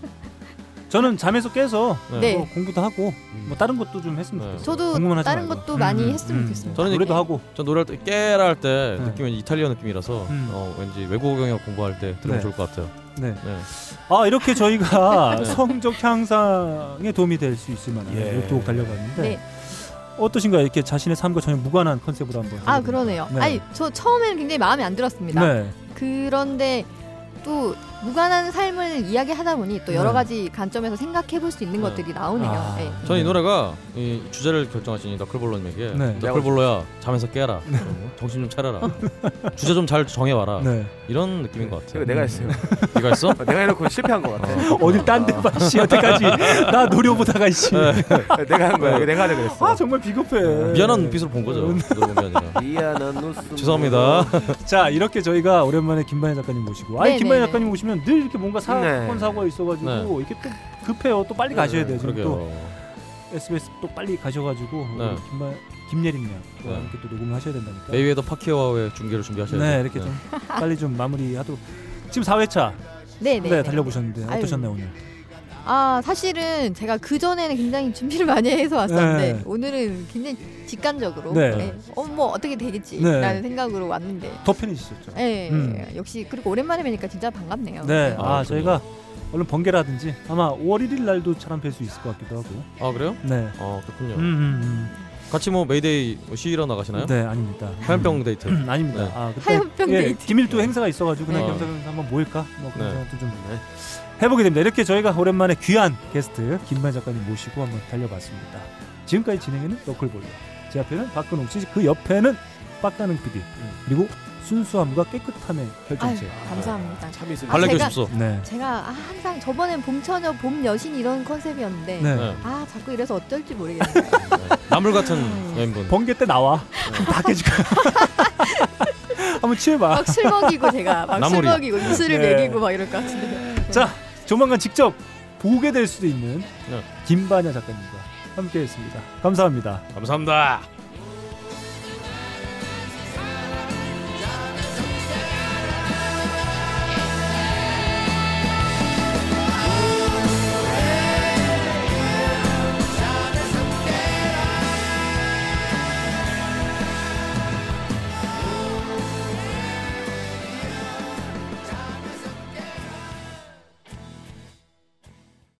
Speaker 1: 저는 잠에서 깨서
Speaker 4: 네.
Speaker 1: 뭐 공부도 하고 뭐 다른 것도 좀 했으면
Speaker 2: 음. 네.
Speaker 1: 좋겠어요.
Speaker 4: 저도
Speaker 1: 궁금은 하지
Speaker 4: 다른
Speaker 1: 말고.
Speaker 4: 것도 많이
Speaker 1: 음,
Speaker 4: 했으면
Speaker 1: 음.
Speaker 4: 좋겠습니다.
Speaker 2: 저는
Speaker 1: 노래도 하고.
Speaker 2: 저 노래할 때 깨라 할 때
Speaker 1: 네.
Speaker 2: 느낌이 이탈리아 느낌이라서
Speaker 1: 음.
Speaker 2: 어, 왠지 외국어 경역 공부할 때 들으면
Speaker 1: 네.
Speaker 2: 좋을 것 같아요.
Speaker 1: 네.
Speaker 2: 네.
Speaker 1: 아 이렇게 저희가
Speaker 2: 네.
Speaker 1: 성적 향상에 도움이 될 수 있을 만한
Speaker 3: 예.
Speaker 1: 이렇게 달려봤는데
Speaker 4: 네.
Speaker 1: 어떠신가요? 이렇게 자신의 삶과 전혀 무관한 컨셉으로 한번.
Speaker 4: 아
Speaker 1: 해보니까.
Speaker 4: 그러네요.
Speaker 1: 네.
Speaker 4: 아니 저 처음에는 굉장히 마음에 안 들었습니다.
Speaker 1: 네.
Speaker 4: 그런데 또 무관한 삶을 이야기하다 보니 또 여러
Speaker 1: 네.
Speaker 4: 가지 관점에서 생각해볼 수 있는
Speaker 2: 네.
Speaker 4: 것들이 나오네요.
Speaker 1: 아.
Speaker 4: 네.
Speaker 2: 저는 이 노래가 이 주제를 결정하신 너클볼로님에게
Speaker 1: 네.
Speaker 2: 너클볼로야 잠에서 깨라 어, 정신 좀 차려라 주제 좀 잘 정해와라
Speaker 1: 네.
Speaker 2: 이런 느낌인 것 같아요. 음.
Speaker 3: 이거 내가 했어요.
Speaker 2: 네가 했어?
Speaker 3: 내가 해놓고 실패한 것 같아.
Speaker 1: 어디 딴데 봐씨 여태까지 나 노려보다가
Speaker 3: 네.
Speaker 1: 씨.
Speaker 3: 내가 한 거야. 이거 내가 하려고 그랬어.
Speaker 1: 아 정말 비겁해.
Speaker 2: 네.
Speaker 1: 네.
Speaker 2: 미안한 눈빛으로 본 거죠.
Speaker 1: 음.
Speaker 2: 그런 게 아니라.
Speaker 3: 미안한 웃음.
Speaker 2: 죄송합니다.
Speaker 1: 자 이렇게 저희가 오랜만에 김반야 작가님 모시고 아니
Speaker 4: 네,
Speaker 1: 김반야
Speaker 4: 네,
Speaker 1: 작가님 오시면 늘 이렇게 뭔가 사건
Speaker 3: 네.
Speaker 1: 사고가 있어가지고
Speaker 2: 네.
Speaker 1: 이렇게 또 급해요 또 빨리 가셔야 돼요 지금 또
Speaker 2: 그러게요.
Speaker 1: SBS 또 빨리 가셔가지고
Speaker 2: 네.
Speaker 1: 우리 김반 김예림양 또
Speaker 2: 네.
Speaker 1: 이렇게 또 녹음을 하셔야 된다니까
Speaker 2: 메이웨더 파키아와의 중계를 준비하셔야 돼요.
Speaker 1: 네 이렇게 좀 빨리 좀 마무리하도록 지금 4회차 네,
Speaker 4: 네, 네, 네.
Speaker 1: 달려보셨는데
Speaker 4: 아유.
Speaker 1: 어떠셨나요 오늘
Speaker 4: 아 사실은 제가 그 전에는 굉장히 준비를 많이 해서 왔었는데
Speaker 1: 네.
Speaker 4: 오늘은 굉장히 직관적으로
Speaker 1: 네.
Speaker 4: 어뭐 어떻게
Speaker 1: 네.
Speaker 4: 되겠지라는 생각으로 왔는데
Speaker 1: 더 편해지셨죠
Speaker 4: 네,
Speaker 1: 음.
Speaker 4: 역시 그리고 오랜만에 뵈니까 진짜 반갑네요.
Speaker 1: 네
Speaker 2: 아,
Speaker 1: 아,
Speaker 2: 그래요?
Speaker 1: 저희가 얼른 번개라든지 아마 5월 1일 날도 차람 뵐수 있을 것 같기도 하고
Speaker 2: 아 그래요?
Speaker 1: 네
Speaker 2: 아 그렇군요.
Speaker 1: 음, 음,
Speaker 2: 같이 뭐 메이데이 뭐 시위러
Speaker 1: 음.
Speaker 2: 나가시나요?
Speaker 1: 네 아닙니다
Speaker 2: 화염병 데이트.
Speaker 1: 음, 아닙니다.
Speaker 2: 네.
Speaker 1: 아, 그때
Speaker 4: 화염병
Speaker 1: 예,
Speaker 4: 데이트.
Speaker 1: 기밀도 행사가 있어가지고 그날
Speaker 2: 네.
Speaker 1: 겸사겸사 한번 모일까? 뭐 그런
Speaker 2: 네.
Speaker 1: 생각도 좀 해보게 됩니다. 이렇게 저희가 오랜만에 귀한 게스트 김만 작가님 모시고 한번 달려봤습니다. 지금까지 진행에는 너클볼러, 제 앞에는 박근홍 씨, 그 옆에는 빡가는 PD 그리고 순수함과 깨끗함의
Speaker 4: 아유,
Speaker 1: 결정체.
Speaker 4: 감사합니다.
Speaker 3: 참 있을.
Speaker 4: 아,
Speaker 2: 발레
Speaker 4: 제가-
Speaker 2: 교습소.
Speaker 1: 네.
Speaker 4: 제가 아, 항상 저번엔 봄 처녀, 봄 여신 이런 컨셉이었는데
Speaker 1: 네.
Speaker 2: 네.
Speaker 4: 아 자꾸 이래서 어쩔지 모르겠어요.
Speaker 2: 나물
Speaker 4: 음.
Speaker 2: 같은 여인분.
Speaker 1: 번개 때 나와.
Speaker 2: 네.
Speaker 1: 다 깨질 거야. 한번 취해봐.
Speaker 4: 막 술 먹이고 제가 막 술
Speaker 2: 나물이.
Speaker 4: 먹이고 입술을
Speaker 1: 네.
Speaker 4: 먹이고 막 이럴 것 같은데.
Speaker 1: 자, 조만간 직접 보게 될 수도 있는
Speaker 2: 네.
Speaker 1: 김반야 작가님과 함께했습니다. 네. 감사합니다.
Speaker 2: 감사합니다.